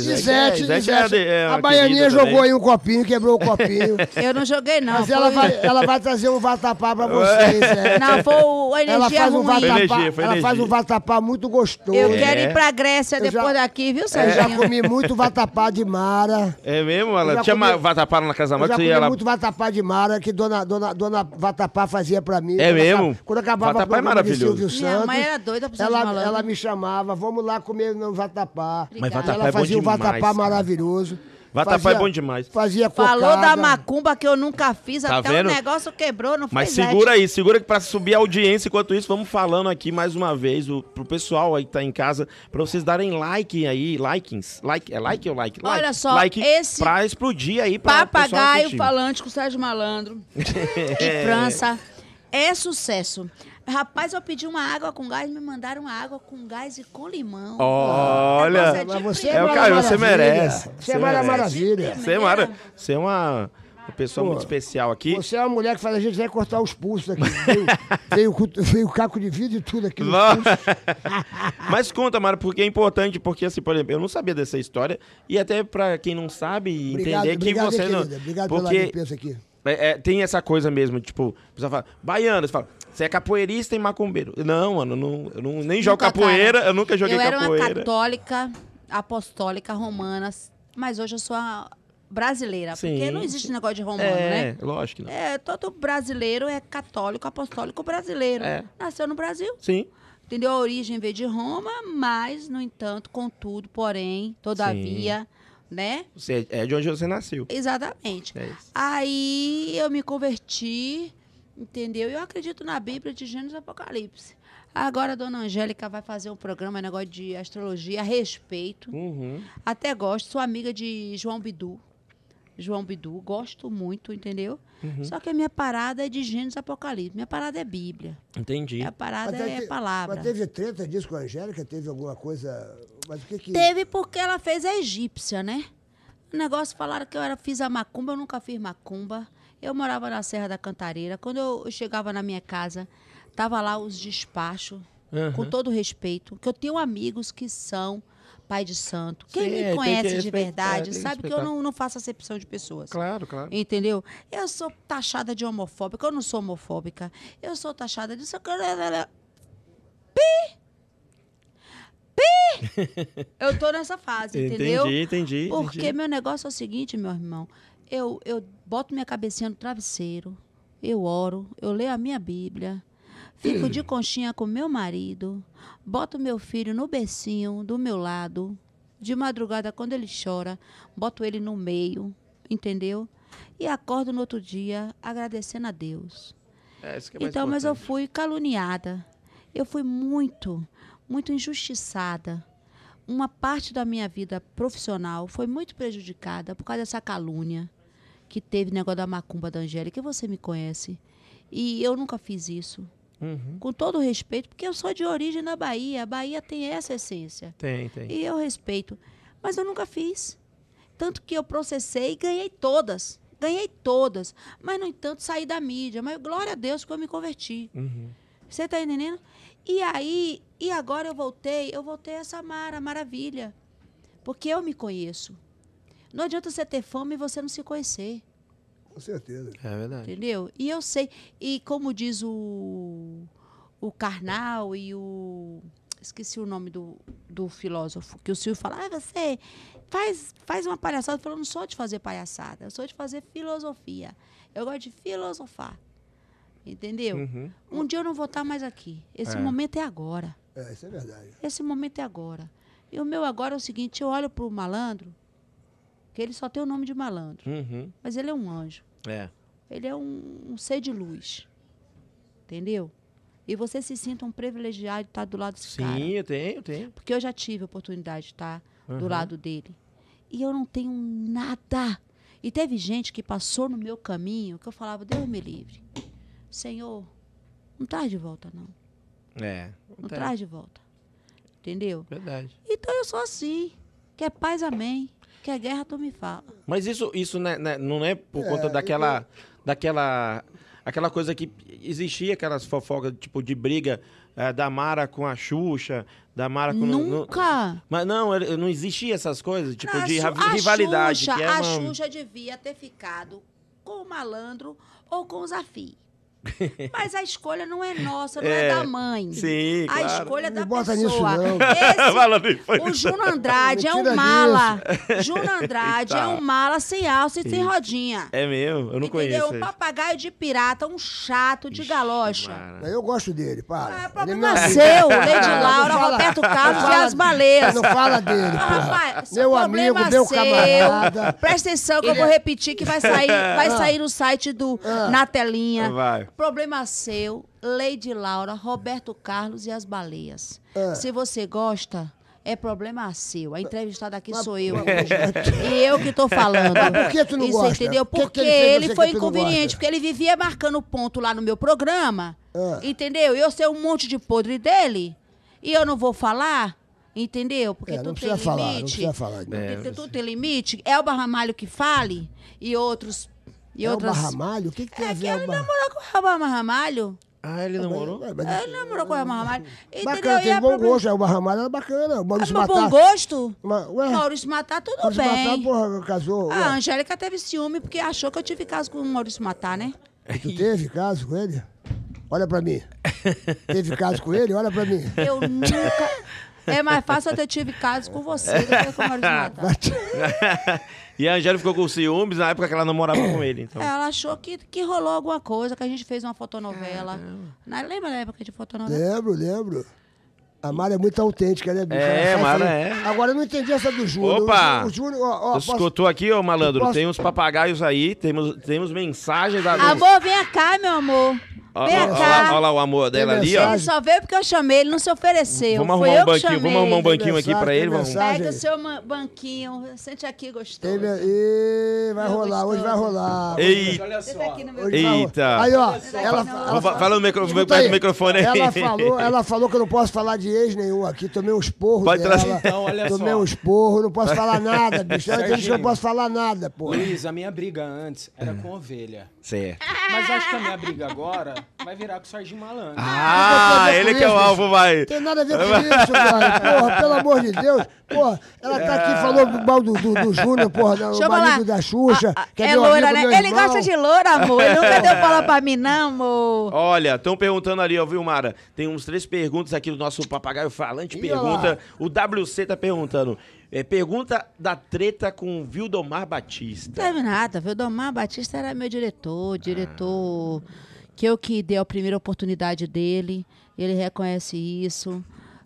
Speaker 3: Isete.
Speaker 1: Isete, Isete.
Speaker 2: é uma
Speaker 1: a baianinha
Speaker 2: querida também.
Speaker 1: jogou aí um copinho, quebrou o copinho.
Speaker 3: Eu não joguei, não.
Speaker 1: Mas ela
Speaker 3: foi-
Speaker 1: vai, ela vai trazer um vatapá pra você, Isete.
Speaker 3: Não, foi o- a
Speaker 1: Ela
Speaker 3: energia
Speaker 1: faz um
Speaker 3: ruim.
Speaker 1: vatapá,
Speaker 2: É. Foi energia, foi
Speaker 1: ela faz
Speaker 2: energia.
Speaker 1: um vatapá muito gostoso.
Speaker 3: Eu
Speaker 2: É.
Speaker 3: quero ir pra Grécia
Speaker 1: Eu
Speaker 3: depois
Speaker 1: já-
Speaker 3: daqui, viu,
Speaker 1: Eu já
Speaker 3: Serginho?
Speaker 1: comi muito vatapá de Mara.
Speaker 2: É mesmo?
Speaker 1: Eu
Speaker 2: Ela
Speaker 1: já
Speaker 2: tinha
Speaker 1: comi-
Speaker 2: uma vatapara na casa da
Speaker 1: Eu já
Speaker 2: Max e
Speaker 1: comi
Speaker 2: ela.
Speaker 1: muito vatapá de Mara que dona, dona, dona Vatapá fazia pra mim.
Speaker 2: É
Speaker 1: Quando
Speaker 2: mesmo?
Speaker 1: acaba- Quando acabava
Speaker 2: Vatapá é
Speaker 1: o programa de
Speaker 2: maravilhoso.
Speaker 1: Silvio
Speaker 3: Minha
Speaker 1: Santos,
Speaker 3: mãe era doida pra precisar de
Speaker 1: ela,
Speaker 3: malandro.
Speaker 1: ela me chamava, vamos lá comer no Vatapá.
Speaker 3: Mas
Speaker 1: Ela
Speaker 2: vatapá é bom
Speaker 1: fazia um
Speaker 2: demais,
Speaker 1: vatapá
Speaker 2: cara.
Speaker 1: maravilhoso.
Speaker 2: Vatapá é bom demais.
Speaker 1: Fazia cocada.
Speaker 3: Falou da macumba que eu nunca fiz,
Speaker 2: Tá
Speaker 3: até
Speaker 2: vendo?
Speaker 3: o negócio quebrou, não
Speaker 2: Mas
Speaker 3: fez
Speaker 2: segura aí, segura que pra subir a audiência, enquanto isso, vamos falando aqui mais uma vez o, pro pessoal aí que tá em casa, pra vocês darem like aí, likings, like, é like ou like?
Speaker 3: Olha
Speaker 2: Like,
Speaker 3: só,
Speaker 2: like,
Speaker 3: esse
Speaker 2: pra explodir aí pra
Speaker 3: Papagaio
Speaker 2: falando.
Speaker 3: falante com Sérgio Malandro. em França. É sucesso. Rapaz, eu pedi uma água com gás, me mandaram uma água com gás e com limão.
Speaker 2: Olha,
Speaker 3: Nossa,
Speaker 1: Mas
Speaker 3: de
Speaker 1: você é
Speaker 2: É o
Speaker 3: primeira.
Speaker 2: Caio,
Speaker 1: maravilha.
Speaker 2: você merece.
Speaker 1: Você
Speaker 2: Você
Speaker 1: é mara-
Speaker 2: merece.
Speaker 1: maravilha.
Speaker 2: você é, mara, você é uma, uma pessoa
Speaker 1: Pô,
Speaker 2: muito especial aqui.
Speaker 1: Você é uma mulher que faz a gente vai cortar os pulsos aqui. Veio, veio, cu- veio caco de vidro e tudo aqui. no
Speaker 2: Não.
Speaker 1: pulso.
Speaker 2: Mas conta, Mário, porque é importante, porque assim, por exemplo, eu não sabia dessa história e até pra quem não sabe
Speaker 1: Obrigado,
Speaker 2: entender
Speaker 1: obrigado,
Speaker 2: que você
Speaker 1: hein,
Speaker 2: não,
Speaker 1: querida. Obrigado pela
Speaker 2: porque
Speaker 1: limpeza aqui.
Speaker 2: é, é, tem essa coisa mesmo, tipo, o pessoal fala, baiano, você fala, você é capoeirista e macumbeiro. Não, mano, não, eu não, nem jogo
Speaker 3: Nunca,
Speaker 1: tá, né?
Speaker 2: capoeira,
Speaker 3: cara.
Speaker 2: eu nunca joguei
Speaker 3: Eu era uma
Speaker 2: capoeira.
Speaker 3: católica, apostólica, romana, mas hoje eu sou a brasileira.
Speaker 2: Sim.
Speaker 3: Porque não existe negócio de romano,
Speaker 2: é,
Speaker 3: né?
Speaker 2: lógico que não.
Speaker 3: É, todo brasileiro é católico, apostólico brasileiro.
Speaker 2: É.
Speaker 3: Nasceu no Brasil.
Speaker 2: Sim.
Speaker 3: Entendeu? A origem veio de Roma, mas, no entanto, contudo, porém, todavia, né?
Speaker 2: Você, é de onde você nasceu.
Speaker 3: Exatamente.
Speaker 2: É isso.
Speaker 3: Aí eu me converti, entendeu? Eu acredito na Bíblia de Gênesis e Apocalipse. Agora a dona Angélica vai fazer um programa, negócio de astrologia, a respeito.
Speaker 2: Uhum.
Speaker 3: Até gosto, sou amiga de João Bidu. João Bidu, gosto muito, entendeu?
Speaker 2: Uhum.
Speaker 3: Só que a minha parada é de Gênesis e Apocalipse. Minha parada é Bíblia.
Speaker 2: Entendi.
Speaker 3: Minha parada
Speaker 1: Mas
Speaker 3: é
Speaker 1: te-
Speaker 3: palavra.
Speaker 1: Mas teve treta disso com a Angélica? Teve alguma coisa. Mas o que que.
Speaker 3: Teve porque ela fez a egípcia, né? O negócio falaram que eu era, fiz a macumba, eu nunca fiz macumba. Eu morava na Serra da Cantareira. Quando eu chegava na minha casa, tava lá os despachos,
Speaker 2: Aham.
Speaker 3: com todo respeito, que eu tenho amigos que são pai de santo. Quem
Speaker 2: Sim, é, tem
Speaker 3: me
Speaker 2: que
Speaker 3: conhece de
Speaker 2: respeitar,
Speaker 3: verdade
Speaker 2: tem que
Speaker 3: sabe que eu
Speaker 2: respeitar.
Speaker 3: não, não faço acepção de pessoas.
Speaker 2: Claro, claro.
Speaker 3: Entendeu? Eu sou taxada de homofóbica. Eu não sou homofóbica. Eu sou taxada de. Pi! Pi! Eu tô nessa fase, entendeu?
Speaker 2: Entendi, entendi.
Speaker 3: Porque
Speaker 2: entendi.
Speaker 3: meu negócio é o seguinte, meu irmão. Eu, eu boto minha cabecinha no travesseiro, eu oro, eu leio a minha Bíblia, fico de conchinha com meu marido, boto meu filho no becinho do meu lado, de madrugada quando ele chora, boto ele no meio, entendeu? E acordo no outro dia agradecendo a Deus.
Speaker 2: É, isso que é mais
Speaker 3: Então, mas eu
Speaker 2: importante.
Speaker 3: fui caluniada. Eu fui muito, muito injustiçada. Uma parte da minha vida profissional foi muito prejudicada por causa dessa calúnia que teve negócio da macumba da Angélica. E você me conhece. E eu nunca fiz isso.
Speaker 2: Uhum.
Speaker 3: Com todo respeito, porque eu sou de origem da Bahia. A Bahia tem essa essência.
Speaker 2: Tem, tem.
Speaker 3: E eu respeito. Mas eu nunca fiz. Tanto que eu processei e ganhei todas. Ganhei todas. Mas, no entanto, saí da mídia. Mas glória a Deus que eu me converti.
Speaker 2: Uhum.
Speaker 3: Você tá entendendo? E aí, e agora eu voltei, eu voltei essa Mara, maravilha. Porque eu me conheço. Não adianta você ter fama e você não se conhecer,
Speaker 1: Com certeza.
Speaker 2: É verdade.
Speaker 3: entendeu? E eu sei. E como diz o, o Karnal e o. Esqueci o nome do, do filósofo, que o Silvio fala, ah, você faz, faz uma palhaçada. Eu falo, não sou de fazer palhaçada, eu sou de fazer filosofia. Eu gosto de filosofar. Entendeu?
Speaker 2: Uhum.
Speaker 3: Um dia eu não vou estar mais aqui. Esse
Speaker 2: É.
Speaker 3: momento é agora.
Speaker 1: É, isso é verdade.
Speaker 3: Esse momento é agora. E o meu agora é o seguinte: eu olho para o malandro, que ele só tem o nome de malandro,
Speaker 2: Uhum.
Speaker 3: mas ele é um anjo.
Speaker 2: É.
Speaker 3: Ele é um, um ser de luz. Entendeu? E você se sinta um privilegiado de estar do lado desse
Speaker 2: Sim,
Speaker 3: cara.
Speaker 2: eu tenho, eu tenho.
Speaker 3: Porque eu já tive a oportunidade de estar do
Speaker 2: Uhum.
Speaker 3: lado dele. E eu não tenho nada. E teve gente que passou no meu caminho que eu falava: Deus me livre. Senhor, não traz de volta, não.
Speaker 2: É.
Speaker 3: Não
Speaker 2: Tá,
Speaker 3: traz de volta. Entendeu?
Speaker 2: Verdade.
Speaker 3: Então eu sou assim. Quer paz, amém. Quer guerra, tu me fala.
Speaker 2: Mas isso, isso né, né, não é por conta daquela. daquela. Aquela coisa que existia, aquelas fofocas, tipo, de briga eh, da Mara com a Xuxa, da Mara com. não- não-
Speaker 3: Nunca.
Speaker 2: mas não, ele- não existia essas coisas, tipo,
Speaker 3: Na
Speaker 2: de
Speaker 3: Xu-
Speaker 2: ra- rivalidade.
Speaker 3: Xuxa,
Speaker 2: que é
Speaker 3: a
Speaker 2: uma-
Speaker 3: Xuxa devia ter ficado com o malandro ou com o Zafi. Mas a escolha não é nossa, não é,
Speaker 2: É,
Speaker 3: da mãe.
Speaker 2: sim,
Speaker 3: A
Speaker 2: claro.
Speaker 3: escolha é
Speaker 1: Não
Speaker 3: da
Speaker 1: me bota nisso,
Speaker 3: pessoa.
Speaker 1: não.
Speaker 3: Esse-
Speaker 2: Fala bem, foi
Speaker 3: o
Speaker 2: isso.
Speaker 3: Juno Andrade é
Speaker 1: Me
Speaker 3: um
Speaker 1: tira
Speaker 3: mala. Juno Andrade é
Speaker 2: Eita.
Speaker 3: um mala sem alça e sem rodinha.
Speaker 2: É mesmo? Eu não
Speaker 3: Entendeu?
Speaker 2: conheço.
Speaker 3: Um
Speaker 2: ele.
Speaker 3: papagaio de pirata, um chato de
Speaker 2: Ixi,
Speaker 3: galocha.
Speaker 2: Mara.
Speaker 1: Mas eu gosto dele, para.
Speaker 3: Ah, papai
Speaker 1: Ele não-
Speaker 3: nasceu, Lady
Speaker 1: Não
Speaker 3: Laura,
Speaker 1: fala-
Speaker 3: Roberto
Speaker 1: não
Speaker 3: Carlos e
Speaker 1: fala-
Speaker 3: as baleias.
Speaker 1: Não fala dele,
Speaker 3: Ah,
Speaker 1: porra.
Speaker 3: rapaz,
Speaker 1: Meu
Speaker 3: problema é
Speaker 1: amigo, meu
Speaker 3: seu.
Speaker 1: camarada. Ah.
Speaker 3: Presta atenção que eu vou repetir que vai sair, vai sair no site do Na Telinha.
Speaker 2: Vai.
Speaker 3: Problema seu, Lady Laura, Roberto Carlos e as baleias.
Speaker 1: É.
Speaker 3: Se você gosta, é problema seu. A entrevistada aqui sou eu. e eu que tô falando.
Speaker 1: Mas por que tu não
Speaker 3: Isso,
Speaker 1: gosta?
Speaker 3: entendeu?
Speaker 1: Por que
Speaker 3: Porque
Speaker 1: que ele fez
Speaker 3: ele
Speaker 1: você
Speaker 3: foi
Speaker 1: que tu não
Speaker 3: inconveniente.
Speaker 1: gosta?
Speaker 3: Porque ele vivia marcando ponto lá no meu programa.
Speaker 1: Ah.
Speaker 3: Entendeu? E eu sei um monte de podre dele. E eu não vou falar. Entendeu? Porque
Speaker 1: É,
Speaker 3: tu
Speaker 1: não
Speaker 3: tem
Speaker 1: precisa falar, não
Speaker 3: limite.
Speaker 1: precisa falar.
Speaker 2: É.
Speaker 3: Porque tu tem limite. Elba Ramalho que fale e outros. E
Speaker 1: É o
Speaker 3: outras... É
Speaker 1: Barramalho? O que, que tem a ver
Speaker 3: Ele
Speaker 1: o Barra-
Speaker 3: namorou com o Elba Ramalho.
Speaker 2: Ah, ele namorou?
Speaker 1: Mas- mas-
Speaker 3: Ele namorou com o Elba Ramalho. Entendeu?
Speaker 1: Bacana,
Speaker 3: E
Speaker 1: tem
Speaker 3: é
Speaker 1: bom
Speaker 3: problema-
Speaker 1: gosto. É o Barramalho era bacana. O
Speaker 3: Ah,
Speaker 1: Maurício
Speaker 3: Meu bom
Speaker 1: Matar.
Speaker 3: gosto?
Speaker 1: Ma- Ué,
Speaker 3: Maurício Matar, tudo
Speaker 1: Maurício
Speaker 3: bem. Ah,
Speaker 1: Matar, é porra, casou.
Speaker 3: A
Speaker 1: ué.
Speaker 3: Angélica teve ciúme porque achou que eu tive caso com o Maurício Matar, né?
Speaker 1: Tu teve caso com ele? Olha pra mim. teve caso com ele? Olha pra mim.
Speaker 3: Eu nunca. É mais fácil eu ter tive caso com você do que com o Maurício Matar.
Speaker 2: e a Angélica ficou com ciúmes na época que ela namorava com ele, então.
Speaker 3: Ela achou que, que rolou alguma coisa, que a gente fez uma fotonovela. Na- lembra da época de fotonovela?
Speaker 1: Lembro, lembro. A Mara é muito autêntica, né, bicho?
Speaker 2: É,
Speaker 1: Ela sai
Speaker 2: Mara
Speaker 1: falando.
Speaker 2: é.
Speaker 1: Agora eu não entendi essa do Júnior.
Speaker 2: Opa!
Speaker 1: O Júnior, ó, ó,
Speaker 2: Você
Speaker 1: posso-
Speaker 2: escutou aqui, ô malandro?
Speaker 1: Eu posso-
Speaker 2: Tem uns papagaios aí, temos, temos mensagens
Speaker 1: É.
Speaker 2: da.
Speaker 3: Amor, vem cá, meu amor.
Speaker 2: Ó,
Speaker 3: Vem
Speaker 2: ó, ó lá- ó
Speaker 3: cá.
Speaker 2: lá o amor dela ali, ó.
Speaker 3: Ele só veio porque eu chamei, ele não se ofereceu.
Speaker 2: Vamos arrumar
Speaker 3: Foi
Speaker 2: um
Speaker 3: eu que
Speaker 2: banquinho, vamos
Speaker 3: chamei.
Speaker 2: arrumar um banquinho aqui
Speaker 1: Mensagem,
Speaker 2: pra ele. Vamos.
Speaker 1: mensagem.
Speaker 3: Pega o seu ma- banquinho, sente aqui gostoso.
Speaker 1: Teve... Ih, vai
Speaker 3: Meu
Speaker 1: rolar,
Speaker 3: gostoso.
Speaker 1: hoje vai rolar.
Speaker 2: Ei,
Speaker 3: Senta tá aqui no meu
Speaker 1: Hoje vai rolar.
Speaker 2: Eita.
Speaker 1: Aí, ó,
Speaker 3: Só.
Speaker 1: ela,
Speaker 3: Não,
Speaker 1: ela,
Speaker 2: vamos fa- fala no micro-
Speaker 1: Escuta
Speaker 2: perto
Speaker 1: aí.
Speaker 2: do microfone aí.
Speaker 1: Ela falou, ela falou que eu não posso falar de ex nenhum aqui. Tomei um esporro
Speaker 2: Pode
Speaker 1: dela.
Speaker 2: trazer.
Speaker 4: Então, olha
Speaker 1: Tomei
Speaker 4: só.
Speaker 1: um esporro, não posso falar nada, bicho. Ela disse que eu não
Speaker 4: Serginho.
Speaker 1: posso falar nada, pô.
Speaker 2: Né?
Speaker 4: Luiz, a minha briga antes era com ovelha.
Speaker 2: Certo.
Speaker 4: Mas acho que a minha briga agora vai virar com o Serginho Malandro.
Speaker 2: Ah, ele que é o alvo, vai.
Speaker 1: Tem nada a ver com
Speaker 2: É.
Speaker 1: isso, cara. Porra, pelo amor de Deus. Porra, ela tá
Speaker 2: É.
Speaker 1: aqui, falou mal do, do, do Júnior, porra, do
Speaker 3: Chama
Speaker 1: é marido
Speaker 3: lá.
Speaker 1: da Xuxa.
Speaker 3: Ah, ah,
Speaker 1: que é
Speaker 3: é
Speaker 1: meu
Speaker 3: loira,
Speaker 1: amigo,
Speaker 3: né?
Speaker 1: meu
Speaker 3: Ele
Speaker 1: irmão.
Speaker 3: gosta de loira, amor. Ele nunca deu bola pra mim, não, amor.
Speaker 2: Olha, estão perguntando ali, ó, viu, Mara? Tem uns três perguntas aqui do nosso papagaio falante.
Speaker 1: Ih,
Speaker 2: pergunta. O WC tá perguntando. É, pergunta da treta com o Vildomar
Speaker 3: Não
Speaker 2: Batista.
Speaker 3: teve nada, viu? Domar Batista era meu diretor, diretor que eu que dei a primeira oportunidade dele, ele reconhece isso.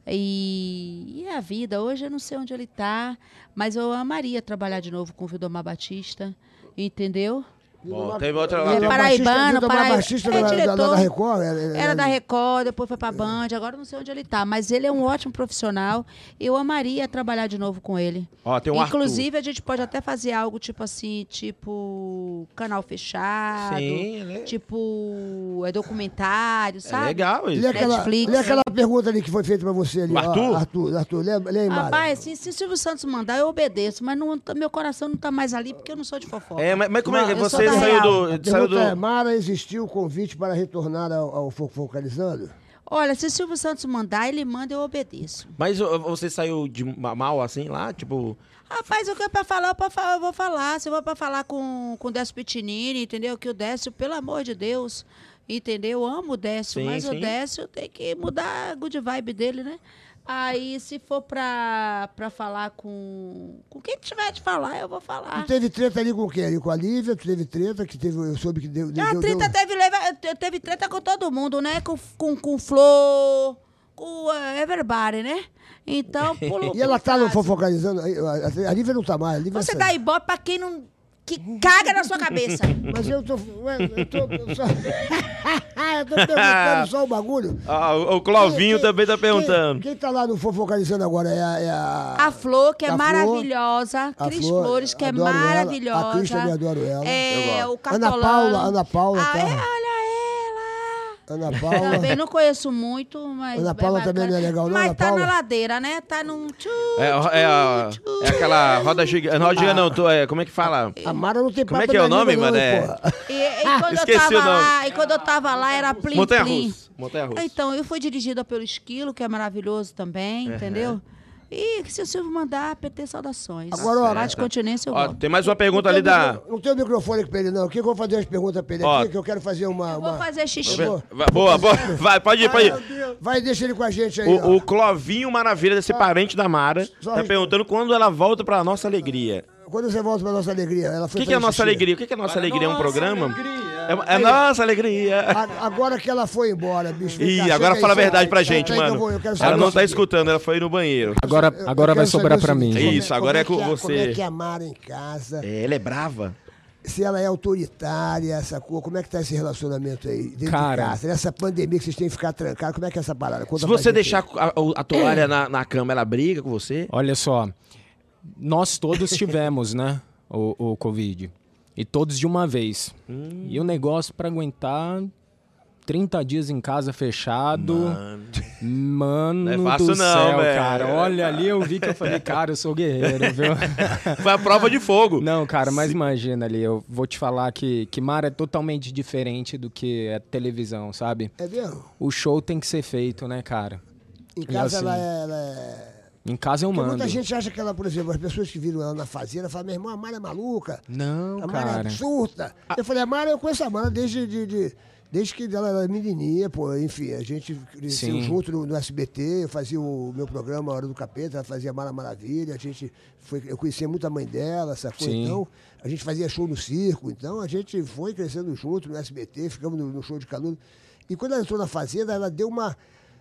Speaker 3: E, e a vida, hoje eu não sei onde ele tá, mas eu amaria trabalhar de novo com o Vildomar Batista, entendeu?
Speaker 2: Bom, teve outra lá.
Speaker 3: É
Speaker 1: Ele
Speaker 2: tem-
Speaker 1: Batista,
Speaker 3: paraibano,
Speaker 1: Vildomar
Speaker 3: paraibano.
Speaker 1: Batista
Speaker 3: É
Speaker 1: da- da-
Speaker 3: diretor.
Speaker 1: da Record, é- é-
Speaker 3: Era da Record, depois foi pra Band, agora eu não sei onde ele tá, mas ele é um ótimo profissional. Eu amaria trabalhar de novo com ele.
Speaker 2: Ó, tem um Arthur.
Speaker 3: Inclusive, a gente pode até fazer algo tipo assim, tipo canal fechado,
Speaker 2: Sim, né?
Speaker 3: tipo é documentário,
Speaker 2: É
Speaker 3: sabe?
Speaker 2: legal
Speaker 1: Lê
Speaker 2: isso.
Speaker 1: aquela,
Speaker 3: Netflix. né?
Speaker 1: lê aquela pergunta ali que foi feita pra você ali.
Speaker 2: O
Speaker 1: ó,
Speaker 2: Arthur?
Speaker 1: Arthur, Arthur, lê, lê aí, Mara.
Speaker 3: Rapaz, se, se o Silvio Santos mandar, eu obedeço, mas não, meu coração não tá mais ali porque eu não sou de fofoca.
Speaker 2: É, mas, mas como é que
Speaker 3: Eu sou
Speaker 2: você saiu
Speaker 3: da Real.
Speaker 1: A
Speaker 2: do, saiu do.
Speaker 1: pergunta é, Mara, existiu o convite para retornar ao, ao Fo- Focalizando?
Speaker 3: Olha, se o Silvio Santos mandar, ele manda, eu obedeço.
Speaker 2: Mas ó, você saiu de ma- mal assim lá? Tipo.
Speaker 3: Rapaz, o que é pra falar, eu pra fa- eu vou falar. Se eu vou pra falar com, com o Décio Pitinini, entendeu? Que o Décio, pelo amor de Deus, entendeu? Eu amo o Décio,
Speaker 2: Sim,
Speaker 3: mas o
Speaker 2: sim.
Speaker 3: Décio tem que mudar a good vibe dele, né? Aí, se for pra, pra falar com, com quem tiver de falar, eu vou
Speaker 1: Tu
Speaker 3: falar.
Speaker 1: teve treta ali com quem? Ali Com a Lívia? Tu teve treta que teve, eu soube que deu... deu,
Speaker 3: A
Speaker 1: deu-
Speaker 3: Ah, treta teve, leva- te- teve treta com todo mundo, né? Com, com, com Flor, com eh, everybody, né? Então, pulo,
Speaker 1: E ela tá no
Speaker 3: pulo fácil.
Speaker 1: Fofocalizando? A a Lívia não tá mais. a Lívia
Speaker 3: Você
Speaker 1: saiu.
Speaker 3: dá ibope pra quem não... Que caga na sua cabeça.
Speaker 1: Mas eu tô. ué, Eu tô, eu só, eu tô perguntando só o bagulho.
Speaker 2: Ah, o o Clovinho
Speaker 1: Quem-
Speaker 2: também tá
Speaker 1: quem-
Speaker 2: perguntando.
Speaker 1: Quem, tá lá no Fofocalizando agora é a. É a...
Speaker 3: A Flor, que é
Speaker 1: A Flor.
Speaker 3: maravilhosa.
Speaker 1: A
Speaker 3: Cris
Speaker 1: Flor,
Speaker 3: Flores, que é
Speaker 1: adoro ela.
Speaker 3: maravilhosa.
Speaker 1: A Cris também adoro ela.
Speaker 3: É,
Speaker 2: Eu
Speaker 3: o
Speaker 1: Ana
Speaker 3: Cartolano.
Speaker 1: Paula, Ana Paula,
Speaker 3: Ah,
Speaker 1: tá.
Speaker 3: é, olha ela.
Speaker 1: Ana Paula.
Speaker 3: Também não conheço muito, mas.
Speaker 1: Ana
Speaker 3: é
Speaker 1: Paula
Speaker 3: bacana.
Speaker 1: também não é legal, não,
Speaker 3: Mas
Speaker 1: Ana
Speaker 3: tá
Speaker 1: Paula?
Speaker 3: na ladeira, né? Tá num. Tchu,
Speaker 2: É, é, a-
Speaker 3: tchu, tchu.
Speaker 2: é aquela roda
Speaker 3: Ah.
Speaker 2: gigante. Não, roda gigante não, tô- é, como é que fala?
Speaker 1: A Mara não tem
Speaker 2: Como é
Speaker 1: papo
Speaker 2: que é o
Speaker 1: na
Speaker 2: nome,
Speaker 1: língua, não, hein,
Speaker 2: mano?
Speaker 1: porra?
Speaker 3: E, e quando eu
Speaker 2: Esqueci
Speaker 3: tava
Speaker 2: o nome.
Speaker 3: lá, e quando eu tava lá, era plim
Speaker 2: Montanha
Speaker 3: plim.
Speaker 2: Russa. Montanha Russa.
Speaker 3: Então, eu fui dirigida pelo Esquilo, que é maravilhoso também, entendeu? E se o Silvio mandar, PT Saudações.
Speaker 1: Agora, ó,
Speaker 3: Rádio Continência, eu
Speaker 2: Ó,
Speaker 3: volto.
Speaker 2: tem mais uma pergunta
Speaker 3: então
Speaker 1: Não
Speaker 2: ali
Speaker 1: tem
Speaker 2: da.
Speaker 1: micro- Não tem o microfone aqui pra ele, não. O que que eu vou fazer as perguntas pra ele
Speaker 2: Ó.
Speaker 1: aqui? Que eu quero fazer uma.
Speaker 3: Eu
Speaker 1: uma...
Speaker 3: vou fazer xixi.
Speaker 1: Vou-
Speaker 2: Vai- Boa, boa. Vai, pode ir, pode ir.
Speaker 1: Vai, deixa ele com a gente aí. ó.
Speaker 2: O, o Clovinho Maravilha, desse parente da Mara,
Speaker 1: Ah. só Ah,
Speaker 2: tá
Speaker 1: respeito.
Speaker 2: perguntando quando ela volta pra nossa alegria.
Speaker 1: Quando você volta pra nossa alegria, ela
Speaker 2: O
Speaker 1: foi
Speaker 2: que, que é a
Speaker 1: fazer
Speaker 2: nossa
Speaker 1: xixi.
Speaker 2: alegria? O que, que é a nossa
Speaker 4: Para
Speaker 2: alegria? É um
Speaker 4: nossa
Speaker 2: programa?
Speaker 4: alegria.
Speaker 2: É, é nossa alegria.
Speaker 1: A- Agora que ela foi embora, bicho.
Speaker 2: Ih,
Speaker 1: fica- senta Ah,
Speaker 2: agora
Speaker 1: aí,
Speaker 2: fala a
Speaker 1: senta
Speaker 2: verdade
Speaker 1: aí,
Speaker 2: pra
Speaker 1: senta
Speaker 2: gente,
Speaker 1: aí que eu
Speaker 2: mano.
Speaker 1: vou- eu quero saber
Speaker 2: Ela não
Speaker 1: o
Speaker 2: tá
Speaker 1: seguinte.
Speaker 2: escutando, ela foi no banheiro.
Speaker 1: Eu-
Speaker 5: Agora,
Speaker 1: eu
Speaker 5: agora
Speaker 1: quero
Speaker 5: vai
Speaker 1: saber
Speaker 5: sobrar
Speaker 1: o
Speaker 5: pra mim.
Speaker 1: seguinte, como
Speaker 2: Isso, agora é
Speaker 1: como
Speaker 2: com
Speaker 1: que a-
Speaker 2: você.
Speaker 1: Como é que é a Mara em casa?
Speaker 2: É, ela é brava.
Speaker 1: Se ela é autoritária, sacou? Como é que tá esse relacionamento aí dentro
Speaker 5: Cara.
Speaker 1: de casa? Nessa pandemia que vocês têm que ficar trancados, como é que é essa parada? Conta
Speaker 2: Se
Speaker 1: pra
Speaker 2: você
Speaker 1: gente
Speaker 2: deixar a, a- a toalha na, na cama, ela briga com você?
Speaker 5: Olha só, nós todos tivemos, né, o, o Covid. E todos de uma vez.
Speaker 4: Hum.
Speaker 5: E o negócio pra aguentar 30 dias em casa fechado. Mano,
Speaker 2: Não é fácil
Speaker 5: do
Speaker 2: não,
Speaker 5: céu,
Speaker 2: velho.
Speaker 5: cara. Olha ali, eu vi que eu falei, cara, eu sou guerreiro, viu?
Speaker 1: É.
Speaker 2: Foi a prova de fogo.
Speaker 5: Não, cara, mas imagina ali, eu vou te falar que, que Mara é totalmente diferente do que a televisão, sabe?
Speaker 1: aí. É mesmo?
Speaker 5: O show tem que ser feito, né, cara?
Speaker 1: Em
Speaker 5: E
Speaker 1: casa
Speaker 5: assim,
Speaker 1: ela, é, ela é...
Speaker 5: Em casa eu
Speaker 1: Porque
Speaker 5: mando.
Speaker 1: muita gente acha que ela, por exemplo, as pessoas que viram ela na fazenda falam, meu irmão, a Mara é maluca,
Speaker 5: Não,
Speaker 1: a Mara é
Speaker 5: cara. Ah.
Speaker 1: absurda. Eu falei, a Mara, eu conheço a Mara desde, de- de- desde que ela era menininha, pô, enfim, a gente cresceu
Speaker 5: Sim.
Speaker 1: junto no, no SBT, eu fazia o meu programa A Hora do Capeta, ela fazia Mara Maravilha, a gente foi, eu conhecia muito a mãe dela, sacou?
Speaker 5: Sim.
Speaker 1: Então, a gente fazia show no circo, então a gente foi crescendo junto no SBT, ficamos no, no show de calor. E quando ela entrou na Fazenda, ela deu uma.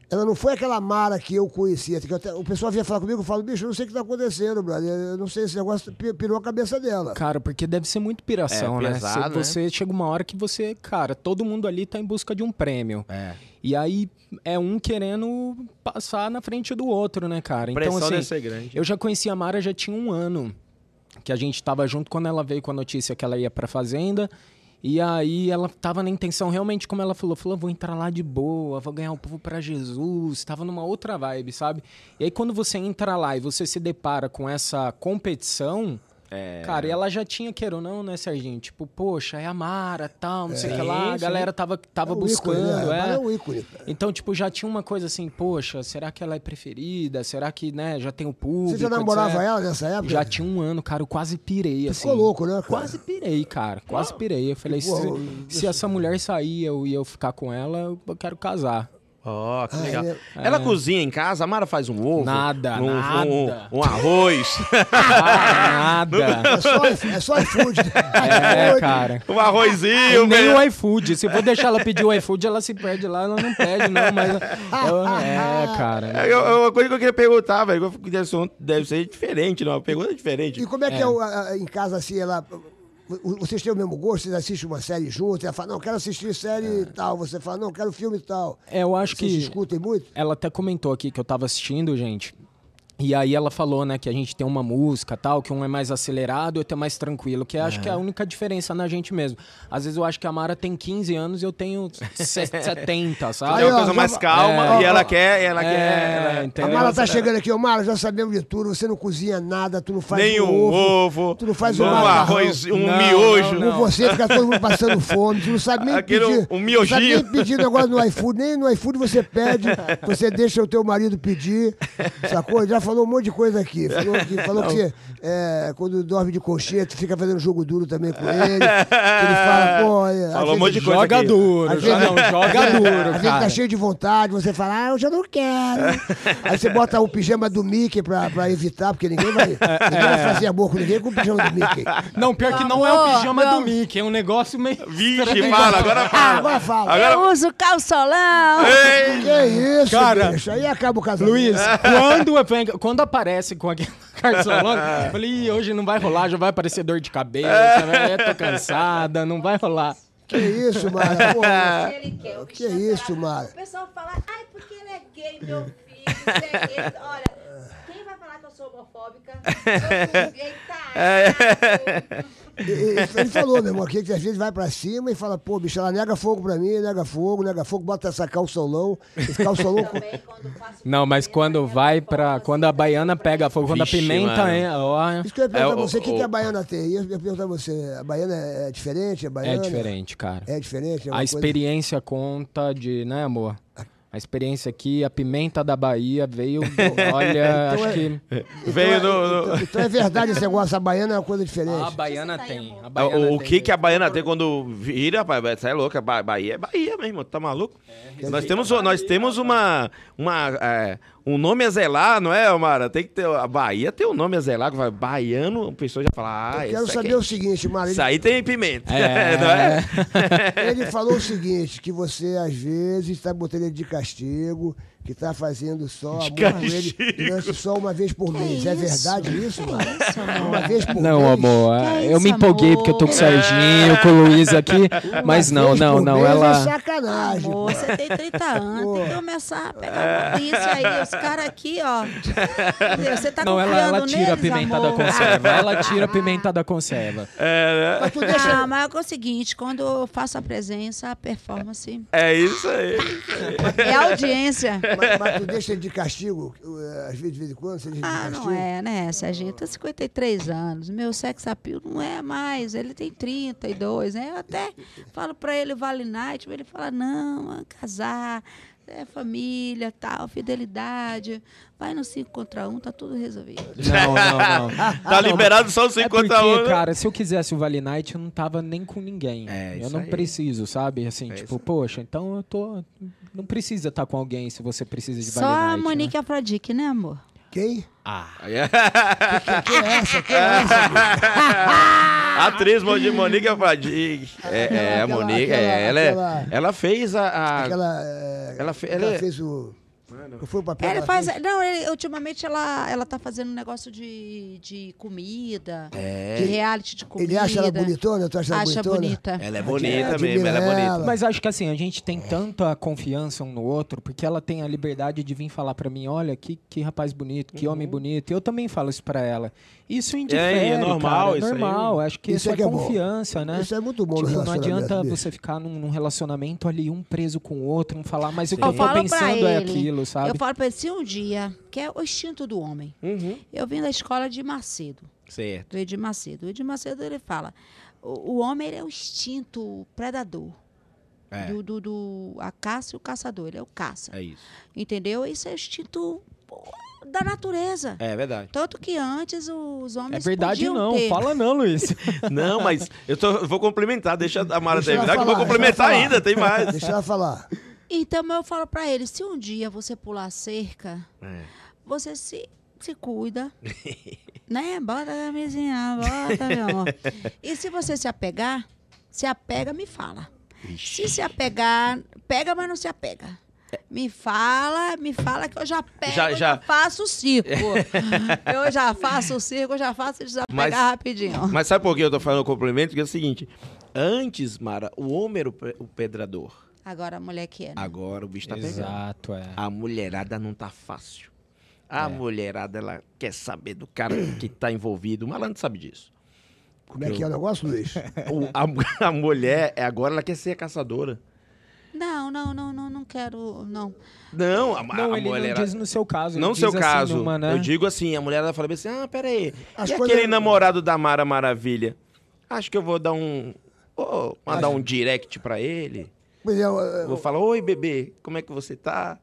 Speaker 1: Ela não foi aquela Mara que eu conhecia. Que eu até- o pessoal vinha falar comigo e falava, bicho, eu não sei o que tá acontecendo, brother. Eu não sei, esse negócio pi- pirou a cabeça dela.
Speaker 5: Cara, porque deve ser muito piração,
Speaker 2: É,
Speaker 5: né?
Speaker 2: pesado,
Speaker 5: Você-
Speaker 2: né?
Speaker 5: você chega uma hora que você, cara, todo mundo ali tá em busca de um prêmio.
Speaker 2: É.
Speaker 5: E aí é um querendo passar na frente do outro, né, cara? Então,
Speaker 2: Pressão
Speaker 5: assim,
Speaker 2: deve ser grande.
Speaker 5: eu já conheci a Mara já tinha um ano que a gente tava junto quando ela veio com a notícia que ela ia pra fazenda. E aí ela tava na intenção, realmente, como ela falou, falou, vou entrar lá de boa, vou ganhar o povo pra Jesus, tava numa outra vibe, sabe? E aí quando você entra lá e você se depara com essa competição, cara, e ela já tinha queira ou não, né, Serginho? Tipo, poxa, é a Mara, tal, não sei o que lá, a galera tava, tava
Speaker 1: É um ícone,
Speaker 5: buscando,
Speaker 1: né? A Mara
Speaker 5: é.
Speaker 1: é um ícone. cara.
Speaker 5: Então, tipo, já tinha uma coisa assim, poxa, será que ela é preferida? Será que, né, já tem o público?
Speaker 1: Você já namorava
Speaker 5: etc.
Speaker 1: ela nessa época?
Speaker 5: Já tinha um ano, cara, eu quase pirei, assim.
Speaker 1: Ficou louco, né, cara?
Speaker 5: Quase pirei, cara, quase pirei. Eu falei, se,
Speaker 1: Uau,
Speaker 5: se essa mulher sair eu- e eu ficar com ela, eu quero casar.
Speaker 2: Ó, que
Speaker 1: Ah,
Speaker 2: legal.
Speaker 1: é-
Speaker 2: Ela cozinha em casa, a Mara faz um ovo.
Speaker 5: Nada,
Speaker 2: um, um-
Speaker 5: nada.
Speaker 2: um arroz.
Speaker 5: Ah, nada.
Speaker 1: É só, é só iFood.
Speaker 5: É, cara.
Speaker 2: um
Speaker 1: É,
Speaker 2: arrozinho,
Speaker 5: nem
Speaker 2: velho.
Speaker 5: o iFood. Se for deixar ela pedir o iFood, ela se perde lá, ela não pede, não, mas. eu- é, cara.
Speaker 2: É eu- é uma coisa que eu queria perguntar, velho. que Deve ser, um- deve ser diferente, não? Uma pergunta diferente.
Speaker 1: E como é que é, o- a- a- em casa, assim, ela... o- Vocês têm o mesmo gosto? Vocês assistem uma série juntos? Ela fala, não, quero assistir série tal. Você fala, não, quero filme tal.
Speaker 5: É, eu acho
Speaker 1: Vocês
Speaker 5: que.
Speaker 1: discutem muito?
Speaker 5: Ela até comentou aqui que eu tava assistindo, gente. E aí ela falou, né, que a gente tem uma música tal, que um é mais acelerado e outro é mais tranquilo, que eu acho que é a única diferença na gente mesmo. Às vezes eu acho que a Mara tem 15 anos e eu tenho se- 70,
Speaker 2: Ela
Speaker 5: sabe?
Speaker 2: é
Speaker 1: Aí,
Speaker 2: uma
Speaker 1: ó,
Speaker 2: coisa
Speaker 1: já-
Speaker 2: mais calma
Speaker 1: É.
Speaker 2: e ela quer, ela né? quer.
Speaker 5: É,
Speaker 2: ela-
Speaker 1: A
Speaker 5: entendeu?
Speaker 1: Mara tá chegando aqui, ô Mara, já sabemos de tudo. Você não cozinha nada, tu não faz
Speaker 2: Nem
Speaker 1: um
Speaker 2: um
Speaker 1: ovo,
Speaker 2: ovo,
Speaker 1: tu não faz um
Speaker 2: um
Speaker 1: macarrão.
Speaker 2: arroz, um
Speaker 5: Não,
Speaker 2: miojo.
Speaker 5: não, não.
Speaker 1: Com você fica todo mundo passando fome, tu não sabe nem
Speaker 2: Aquele
Speaker 1: pedir.
Speaker 2: um-
Speaker 1: não
Speaker 2: um
Speaker 1: sabe
Speaker 2: miojinho.
Speaker 1: nem pedir negócio no iFood, nem no iFood você pede, você deixa o teu marido pedir, sacou? Já falou um monte de coisa aqui. Falou que, falou que você, é, quando dorme de coxinha, tu fica fazendo jogo duro também com ele. que ele fala, pô, é, às
Speaker 2: Falou um
Speaker 1: vezes-
Speaker 2: monte de coisa né?"
Speaker 5: Joga
Speaker 2: aqui.
Speaker 5: duro,
Speaker 1: Às vezes-
Speaker 5: joga, não, joga
Speaker 1: Às
Speaker 5: duro,
Speaker 1: vezes tá
Speaker 5: cara.
Speaker 1: cheio de vontade, você fala, ah, hoje eu não quero. Aí você bota o pijama do Mickey pra, pra evitar, porque ninguém vai, ninguém vai
Speaker 5: É.
Speaker 1: fazer amor com ninguém com o pijama do Mickey.
Speaker 5: Não, pior que não é o
Speaker 3: Amor,
Speaker 5: pijama do
Speaker 3: não.
Speaker 5: Mickey, é um negócio meio...
Speaker 2: Vixe, fala, agora
Speaker 1: Ah,
Speaker 2: fala.
Speaker 1: agora fala.
Speaker 2: Agora.
Speaker 3: Eu uso calçolão.
Speaker 5: É.
Speaker 2: Ei!
Speaker 1: Que é isso,
Speaker 5: Cara,
Speaker 1: bicho? Aí acaba o casamento. É.
Speaker 5: Luiz, quando, eu venho- quando aparece com aquele cardiológico, eu falei, "Ih, hoje não vai rolar, já vai aparecer dor de cabeça, né? tô cansada, não vai rolar.
Speaker 1: Que isso, Mara? Porra,
Speaker 3: ele quer. O tá
Speaker 1: Que é isso, Mara?
Speaker 3: O pessoal fala, ai, porque ele é gay, meu filho, isso é gay. Olha, quem vai falar que eu sou homofóbica? Eu sou gay,
Speaker 5: É.
Speaker 3: tá?
Speaker 1: e- e- ele falou, meu irmão, aqui que às vezes vai pra cima e fala, pô, bicho, ela nega fogo pra mim, nega fogo, nega fogo, bota essa calçolão, esse calçolão com...
Speaker 3: Também, quando faço né,
Speaker 5: Não, mas quando vai pra. Quando a baiana pega fogo, quando a
Speaker 2: Vixe,
Speaker 5: pimenta
Speaker 2: mano.
Speaker 5: é. ó,
Speaker 1: Isso que eu ia perguntar
Speaker 2: É,
Speaker 1: pra você, o que,
Speaker 2: o-
Speaker 1: que a baiana tem? Eu ia perguntar pra você, a baiana é é diferente? A
Speaker 5: é
Speaker 1: baiana
Speaker 5: diferente, cara.
Speaker 1: É diferente? É uma
Speaker 5: A
Speaker 1: coisa-
Speaker 5: experiência conta de, né, amor? A experiência aqui, a pimenta da Bahia veio. Olha,
Speaker 1: Então
Speaker 5: acho
Speaker 1: é-
Speaker 5: que.
Speaker 2: Veio
Speaker 1: então, é-
Speaker 2: no- no-
Speaker 1: Então, então é verdade esse negócio, a baiana é uma coisa diferente.
Speaker 5: Ah, A baiana
Speaker 3: Deixa eu sentar aí,
Speaker 5: tem.
Speaker 3: amor.
Speaker 5: a
Speaker 2: Ah,
Speaker 5: baiana
Speaker 2: O, o
Speaker 5: tem.
Speaker 2: que
Speaker 1: né?
Speaker 2: que a baiana tem quando vira, pai? Você é louca? Ba- Bahia é Bahia, meu irmão. Tá maluco?
Speaker 1: É, tá
Speaker 2: nós temos, nós temos uma, uma, é, um nome a zelar, não é, Omara? Tem que ter, a Bahia tem um nome a zelar. que vai- Baiano, a pessoa já fala, ah,
Speaker 1: Eu quero
Speaker 2: esse
Speaker 1: saber
Speaker 2: aqui,
Speaker 1: o seguinte, Mara.
Speaker 2: Isso
Speaker 1: Ele,
Speaker 2: aí tem pimenta,
Speaker 5: É.
Speaker 2: não é?
Speaker 1: ele falou o seguinte: que você, às vezes, está botando ele de castigo, que está fazendo só
Speaker 2: De
Speaker 1: amor com ele
Speaker 2: castigo.
Speaker 1: durante só uma vez por mês. É
Speaker 3: isso?
Speaker 1: verdade isso,
Speaker 3: Que
Speaker 1: Mara?
Speaker 3: isso, amor?
Speaker 1: Uma vez por mês.
Speaker 5: Não, amor, é,
Speaker 3: Que é
Speaker 5: eu me
Speaker 3: isso,
Speaker 5: empolguei
Speaker 3: amor?
Speaker 5: porque eu tô com o Serginho, com o Luiz aqui, mas
Speaker 1: Uma
Speaker 5: não,
Speaker 1: vez
Speaker 5: não,
Speaker 1: por
Speaker 5: não,
Speaker 1: mês É
Speaker 5: ela...
Speaker 1: sacanagem.
Speaker 3: Amor, você tem 30 anos, tem que começar a pegar um isso aí. Os caras aqui, ó. Você tá
Speaker 5: Não, ela, ela
Speaker 3: confiando
Speaker 5: tira a
Speaker 3: neles,
Speaker 5: pimenta da
Speaker 3: amor?
Speaker 5: conserva, ela tira a pimenta da conserva.
Speaker 1: Mas tu deixa.
Speaker 3: Ah, mas é o seguinte, quando eu faço a presença, a performance
Speaker 2: É isso aí.
Speaker 3: é a audiência.
Speaker 1: Mas, mas tu deixa ele de castigo, eh, às vezes de vez em quando, você deixa ele de
Speaker 3: Ah,
Speaker 1: castigo.
Speaker 3: não é, né, Serginho? Eu tô 53 anos. Meu sex appeal não é mais. Ele tem 32, né? Eu até falo pra ele vale night, mas ele fala, não, é casar, é família, tal, fidelidade. Vai no 5 contra 1, um, tá tudo resolvido.
Speaker 5: Não, não, não.
Speaker 2: Tá liberado só os
Speaker 5: É
Speaker 2: 50
Speaker 5: porque,
Speaker 2: anos.
Speaker 5: cara, se eu quisesse o Valley Night, eu não tava nem com ninguém.
Speaker 2: É,
Speaker 5: eu
Speaker 2: isso
Speaker 5: não
Speaker 2: aí.
Speaker 5: preciso, sabe? Assim,
Speaker 2: É
Speaker 5: tipo,
Speaker 2: isso.
Speaker 5: poxa, então eu tô... Não precisa estar com alguém se você precisa de
Speaker 3: Só
Speaker 5: Valley
Speaker 3: a
Speaker 5: Night. né?
Speaker 3: Monique Afrodite, né, amor?
Speaker 1: Quem?
Speaker 2: Ah. Que é essa? Que é essa? Atriz Mo- de Monique Afradig. É, é, a
Speaker 1: Aquela-
Speaker 2: Monique,
Speaker 1: aquela-
Speaker 2: é, ela, é-
Speaker 1: aquela-
Speaker 2: ela fez a. a-
Speaker 1: Aquela. eh,
Speaker 2: Ela fe-
Speaker 1: ela
Speaker 2: ela é-
Speaker 1: fez o. Qual foi o papel que
Speaker 3: Ela
Speaker 1: ela
Speaker 3: faz.
Speaker 1: fez?
Speaker 3: Não, ele- ultimamente ela, ela tá fazendo um negócio de, de comida, de reality de comida.
Speaker 1: Ele acha ela bonitona? Tu acha ela
Speaker 3: Acha
Speaker 1: bonitona?
Speaker 3: bonita.
Speaker 2: ela é
Speaker 1: Admira
Speaker 2: bonita mesmo, ela é bonita.
Speaker 5: Mas acho que assim, a gente tem tanta confiança um no outro, porque ela tem a liberdade de vir falar pra mim, olha, que, que rapaz bonito, que
Speaker 1: Uhum.
Speaker 5: homem bonito. E eu também falo isso pra ela. Isso indifere,
Speaker 2: é normal
Speaker 5: cara, é
Speaker 2: isso aí.
Speaker 5: normal. Acho que
Speaker 1: Isso
Speaker 5: isso,
Speaker 1: é
Speaker 5: é,
Speaker 1: que é bom.
Speaker 5: confiança, né?
Speaker 1: Isso é muito bom no
Speaker 5: Tipo, não
Speaker 1: relacionamento,
Speaker 5: adianta
Speaker 1: bicho.
Speaker 5: você ficar num, num relacionamento ali, um preso com o outro, não falar, mas o que
Speaker 3: Eu
Speaker 5: eu tô
Speaker 3: falo pra
Speaker 5: pensando
Speaker 3: ele,
Speaker 5: é aquilo, sabe?
Speaker 3: Eu falo pra ele, se um dia, que é o instinto do homem.
Speaker 2: Uhum.
Speaker 3: Eu vim da escola de Macedo,
Speaker 2: Certo.
Speaker 3: do Edir Macedo. O Edir Macedo, ele fala, o, o homem ele é o instinto predador.
Speaker 2: É.
Speaker 3: Do, do, do- a caça e o caçador, ele é o caça.
Speaker 2: É isso.
Speaker 3: Entendeu? Isso é o instinto pô, da natureza.
Speaker 2: É verdade.
Speaker 3: Tanto que antes os
Speaker 5: É
Speaker 3: homens
Speaker 5: verdade
Speaker 3: podiam
Speaker 5: não,
Speaker 3: ter.
Speaker 5: fala não, Luiz.
Speaker 2: Não, mas eu tô- vou complementar, deixa a Mara
Speaker 1: Deixa ela
Speaker 2: terminar, que eu vou
Speaker 1: falar,
Speaker 2: complementar
Speaker 1: deixa ela falar.
Speaker 2: ainda, tem mais.
Speaker 1: Deixa ela falar.
Speaker 3: Então eu falo pra ele, se um dia você pular a cerca,
Speaker 2: É.
Speaker 3: você se, se cuida, né? Bota a camisinha, bota, meu amor. E se você se apegar, se apega, me fala. Se se apegar, pega, mas não se apega. Me fala, me fala que eu já pego,
Speaker 2: Já-
Speaker 3: eu
Speaker 2: já.
Speaker 3: já faço o circo. eu já faço o circo, eu já faço desapegar
Speaker 2: Mas-
Speaker 3: rapidinho.
Speaker 2: Mas sabe por que eu tô falando complemento? Que é o seguinte, antes, Mara, o homem era o pe- o pedrador.
Speaker 3: Agora a mulher que é. né?
Speaker 2: Agora o bicho tá pegando.
Speaker 5: Exato, é.
Speaker 2: A mulherada não tá fácil. A mulherada, ela quer saber do cara que tá envolvido. O malandro sabe disso.
Speaker 1: Como é que é o negócio, Luiz?
Speaker 2: O- a, a mulher, é agora ela quer ser a caçadora.
Speaker 3: Não, não, não, não, não quero, não.
Speaker 2: Não, a,
Speaker 5: Não,
Speaker 2: a
Speaker 5: ele
Speaker 2: mulher...
Speaker 5: não diz no seu caso. ele
Speaker 2: Não
Speaker 5: diz
Speaker 2: seu
Speaker 5: assim
Speaker 2: caso.
Speaker 5: numa, né?
Speaker 2: Eu digo assim, a mulher ela fala bem assim: "Ah, pera aí.
Speaker 1: As
Speaker 2: e
Speaker 1: coisas- é
Speaker 2: aquele namorado da Mara Maravilha? Acho que eu vou dar um vou mandar um direct pra ele.
Speaker 1: Pois é, eh,
Speaker 2: Vou falar: "Oi, bebê, como é que você tá?"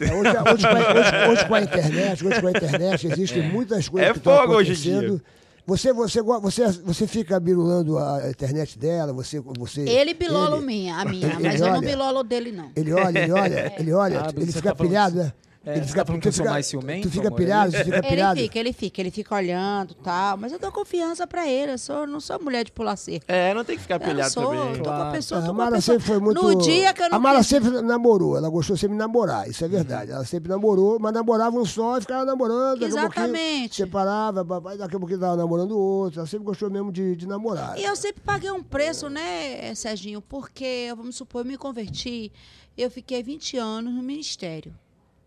Speaker 1: É, Hoje, hoje, com a, hoje- hoje com a internet, hoje com a internet, existem muitas coisas
Speaker 2: É
Speaker 1: que estão
Speaker 2: fogo hoje em
Speaker 1: acontecendo. Você, você, go- você, você fica bilulando a internet dela, você... você
Speaker 3: Ele bilola o
Speaker 1: ele-
Speaker 3: minha, a minha,
Speaker 1: ele
Speaker 3: mas eu não
Speaker 1: olha.
Speaker 3: bilolo o dele, não.
Speaker 1: Ele olha, ele olha, ele olha,
Speaker 5: Ah, mas
Speaker 1: ele
Speaker 5: você
Speaker 1: fica
Speaker 5: tá falando
Speaker 1: pilhado,
Speaker 5: isso.
Speaker 1: né?
Speaker 5: É,
Speaker 1: ele
Speaker 5: você tá falando que eu sou mais ciumento,
Speaker 1: Tu fica
Speaker 5: amor, é
Speaker 1: pilhado,
Speaker 5: isso?
Speaker 1: tu fica
Speaker 3: Ele
Speaker 1: pilhado.
Speaker 3: fica, ele fica, ele fica olhando tal, mas eu dou confiança pra ele. Eu sou, não sou mulher de pular cerca.
Speaker 2: É, não tem que ficar
Speaker 3: Eu não
Speaker 2: pilhado
Speaker 3: sou,
Speaker 2: também.
Speaker 3: tô com a
Speaker 5: Claro.
Speaker 1: É,
Speaker 3: pessoa, tô
Speaker 1: A
Speaker 3: com a
Speaker 1: Mara
Speaker 3: pessoa.
Speaker 1: sempre foi muito.
Speaker 3: No dia que eu
Speaker 1: A
Speaker 3: não
Speaker 1: Mara
Speaker 3: quis-
Speaker 1: sempre namorou, ela gostou sempre de namorar, isso é verdade. Ela sempre namorou, mas namorava um só e ficava namorando. daqui a pouquinho
Speaker 3: Exatamente.
Speaker 1: Separava, papai, daqui a pouquinho tava namorando o outro. Ela sempre gostou mesmo de, de namorar.
Speaker 3: E eu sempre paguei um preço, né, Serginho? Porque, vamos supor, eu me converti, eu fiquei 20 anos no ministério,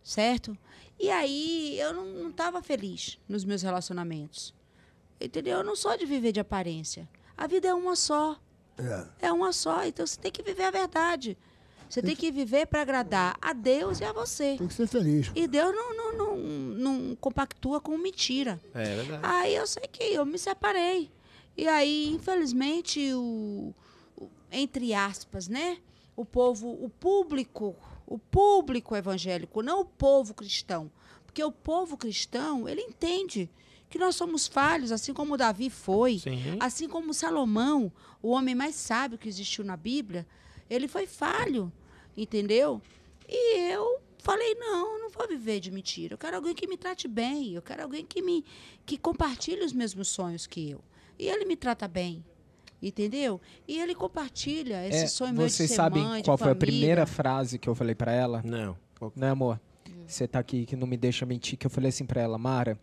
Speaker 3: certo? E aí eu não, não tava feliz nos meus relacionamentos. Entendeu? Eu não sou de viver de aparência. A vida é uma só.
Speaker 1: É.
Speaker 3: É uma só, então você tem que viver a verdade. Você tem que viver para agradar a Deus e a você.
Speaker 1: Tem que ser feliz.
Speaker 3: E Deus não, não, não, não compactua com mentira.
Speaker 2: É verdade.
Speaker 3: Aí eu sei que eu me separei. E aí, infelizmente, o, o- entre aspas, né? O povo, o público o público evangélico, não o povo cristão. Porque o povo cristão, ele entende que nós somos falhos, assim como Davi foi,
Speaker 5: Uhum.
Speaker 2: Sim.
Speaker 3: assim como Salomão, o homem mais sábio que existiu na Bíblia, ele foi falho, entendeu? E eu falei, não, eu não vou viver de mentira. Eu quero alguém que me trate bem, eu quero alguém que me que compartilhe os mesmos sonhos que eu. E ele me trata bem. Entendeu? E ele compartilha esse
Speaker 5: É,
Speaker 3: sonho meu de
Speaker 5: vocês
Speaker 3: ser
Speaker 5: sabem
Speaker 3: mãe, de
Speaker 5: qual foi a
Speaker 3: família.
Speaker 5: primeira frase que eu falei pra ela?
Speaker 2: Não.
Speaker 5: Né, amor?
Speaker 3: É.
Speaker 5: Você tá aqui que não me deixa mentir, que eu falei assim pra ela, Mara.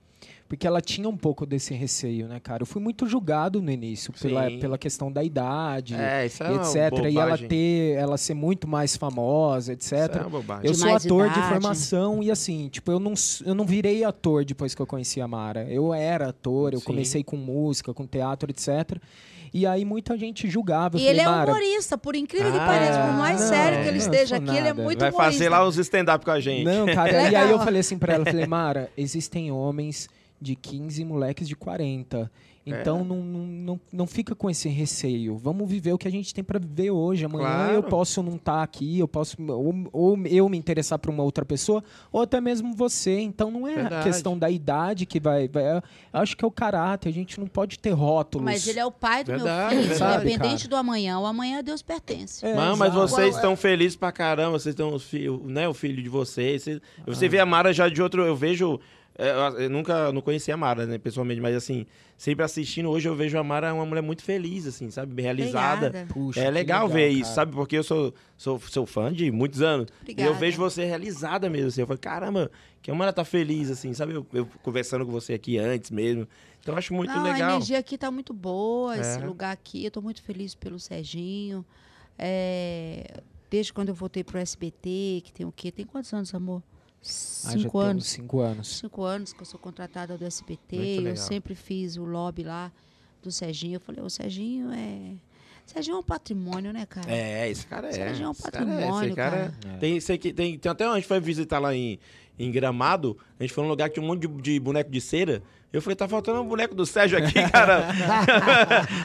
Speaker 5: Porque ela tinha um pouco desse receio, né, cara? Eu fui muito julgado no início pela,
Speaker 2: Sim.
Speaker 5: pela questão da idade,
Speaker 2: É, isso é
Speaker 5: e
Speaker 2: uma
Speaker 5: etc. E ela
Speaker 2: bobagem.
Speaker 5: ter, ela ser muito mais famosa, etc.
Speaker 2: Isso é uma bobagem.
Speaker 5: Eu
Speaker 3: De
Speaker 5: sou
Speaker 3: mais
Speaker 5: ator de
Speaker 3: idade.
Speaker 5: formação e assim, tipo, eu não, s- eu não virei ator depois que eu conheci a Mara. Eu era ator, eu
Speaker 2: Sim.
Speaker 5: comecei com música, com teatro, etc. E aí muita gente julgava. Eu
Speaker 3: E ele
Speaker 5: falei,
Speaker 3: é
Speaker 5: Mara,
Speaker 3: humorista, por incrível que
Speaker 2: Ah,
Speaker 3: pareça. Por mais
Speaker 2: não,
Speaker 3: sério que
Speaker 2: não
Speaker 3: ele esteja
Speaker 5: sou
Speaker 3: aqui, ele é
Speaker 5: nada.
Speaker 3: muito
Speaker 2: Vai
Speaker 3: humorista.
Speaker 2: fazer lá os stand-up com a gente.
Speaker 5: Não, cara. e aí
Speaker 3: Legal.
Speaker 5: eu falei assim pra ela, eu falei, Mara, existem homens de 15 e moleques de 40. Então
Speaker 2: É.
Speaker 5: não, não, não, não fica com esse receio. Vamos viver o que a gente tem pra viver hoje. Amanhã
Speaker 2: Claro.
Speaker 5: eu posso não estar aqui, eu posso ou, ou eu me interessar por uma outra pessoa, ou até mesmo você. Então não é a
Speaker 2: Verdade.
Speaker 5: questão da idade que vai, vai- eu Acho que é o caráter. A gente não pode ter rótulos.
Speaker 3: Mas ele é o pai do
Speaker 2: Verdade,
Speaker 3: meu filho,
Speaker 5: verdade,
Speaker 3: independente
Speaker 5: cara.
Speaker 3: do amanhã. O amanhã a Deus pertence.
Speaker 5: É,
Speaker 2: Mano, mas
Speaker 5: exato.
Speaker 2: vocês estão felizes pra caramba, vocês estão os filhos, né, o filho de vocês. Você, você vê a Mara já de outro, eu vejo, é, eu, eu nunca não conheci a Mara, né, pessoalmente, mas assim, sempre assistindo hoje eu vejo a Mara uma mulher muito feliz assim, sabe, bem realizada.
Speaker 3: Obrigada.
Speaker 5: Puxa,
Speaker 2: É
Speaker 5: que
Speaker 2: legal, ver
Speaker 5: cara. Ah,
Speaker 2: isso, sabe? Porque eu sou, sou, sou fã de muitos anos. E
Speaker 3: Obrigada.
Speaker 2: eu vejo você realizada mesmo, assim. Eu falo, caramba, que a Mara tá feliz, assim, sabe? Eu, eu conversando com você aqui antes mesmo. Então eu acho muito
Speaker 3: Não, a
Speaker 2: legal.
Speaker 3: energia aqui tá muito boa, esse
Speaker 2: É.
Speaker 3: lugar aqui. Eu tô muito feliz pelo Serginho. É, desde quando eu voltei pro SBT, que tem o quê? Tem quantos anos, amor?
Speaker 5: Ah, já
Speaker 3: Cinco
Speaker 5: tem uns
Speaker 3: anos.
Speaker 5: Cinco anos.
Speaker 3: cinco anos que eu sou contratada do
Speaker 2: Muito
Speaker 3: SBT. Eu
Speaker 2: legal.
Speaker 3: sempre fiz o lobby lá do Serginho. Eu falei, o Serginho é. Serginho é um patrimônio, né, cara?
Speaker 2: É, esse cara é.
Speaker 3: Esse cara já é um
Speaker 2: esse cara é,
Speaker 3: patrimônio,
Speaker 2: é. Tem, sei que, tem, tem até a gente foi visitar lá em, em Gramado. A gente foi num lugar que tinha um monte de, de boneco de cera. Eu falei, tá faltando um boneco do Sérgio aqui, cara.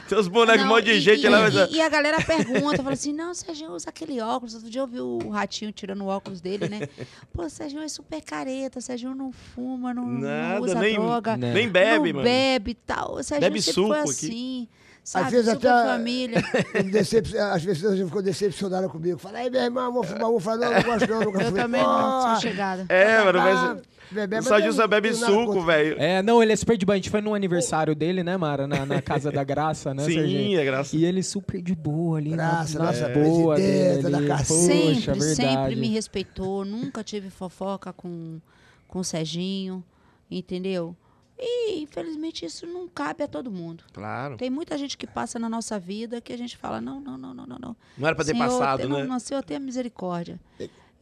Speaker 2: tem uns bonecos, um
Speaker 3: Não,
Speaker 2: monte de
Speaker 3: e-
Speaker 2: gente
Speaker 3: e,
Speaker 2: lá.
Speaker 3: e-
Speaker 2: mas-
Speaker 3: e a galera pergunta, fala assim: não, Serginho usa aquele óculos. Outro dia eu vi o ratinho tirando o óculos dele, né? Pô, Serginho é super careta, Serginho não fuma, não, não
Speaker 2: Nada,
Speaker 3: usa
Speaker 2: nem,
Speaker 3: droga.
Speaker 5: Não.
Speaker 2: nem bebe,
Speaker 3: não
Speaker 2: mano.
Speaker 3: bebe e tal. O Serginho
Speaker 2: Bebe
Speaker 3: sempre foi
Speaker 2: suco aqui.
Speaker 3: assim. Sabe,
Speaker 1: vezes
Speaker 3: super
Speaker 1: até-
Speaker 3: família.
Speaker 1: Eu me decep- As pessoas ficam decepcionadas comigo. Fala, aí, meu irmão, vou fumar, vou falar, não, não gosto não, nunca
Speaker 3: Eu
Speaker 1: fumei."
Speaker 3: também não
Speaker 1: Porra,
Speaker 3: sou chegada.
Speaker 2: É, mano,
Speaker 1: babá,
Speaker 2: mas.
Speaker 1: bebê,
Speaker 2: O
Speaker 1: mas
Speaker 2: Sérgio
Speaker 1: eu
Speaker 2: só
Speaker 1: não
Speaker 2: bebe
Speaker 1: tenho nada
Speaker 2: suco,
Speaker 1: contra.
Speaker 2: velho.
Speaker 5: É, não, ele é super de boa. A gente foi no aniversário dele, né, Mara? Na, na Casa da Graça, né,
Speaker 2: Sim,
Speaker 5: Serginho?
Speaker 2: é graça.
Speaker 5: E ele super de boa ali, né?
Speaker 1: Graça,
Speaker 5: na, na
Speaker 1: nossa
Speaker 5: boa dele
Speaker 1: presidenta
Speaker 5: ali.
Speaker 1: da
Speaker 5: Poxa,
Speaker 1: cacete.
Speaker 5: verdade.
Speaker 3: sempre, sempre me respeitou, nunca tive fofoca com, com o Serginho, entendeu? E infelizmente isso não cabe a todo mundo.
Speaker 2: Claro.
Speaker 3: Tem muita gente que passa na nossa vida que a gente fala: não, não, não, não, não, não.
Speaker 2: Não era pra ter
Speaker 3: Senhor,
Speaker 2: passado,
Speaker 3: tem-
Speaker 2: né?
Speaker 3: Não, não, Senhor, tenha misericórdia.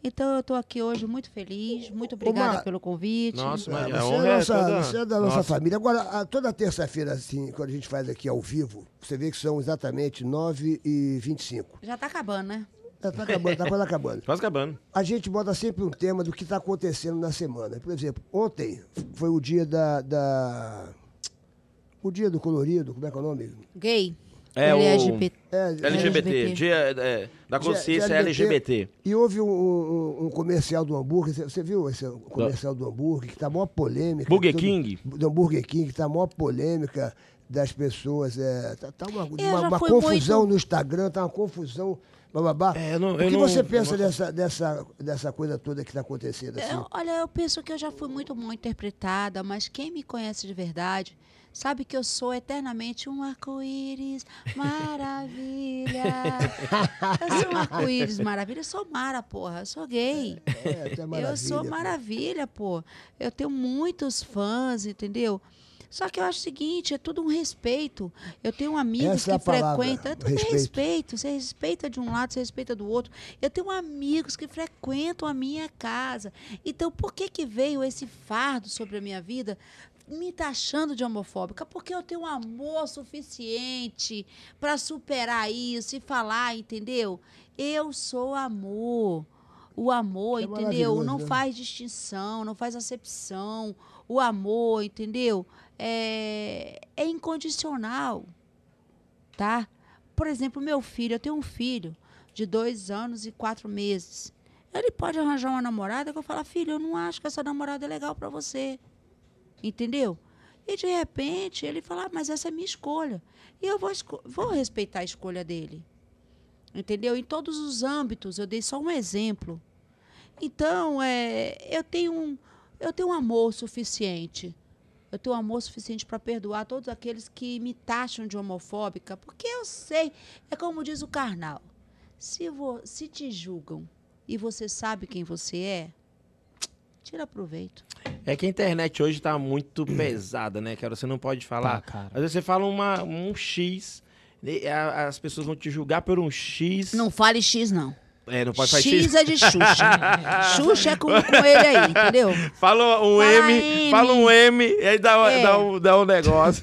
Speaker 3: Então eu estou aqui hoje muito feliz, muito obrigada
Speaker 1: Mara,
Speaker 3: pelo convite.
Speaker 2: Nossa, mas
Speaker 1: Ah,
Speaker 2: a
Speaker 1: Você
Speaker 2: honra
Speaker 1: é,
Speaker 2: é
Speaker 1: nossa,
Speaker 2: toda-
Speaker 1: você é da nossa,
Speaker 2: nossa.
Speaker 1: família. Agora, a- toda terça-feira, assim, quando a gente faz aqui ao vivo, você vê que são exatamente 9 e 25
Speaker 3: Já está acabando, né?
Speaker 1: Tá, tá acabando, tá quase acabando.
Speaker 2: Quase acabando.
Speaker 1: A gente bota sempre um tema do que está acontecendo na semana. Por exemplo, ontem foi o dia da. da- O dia do colorido, como é que é o nome?
Speaker 3: Gay.
Speaker 2: É,
Speaker 3: Ele é
Speaker 2: o-
Speaker 3: LGBT.
Speaker 1: É,
Speaker 2: LGBT,
Speaker 3: LGBT.
Speaker 2: dia é, da consciência
Speaker 1: Dia- dia
Speaker 2: LGBT.
Speaker 1: E houve um, um- um comercial do hambúrguer. Você- Você viu esse comercial do hambúrguer, que tá maior polêmica.
Speaker 2: Burger
Speaker 1: tudo-
Speaker 2: King?
Speaker 1: Do Burger King, que tá maior polêmica das pessoas. É, tá, tá uma, uma,
Speaker 3: já
Speaker 1: uma
Speaker 3: fui
Speaker 1: confusão
Speaker 3: muito-
Speaker 1: no Instagram, tá uma confusão. Bababá.
Speaker 2: É, eu não-
Speaker 1: o
Speaker 2: eu
Speaker 1: que
Speaker 2: não-
Speaker 1: você pensa
Speaker 2: não-
Speaker 1: dessa, dessa, dessa coisa toda que tá acontecendo? Assim?
Speaker 3: Eu- olha, eu penso que eu já fui muito mal interpretada, mas quem me conhece de verdade sabe que eu sou eternamente um arco-íris maravilha. eu sou um arco-íris maravilha. Eu sou Mara, porra. Eu sou gay.
Speaker 1: É, até
Speaker 3: Eu sou maravilha, pô. Eu tenho muitos fãs, entendeu? Só que eu acho o seguinte, é tudo um respeito. Eu tenho amigos
Speaker 1: Essa é a
Speaker 3: que
Speaker 1: palavra,
Speaker 3: frequentam. É tudo
Speaker 1: respeito.
Speaker 3: respeito. Você respeita de um lado, você respeita do outro. Eu tenho amigos que frequentam a minha casa. Então, por que, que veio esse fardo sobre a minha vida me taxando de homofóbica? Porque eu tenho um amor suficiente para superar isso e falar, entendeu? Eu sou amor. O amor,
Speaker 1: É
Speaker 3: entendeu? Não
Speaker 1: maravilhoso, né?
Speaker 3: faz distinção, não faz acepção. O amor, entendeu? É, é incondicional, tá? Por exemplo, meu filho, eu tenho um filho de dois anos e quatro meses. Eu Ele pode arranjar uma namorada que eu falo, filho, eu não acho que essa namorada é legal pra você. Entendeu? E de repente ele fala, ah, mas essa é minha escolha. E eu vou, esco- vou respeitar a escolha dele. Entendeu? Em todos os âmbitos, eu dei só um exemplo. Então, é, eu tenho um, eu tenho um amor suficiente. Eu tenho um amor suficiente para perdoar todos aqueles que me taxam de homofóbica, porque eu sei, é como diz o carnal. Se, vo, se te julgam e você sabe quem você é, tira proveito.
Speaker 2: É que a internet hoje tá muito pesada, né, cara? Você não pode falar.
Speaker 5: Tá, cara.
Speaker 2: Às vezes você fala uma, um X, e a- as pessoas vão te julgar por um X.
Speaker 3: Não fale X, não.
Speaker 2: É, não pode falar
Speaker 3: X, é de Xuxa. Xuxa é com, com ele aí, entendeu?
Speaker 1: é
Speaker 2: Fala um
Speaker 3: Fala
Speaker 2: M,
Speaker 3: M.
Speaker 2: fala um M, e aí dá,
Speaker 3: É.
Speaker 2: dá, um, dá um negócio.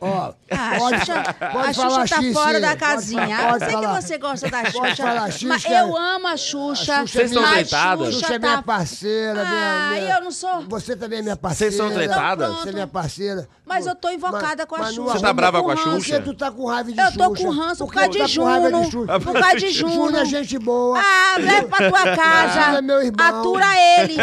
Speaker 1: Ó,
Speaker 3: Ah, a
Speaker 1: pode,
Speaker 3: Xuxa,
Speaker 1: pode falar
Speaker 3: a Xuxa tá
Speaker 1: X,
Speaker 3: fora
Speaker 1: sim.
Speaker 3: da
Speaker 1: Pode fa-
Speaker 3: casinha.
Speaker 1: pode
Speaker 3: eu sei
Speaker 1: falar.
Speaker 3: que você gosta da Xuxa.
Speaker 1: falar X,
Speaker 3: mas
Speaker 1: cara.
Speaker 3: eu amo a Xuxa.
Speaker 1: Xuxa Vocês
Speaker 2: são
Speaker 3: mas
Speaker 2: tretadas?
Speaker 3: Xuxa
Speaker 1: Xuxa é
Speaker 3: tá-
Speaker 1: minha parceira.
Speaker 3: Ah,
Speaker 1: minha,
Speaker 3: eu não sou.
Speaker 1: Você também é minha parceira.
Speaker 2: Vocês são tretadas?
Speaker 1: Você é minha parceira.
Speaker 3: Mas eu tô invocada
Speaker 1: Mas-
Speaker 3: com a
Speaker 1: mas não
Speaker 3: Xuxa.
Speaker 2: Você tá
Speaker 1: arruma-
Speaker 2: brava com a
Speaker 3: ranço.
Speaker 2: Xuxa?
Speaker 1: Porque tu tá com raiva de
Speaker 3: Eu
Speaker 1: Xuxa.
Speaker 3: tô com ranço por causa
Speaker 1: tu
Speaker 3: de
Speaker 1: tá com raiva de
Speaker 3: Juno.
Speaker 1: Xuxa.
Speaker 3: Por causa de Juno.
Speaker 1: Juno é gente boa.
Speaker 3: Ah, leva pra tua
Speaker 1: Juno
Speaker 3: casa.
Speaker 1: é meu irmão.
Speaker 3: Atura ele.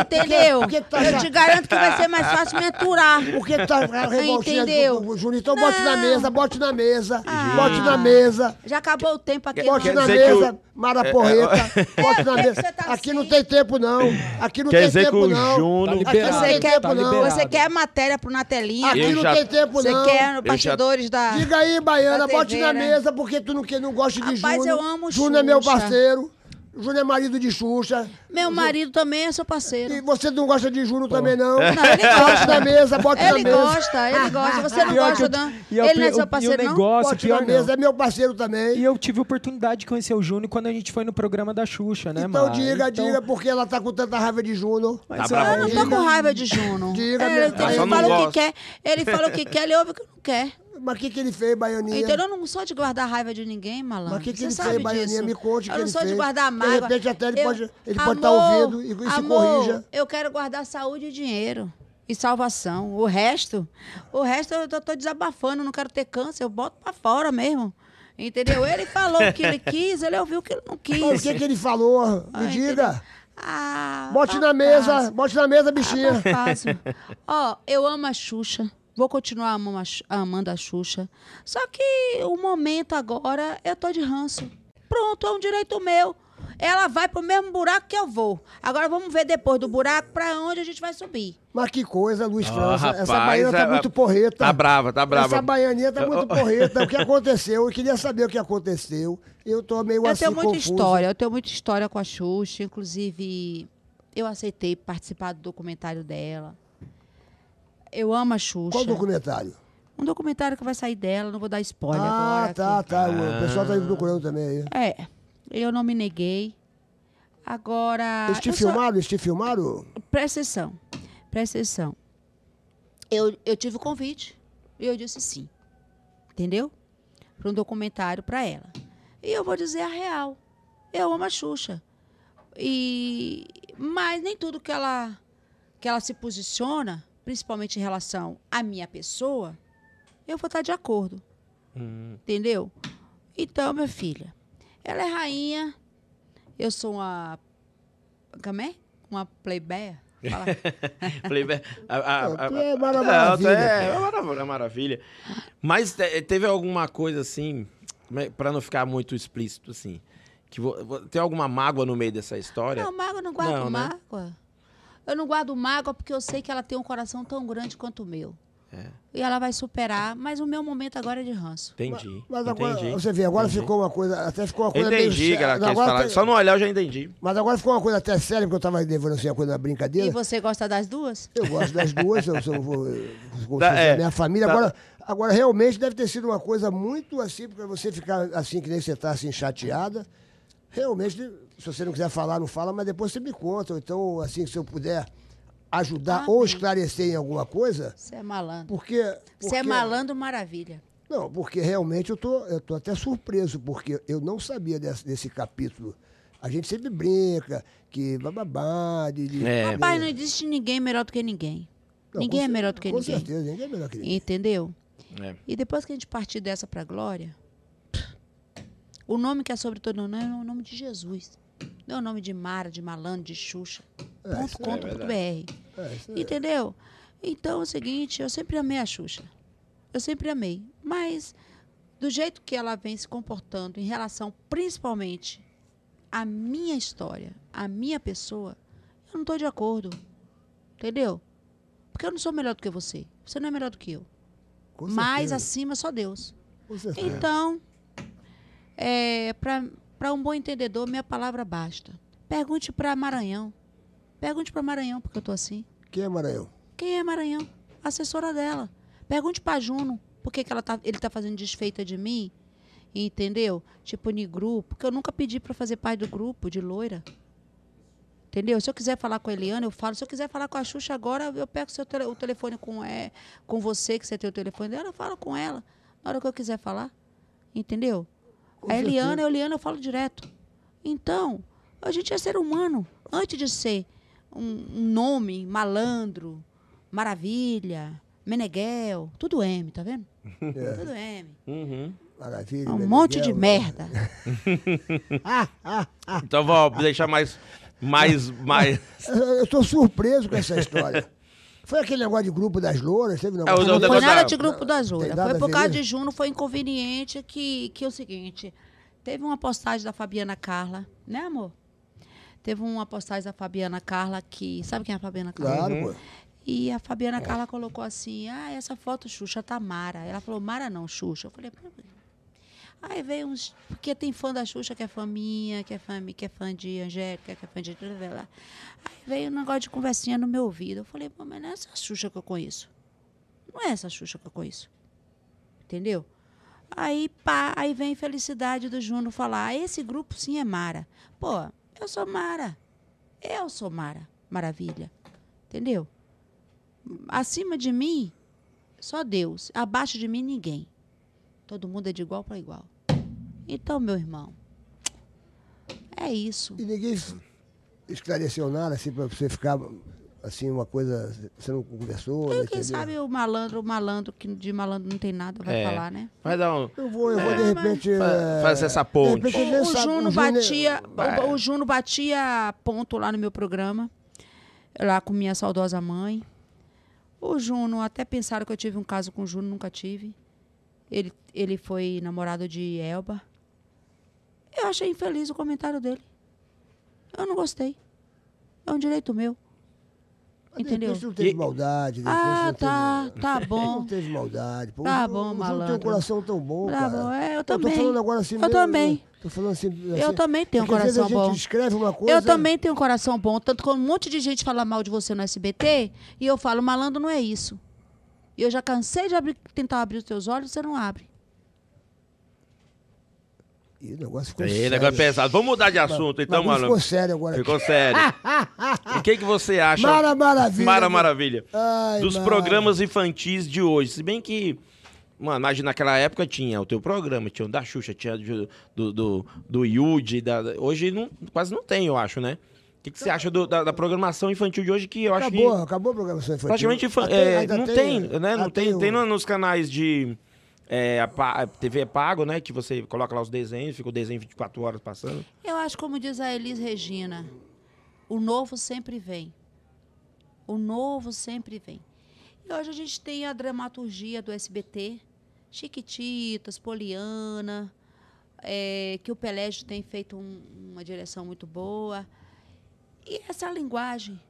Speaker 3: Entendeu?
Speaker 1: por que tu tá
Speaker 3: Eu
Speaker 1: já-
Speaker 3: te garanto que vai ser mais fácil me aturar.
Speaker 1: Por que tu tá revoltinha
Speaker 3: Entendeu?
Speaker 1: com o Juno? Então bote na
Speaker 3: Não. Ah.
Speaker 1: mesa, bote na mesa, bote na mesa.
Speaker 3: Já acabou o tempo aqui.
Speaker 1: Bote
Speaker 2: Quer
Speaker 3: não.
Speaker 1: na
Speaker 2: dizer que
Speaker 1: mesa,
Speaker 2: É,
Speaker 1: maraporreta, bote na
Speaker 3: É,
Speaker 1: mesa.
Speaker 3: você tá
Speaker 1: Aqui
Speaker 3: assim.
Speaker 1: não tem tempo, não. Aqui não
Speaker 2: Quer
Speaker 1: tem
Speaker 2: dizer que
Speaker 1: tempo,
Speaker 2: o
Speaker 1: não.
Speaker 2: Juno.
Speaker 5: Tá
Speaker 1: Aqui
Speaker 5: liberado.
Speaker 1: não
Speaker 3: Você
Speaker 1: tem
Speaker 3: quer,
Speaker 1: tempo, não.
Speaker 5: liberado. Ah,
Speaker 3: você quer matéria pro Natelinha?
Speaker 1: Aqui
Speaker 2: Eu
Speaker 1: não
Speaker 2: já-
Speaker 1: tem tempo,
Speaker 3: Você
Speaker 1: não.
Speaker 3: quer no
Speaker 2: Eu já-
Speaker 3: bastidores da.
Speaker 1: Diga aí, Baiana,
Speaker 3: Da
Speaker 1: bote
Speaker 3: TV,
Speaker 1: na
Speaker 3: né?
Speaker 1: mesa porque tu não, que- não gosta de
Speaker 3: Rapaz,
Speaker 1: Juno.
Speaker 3: eu amo
Speaker 1: Juno é meu
Speaker 3: Xuxa.
Speaker 1: parceiro. Juno é marido de Xuxa.
Speaker 3: Meu marido também é seu parceiro.
Speaker 1: E você não gosta de Juno também, não?
Speaker 3: Não, ele
Speaker 1: Bote na mesa, bote na
Speaker 3: Ele
Speaker 1: mesa.
Speaker 3: gosta, ele gosta. Você não
Speaker 5: Ah, Pior que
Speaker 3: gosta,
Speaker 5: eu-
Speaker 3: não?
Speaker 5: e é o
Speaker 3: Ele não é
Speaker 5: pi- o-
Speaker 3: seu
Speaker 5: E
Speaker 3: parceiro,
Speaker 5: o
Speaker 3: não?
Speaker 5: negócio
Speaker 1: Bote
Speaker 5: pior
Speaker 1: na
Speaker 5: não.
Speaker 1: mesa, é meu parceiro também.
Speaker 5: E eu tive oportunidade de conhecer o Júnior quando a gente foi no programa da Xuxa, né,
Speaker 1: Então
Speaker 5: mano?
Speaker 1: diga, diga, porque ela tá com tanta raiva de Juno.
Speaker 2: Tá
Speaker 5: Mas
Speaker 2: bravo
Speaker 5: é,
Speaker 3: Eu não tô com raiva de Juno.
Speaker 1: Diga,
Speaker 3: ele
Speaker 1: meu-
Speaker 3: ele
Speaker 1: Ela só não
Speaker 3: fala o
Speaker 2: gosta.
Speaker 3: que quer, ele fala o que quer, ele ouve o que não quer.
Speaker 1: Mas o que, que ele fez, Baianinha?
Speaker 3: Entendeu? Então Eu não sou de guardar raiva de ninguém, malandro.
Speaker 1: Mas o que, que
Speaker 3: Você
Speaker 1: ele
Speaker 3: sabe
Speaker 1: fez, Baianinha?
Speaker 3: disso.
Speaker 1: Me conte o
Speaker 3: Eu
Speaker 1: que
Speaker 3: não
Speaker 1: ele
Speaker 3: sou
Speaker 1: fez.
Speaker 3: de guardar
Speaker 1: De
Speaker 3: mágoa.
Speaker 1: repente até ele
Speaker 3: Eu-
Speaker 1: pode- ele pode tá
Speaker 3: Amor,
Speaker 1: ouvindo e- e se
Speaker 3: amor,
Speaker 1: corrija.
Speaker 3: eu quero guardar saúde e dinheiro. E salvação. O resto, o resto eu tô, tô desabafando, não quero ter câncer, eu boto pra fora mesmo. Entendeu? Ele falou o que ele quis, ele ouviu o que ele não quis.
Speaker 1: Mas o que, que ele falou? Me
Speaker 3: Ah, entendeu?
Speaker 1: diga.
Speaker 3: Ah,
Speaker 1: Bote na
Speaker 3: papasso.
Speaker 1: mesa, bote na mesa, bichinha.
Speaker 3: Ah, fácil. Ó, eu amo a Xuxa. Vou continuar amando a Xu- amando a Xuxa. Só que o momento agora, eu tô de ranço. Pronto, é um direito meu. Ela vai pro mesmo buraco que eu vou. Agora vamos ver depois do buraco pra onde a gente vai subir.
Speaker 1: Mas que coisa, Luiz
Speaker 2: Ah,
Speaker 1: França.
Speaker 2: rapaz,
Speaker 1: essa baiana tá
Speaker 2: é-
Speaker 1: muito porreta.
Speaker 2: Tá brava, tá brava.
Speaker 1: Essa baianinha tá muito porreta. O que aconteceu? Eu queria saber o que aconteceu. Eu tô meio
Speaker 3: eu
Speaker 1: assim
Speaker 3: tenho muita
Speaker 1: confuso.
Speaker 3: história, eu tenho muita história com a Xuxa, inclusive eu aceitei participar do documentário dela. Eu amo a Xuxa.
Speaker 1: Qual o documentário?
Speaker 3: Um documentário que vai sair dela, não vou dar spoiler
Speaker 1: ah,
Speaker 3: agora.
Speaker 1: tá,
Speaker 3: aqui.
Speaker 1: tá. O pessoal tá me procurando também aí.
Speaker 3: É, eu não me neguei. Agora.
Speaker 1: Eles te
Speaker 3: Ah, eu só-
Speaker 1: filmaram? Eles te filmaram?
Speaker 3: Presta atenção, presta atenção. Eu, eu tive o convite e eu disse sim. Entendeu? Para um documentário para ela. E eu vou dizer a real. Eu amo a Xuxa. E, mas nem tudo que ela, que ela se posiciona, principalmente em relação à minha pessoa, eu vou estar de acordo. Entendeu? Então, minha filha, ela é rainha, eu sou uma. Como é? Uma plebeia? Fala.
Speaker 2: Falei, "Vé, a- a-
Speaker 1: Não,
Speaker 2: a-
Speaker 1: tu é mara-
Speaker 2: Não,
Speaker 1: maravilha,
Speaker 2: tu É, é mara- é maravilha. Mas te- teve alguma coisa assim, me- pra não ficar muito explícito assim, que vo- vo- tem alguma mágoa no meio dessa história?
Speaker 3: Não, mágoa, eu não guardo
Speaker 2: Não, né?
Speaker 3: mágoa. Eu não guardo mágoa porque eu sei que ela tem um coração tão grande quanto o meu.
Speaker 2: É.
Speaker 3: E ela vai superar, mas o meu momento agora é de ranço.
Speaker 2: Entendi.
Speaker 1: Mas agora,
Speaker 2: entendi.
Speaker 1: você tá vê, agora
Speaker 2: entendi.
Speaker 1: ficou uma coisa, até ficou uma coisa
Speaker 2: Entendi,
Speaker 1: meio...
Speaker 2: cara, que eles
Speaker 1: agora
Speaker 2: falaram.
Speaker 1: tem-
Speaker 2: Só no olhar eu já entendi.
Speaker 1: Mas agora ficou uma coisa até séria, porque eu tava levando assim a coisa na brincadeira.
Speaker 3: E você gosta das duas?
Speaker 1: Eu gosto das duas, eu sou, vou, vou
Speaker 2: Tá,
Speaker 1: da,
Speaker 2: é,
Speaker 1: minha família.
Speaker 2: tá.
Speaker 1: Agora, agora, realmente deve ter sido uma coisa muito assim, porque você ficar assim, que nem você está assim, chateada. Realmente, se você não quiser falar, não fala, mas depois você me conta. Ou Então, assim, se eu puder ajudar
Speaker 3: Ah,
Speaker 1: ou
Speaker 3: bem.
Speaker 1: esclarecer em alguma coisa,
Speaker 3: Você é malandro.
Speaker 1: porque.
Speaker 3: Você é
Speaker 1: porque-
Speaker 3: malandro, maravilha.
Speaker 1: Não, porque realmente eu tô, eu tô até surpreso, porque eu não sabia desse, desse capítulo. A gente sempre brinca que bababá, de. de
Speaker 2: É.
Speaker 3: Rapaz, não existe ninguém melhor do que ninguém.
Speaker 1: Não,
Speaker 3: ninguém
Speaker 1: com
Speaker 3: é
Speaker 1: cer-
Speaker 3: melhor do que
Speaker 1: com
Speaker 3: ninguém.
Speaker 1: certeza, ninguém é melhor que ninguém.
Speaker 3: Entendeu?
Speaker 2: É.
Speaker 3: E depois que a gente partir dessa pra glória, o nome que é sobre todo nome é o nome de Jesus. Deu o nome de Mara, de Malandro, de Xuxa.
Speaker 1: É, isso
Speaker 3: ponto com
Speaker 2: é
Speaker 3: ponto
Speaker 2: verdade.
Speaker 3: BR.
Speaker 1: É, isso é-
Speaker 3: Entendeu? Então é o seguinte, eu sempre amei a Xuxa. Eu sempre amei. Mas do jeito que ela vem se comportando em relação, principalmente, à minha história, à minha pessoa, eu não estou de acordo. Entendeu? Porque eu não sou melhor do que você. Você não é melhor do que eu.
Speaker 1: com
Speaker 3: Mas
Speaker 1: certeza,
Speaker 3: acima, só Deus.
Speaker 1: com certeza.
Speaker 3: Então, é, para um bom entendedor, minha palavra basta. Pergunte para Maranhão. Pergunte para Maranhão, porque eu tô assim.
Speaker 1: Quem é Maranhão?
Speaker 3: Quem é Maranhão? Assessora dela. Pergunte para Juno por que, que ela tá, ele tá fazendo desfeita de mim. Entendeu? Tipo, de grupo. Porque eu nunca pedi para fazer parte do grupo, de loira. Entendeu? Se eu quiser falar com a Eliana, eu falo. Se eu quiser falar com a Xuxa agora, eu pego seu tele- o telefone com, é, com você, que você tem o telefone dela, eu falo com ela. Na hora que eu quiser falar. Entendeu?
Speaker 1: Com
Speaker 3: A Eliana,
Speaker 1: certeza.
Speaker 3: eu, Eliana, eu falo direto. Então, a gente é ser humano. Antes de ser um, um nome, malandro, maravilha, Meneghel, tudo M, tá vendo?
Speaker 1: É.
Speaker 3: Tudo M.
Speaker 2: Uhum.
Speaker 1: Maravilha.
Speaker 3: É um
Speaker 1: né, é
Speaker 3: monte de
Speaker 1: Miguel?
Speaker 3: merda.
Speaker 1: Ah, ah, ah.
Speaker 2: Então vou deixar mais. Mais. mais...
Speaker 1: Eu eu tô surpreso com essa história. Foi aquele negócio de grupo das louras, teve um
Speaker 2: É, o-
Speaker 1: negócio...
Speaker 2: o-
Speaker 3: Não foi
Speaker 2: negócio
Speaker 3: nada
Speaker 2: da-
Speaker 3: de grupo das
Speaker 1: Tem
Speaker 3: Loura.
Speaker 1: nada
Speaker 3: Foi
Speaker 1: a
Speaker 3: por
Speaker 1: ver
Speaker 3: causa
Speaker 1: mesmo?
Speaker 3: de Juno, foi inconveniente que, que é o seguinte. Teve uma postagem da Fabiana Carla, né, amor? Teve uma postagem da Fabiana Carla que. Sabe quem é a Fabiana Carla?
Speaker 1: Claro,
Speaker 2: Uhum.
Speaker 1: É. pô.
Speaker 3: E a Fabiana Carla colocou assim: Ah, essa foto Xuxa tá Mara. Ela falou: Mara não, Xuxa. Eu falei: "Pô". Aí veio uns. Porque tem fã da Xuxa que é fã minha, que é fã, mi- que é fã de Angélica, que é fã de. blá, blá, blá. Aí veio um negócio de conversinha no meu ouvido. Eu falei: Pô, mas não é essa Xuxa que eu conheço. Não é essa Xuxa que eu conheço. Entendeu? Aí, pá, aí vem felicidade do Juno falar: "Ah, esse grupo sim é Mara. Pô, eu sou Mara. Eu sou Mara. Maravilha. Entendeu? acima de mim, só Deus. Abaixo de mim, ninguém. Todo mundo é de igual para igual. Então, meu irmão, é isso.
Speaker 1: E ninguém s- esclareceu nada, assim, pra você ficar, assim, uma coisa... Você não conversou, né,
Speaker 3: Quem,
Speaker 1: entendeu?
Speaker 3: sabe o malandro, o malandro que de malandro não tem nada, vai
Speaker 2: É.
Speaker 3: falar, né?
Speaker 2: Vai dar um.
Speaker 1: Eu vou, eu vou, de repente...
Speaker 2: Fa-
Speaker 1: eh,
Speaker 2: faz essa ponte.
Speaker 1: de repente ele nem
Speaker 3: O, o
Speaker 1: sabe- um é
Speaker 3: Juno
Speaker 1: Júnior-
Speaker 3: batia, o, o Juno batia ponto lá no meu programa, lá com minha saudosa mãe. O Juno, até pensaram que eu tive um caso com o Juno, nunca tive. Ele, ele foi namorado de Elba. Eu achei infeliz o comentário dele. Eu não gostei. É um direito meu.
Speaker 1: Mas De
Speaker 3: Entendeu?
Speaker 1: repente não teve
Speaker 2: E-
Speaker 1: maldade. de repente
Speaker 3: Ah,
Speaker 1: não
Speaker 3: tá, tá
Speaker 1: Teve,
Speaker 3: bom.
Speaker 1: Não teve maldade. Pô,
Speaker 3: Tá
Speaker 1: o-
Speaker 3: bom,
Speaker 1: o Júnior tem um
Speaker 3: malandro.
Speaker 1: coração tão bom,
Speaker 3: Tá
Speaker 1: cara.
Speaker 3: bom, é, eu
Speaker 1: Eu
Speaker 3: também.
Speaker 1: tô falando agora assim
Speaker 3: Eu
Speaker 1: mesmo,
Speaker 3: também.
Speaker 1: né? Tô falando assim, assim,
Speaker 3: Eu também tenho um
Speaker 1: porque às vezes
Speaker 3: coração
Speaker 1: a gente
Speaker 3: bom.
Speaker 1: escreve uma coisa...
Speaker 3: Eu também tenho um coração bom, tanto que um monte de gente fala mal de você no SBT e eu falo, malandro não é isso. E eu já cansei de abrir- tentar abrir os teus olhos, você não abre.
Speaker 1: Ih, o negócio ficou
Speaker 2: Ih,
Speaker 1: sério.
Speaker 2: negócio é pesado. Vamos mudar de assunto então,
Speaker 1: É, Mas
Speaker 2: mano.
Speaker 1: Ficou sério agora.
Speaker 2: Ficou sério. o que, que você acha?
Speaker 1: Mara Maravilha.
Speaker 2: Mara Maravilha.
Speaker 1: Ai,
Speaker 2: dos
Speaker 1: Mara.
Speaker 2: programas infantis de hoje. Se bem que. Mano, mas naquela época tinha o teu programa, tinha o da Xuxa, tinha do, do, do, do Yudi. da- da- hoje não, quase não tem, eu acho, né? O que, que você acha do- da, da programação infantil de hoje que eu acho
Speaker 1: Acabou,
Speaker 2: que.
Speaker 1: acabou a programação infantil.
Speaker 2: Praticamente infa-
Speaker 1: Até-
Speaker 2: é,
Speaker 1: ainda
Speaker 2: não tem, né? Não
Speaker 1: ainda
Speaker 2: tem,
Speaker 1: o-
Speaker 2: tem no- nos canais de é, a pa- a TV é pago, né? Que você coloca lá os desenhos, fica o desenho 24 horas passando.
Speaker 3: Eu acho, como diz a Elis Regina, o novo sempre vem. O novo sempre vem. E hoje a gente tem a dramaturgia do SBT, Chiquititas, Poliana, eh, que o Pelégio tem feito um- uma direção muito boa. E essa linguagem,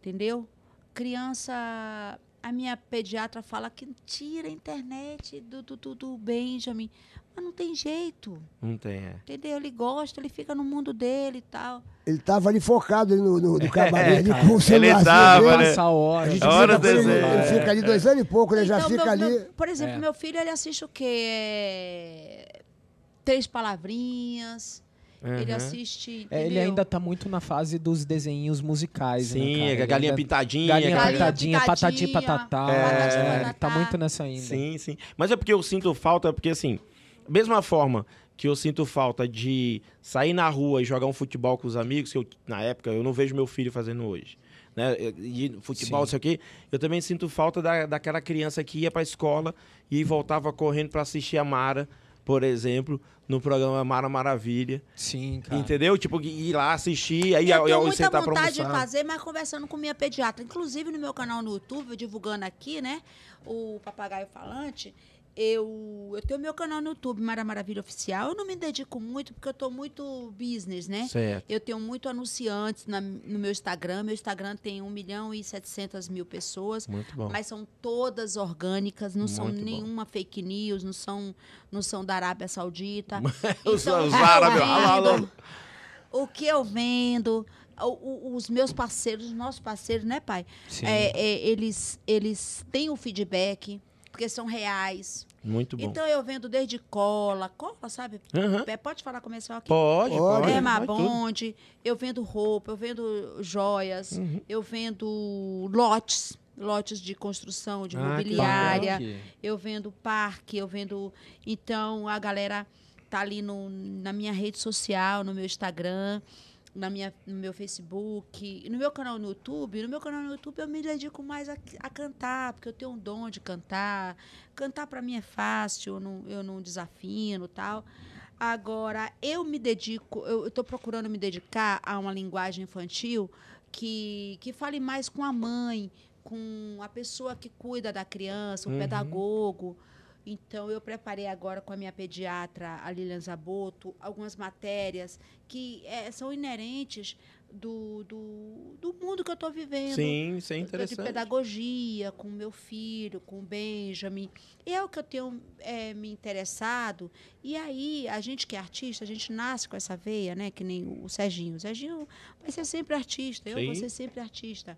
Speaker 3: entendeu? Criança. A minha pediatra fala que tira a internet do, do, do- do Benjamin. Mas não tem jeito.
Speaker 2: Não tem, é.
Speaker 3: Entendeu? Ele gosta, ele fica no mundo dele e tal.
Speaker 1: Ele tava ali focado ali no, no, no cabaré, ali com o
Speaker 2: É, Ele
Speaker 1: celularzinho
Speaker 2: tava,
Speaker 1: dele.
Speaker 2: né?
Speaker 5: Passa a
Speaker 1: A
Speaker 5: hora. Então,
Speaker 1: gente
Speaker 2: A
Speaker 1: fica,
Speaker 2: hora
Speaker 1: com
Speaker 2: do
Speaker 1: ele,
Speaker 2: desenho. É.
Speaker 1: ele fica ali dois anos e pouco, né? Já
Speaker 3: Então,
Speaker 1: fica
Speaker 3: meu-
Speaker 1: ali...
Speaker 3: meu- por exemplo,
Speaker 5: É.
Speaker 3: meu filho, ele assiste o quê? É, Três palavrinhas. Ele
Speaker 2: Uhum.
Speaker 3: assiste.
Speaker 5: É, ele
Speaker 3: entendeu?
Speaker 5: ainda tá muito na fase dos desenhinhos musicais, né,
Speaker 2: Sim, é
Speaker 5: cara?
Speaker 2: a
Speaker 5: Ele
Speaker 2: galinha
Speaker 5: ainda-
Speaker 2: pitadinha.
Speaker 5: Galinha
Speaker 2: aquela-
Speaker 3: Galinha
Speaker 5: pitadinha, patati
Speaker 3: pitadinha,
Speaker 5: patatá.
Speaker 3: patati
Speaker 5: É,
Speaker 3: patatá.
Speaker 5: Tá muito nessa ainda.
Speaker 2: Sim, sim. Mas é porque eu sinto falta, porque assim, mesma forma que eu sinto falta de sair na rua e jogar um futebol com os amigos, que eu, na época eu não vejo meu filho fazendo hoje. Né? E futebol, isso aqui, eu também sinto falta da, daquela criança que ia pra escola e voltava correndo pra assistir a Mara. por exemplo, no programa Mara Maravilha.
Speaker 5: Sim, cara.
Speaker 2: Entendeu? Tipo, ir lá assistir, aí
Speaker 3: eu
Speaker 2: aí
Speaker 3: tenho
Speaker 2: você tá
Speaker 3: muita
Speaker 2: pra
Speaker 3: vontade de
Speaker 2: almoçar.
Speaker 3: fazer, mas conversando com minha pediatra. Inclusive, no meu canal no YouTube, eu divulgando aqui, né? O Papagaio Falante. Eu, eu tenho meu canal no YouTube, Mara Maravilha Oficial. Eu não me dedico muito, porque eu tô muito business, né?
Speaker 2: Certo.
Speaker 3: Eu tenho muito anunciantes na- no meu Instagram. Meu Instagram tem 1 milhão e 700 mil pessoas.
Speaker 2: Muito bom.
Speaker 3: Mas são todas orgânicas, não são
Speaker 2: Muito bom.
Speaker 3: nenhuma fake news, não são, não são da Arábia Saudita. Então,
Speaker 2: Os- os
Speaker 3: eu
Speaker 2: árabes,
Speaker 3: vendo
Speaker 2: alá, alá.
Speaker 3: O que eu vendo, o- o- os meus parceiros, os nossos parceiros, né, pai?
Speaker 5: Sim.
Speaker 3: É, é, eles, eles têm o feedback, porque são reais.
Speaker 2: Muito bom.
Speaker 3: Então eu vendo desde cola, cola, sabe?
Speaker 2: Aham.
Speaker 3: É, Pode falar comercial aqui?
Speaker 2: Pode,
Speaker 1: Pode.
Speaker 2: pode.
Speaker 3: É
Speaker 2: pode tudo.
Speaker 3: Mabonde, eu vendo roupa, eu vendo joias,
Speaker 2: Uhum.
Speaker 3: eu vendo lotes, lotes de construção, de
Speaker 2: Ah, que
Speaker 3: mobiliária,
Speaker 5: legal.
Speaker 3: eu vendo parque, eu vendo. Então a galera tá ali no- na minha rede social, no meu Instagram, na minha, no meu Facebook, no meu canal no YouTube. No meu canal no YouTube eu me dedico mais a, a cantar, porque eu tenho um dom de cantar. Cantar para mim é fácil, eu não, eu não desafino tal. Agora, eu me dedico, eu estou procurando me dedicar a uma linguagem infantil que, que fale mais com a mãe, com a pessoa que cuida da criança, o pedagogo. Então, eu preparei agora com a minha pediatra, a Lilian Zaboto, algumas matérias que eh, são inerentes do, do, do mundo que eu estou vivendo.
Speaker 2: Sim, isso é
Speaker 3: Eu tô De
Speaker 2: interessante.
Speaker 3: pedagogia, com meu filho, com o Benjamin. E é o que eu tenho eh, me interessado. E aí, a gente que é artista, a gente nasce com essa veia, né? Que nem o Serginho. O Serginho vai ser sempre artista, eu vou
Speaker 2: Sim.
Speaker 3: ser sempre artista.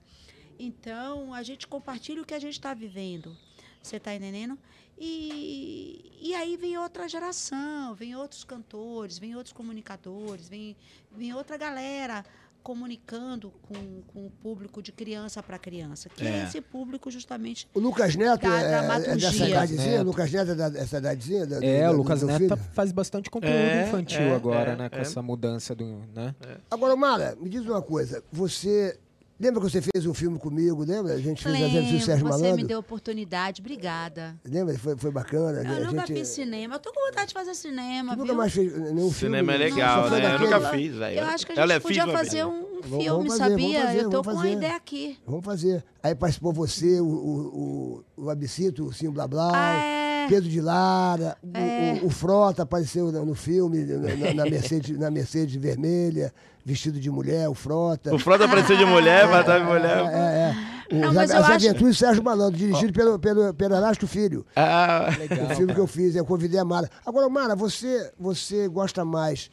Speaker 3: Então, a gente compartilha o que a gente está vivendo. Você está entendendo? E, e aí vem outra geração, vem outros cantores, vem outros comunicadores, vem, vem outra galera comunicando com, com o público de criança para criança, que é.
Speaker 2: É.
Speaker 3: esse público justamente.
Speaker 1: O Lucas Neto
Speaker 3: Da
Speaker 1: é, é
Speaker 3: dramaturgia.
Speaker 1: dessa idadezinha?
Speaker 5: Neto.
Speaker 1: O Lucas Neto é da- dessa idadezinha? da-
Speaker 5: É,
Speaker 1: do-
Speaker 5: o
Speaker 1: do
Speaker 5: Lucas
Speaker 1: teu
Speaker 5: Neto
Speaker 1: filho?
Speaker 5: tá- faz bastante conteúdo
Speaker 2: É,
Speaker 5: infantil
Speaker 2: é,
Speaker 5: agora,
Speaker 2: é,
Speaker 5: né? Com
Speaker 2: é.
Speaker 5: essa mudança do. Né?
Speaker 1: Agora, Mara, me diz uma coisa. Você. Lembra que você fez um filme comigo, lembra? A gente fez às vezes o
Speaker 3: Lembro,
Speaker 1: Sérgio
Speaker 3: você me
Speaker 1: Malandro.
Speaker 3: deu a oportunidade, obrigada.
Speaker 1: Lembra? Foi, foi bacana.
Speaker 3: Eu
Speaker 1: a
Speaker 3: nunca
Speaker 1: gente...
Speaker 3: fiz cinema, eu tô com vontade de fazer cinema,
Speaker 1: Tu nunca
Speaker 3: viu?
Speaker 1: mais fez nenhum filme.
Speaker 2: Cinema é legal,
Speaker 1: Só
Speaker 3: Nossa,
Speaker 1: foi
Speaker 2: né? Eu
Speaker 1: daquele.
Speaker 2: nunca fiz, velho.
Speaker 3: Eu acho que a gente
Speaker 2: Ela é
Speaker 3: podia
Speaker 2: filha,
Speaker 3: fazer
Speaker 2: velho?
Speaker 3: um
Speaker 1: Vamos-
Speaker 3: filme,
Speaker 1: vamos fazer, vamos
Speaker 3: sabia?
Speaker 1: fazer,
Speaker 3: eu tô
Speaker 1: vamos
Speaker 3: com uma
Speaker 1: fazer.
Speaker 3: ideia aqui.
Speaker 1: Vamos fazer. Aí participou você, o, o, o, o Abicito, o Sim Blá Blá,
Speaker 3: Ah, é.
Speaker 1: Pedro de Lara, o- o, o Frota apareceu no, no filme, na, na- na Mercedes, na Mercedes vermelha, vestido de mulher, o Frota.
Speaker 2: O Frota apareceu de mulher, vai estar de mulher.
Speaker 1: Ah, É, é.
Speaker 3: Não,
Speaker 1: Os-
Speaker 3: mas eu
Speaker 1: As
Speaker 3: acho-
Speaker 1: Aventuras do Sérgio Malandro, dirigido pelo, pelo, pelo Erasto Filho.
Speaker 2: Ah,
Speaker 1: O
Speaker 5: Legal.
Speaker 1: filme que eu fiz, eu convidei a Mara. Agora, Mara, você, você gosta mais,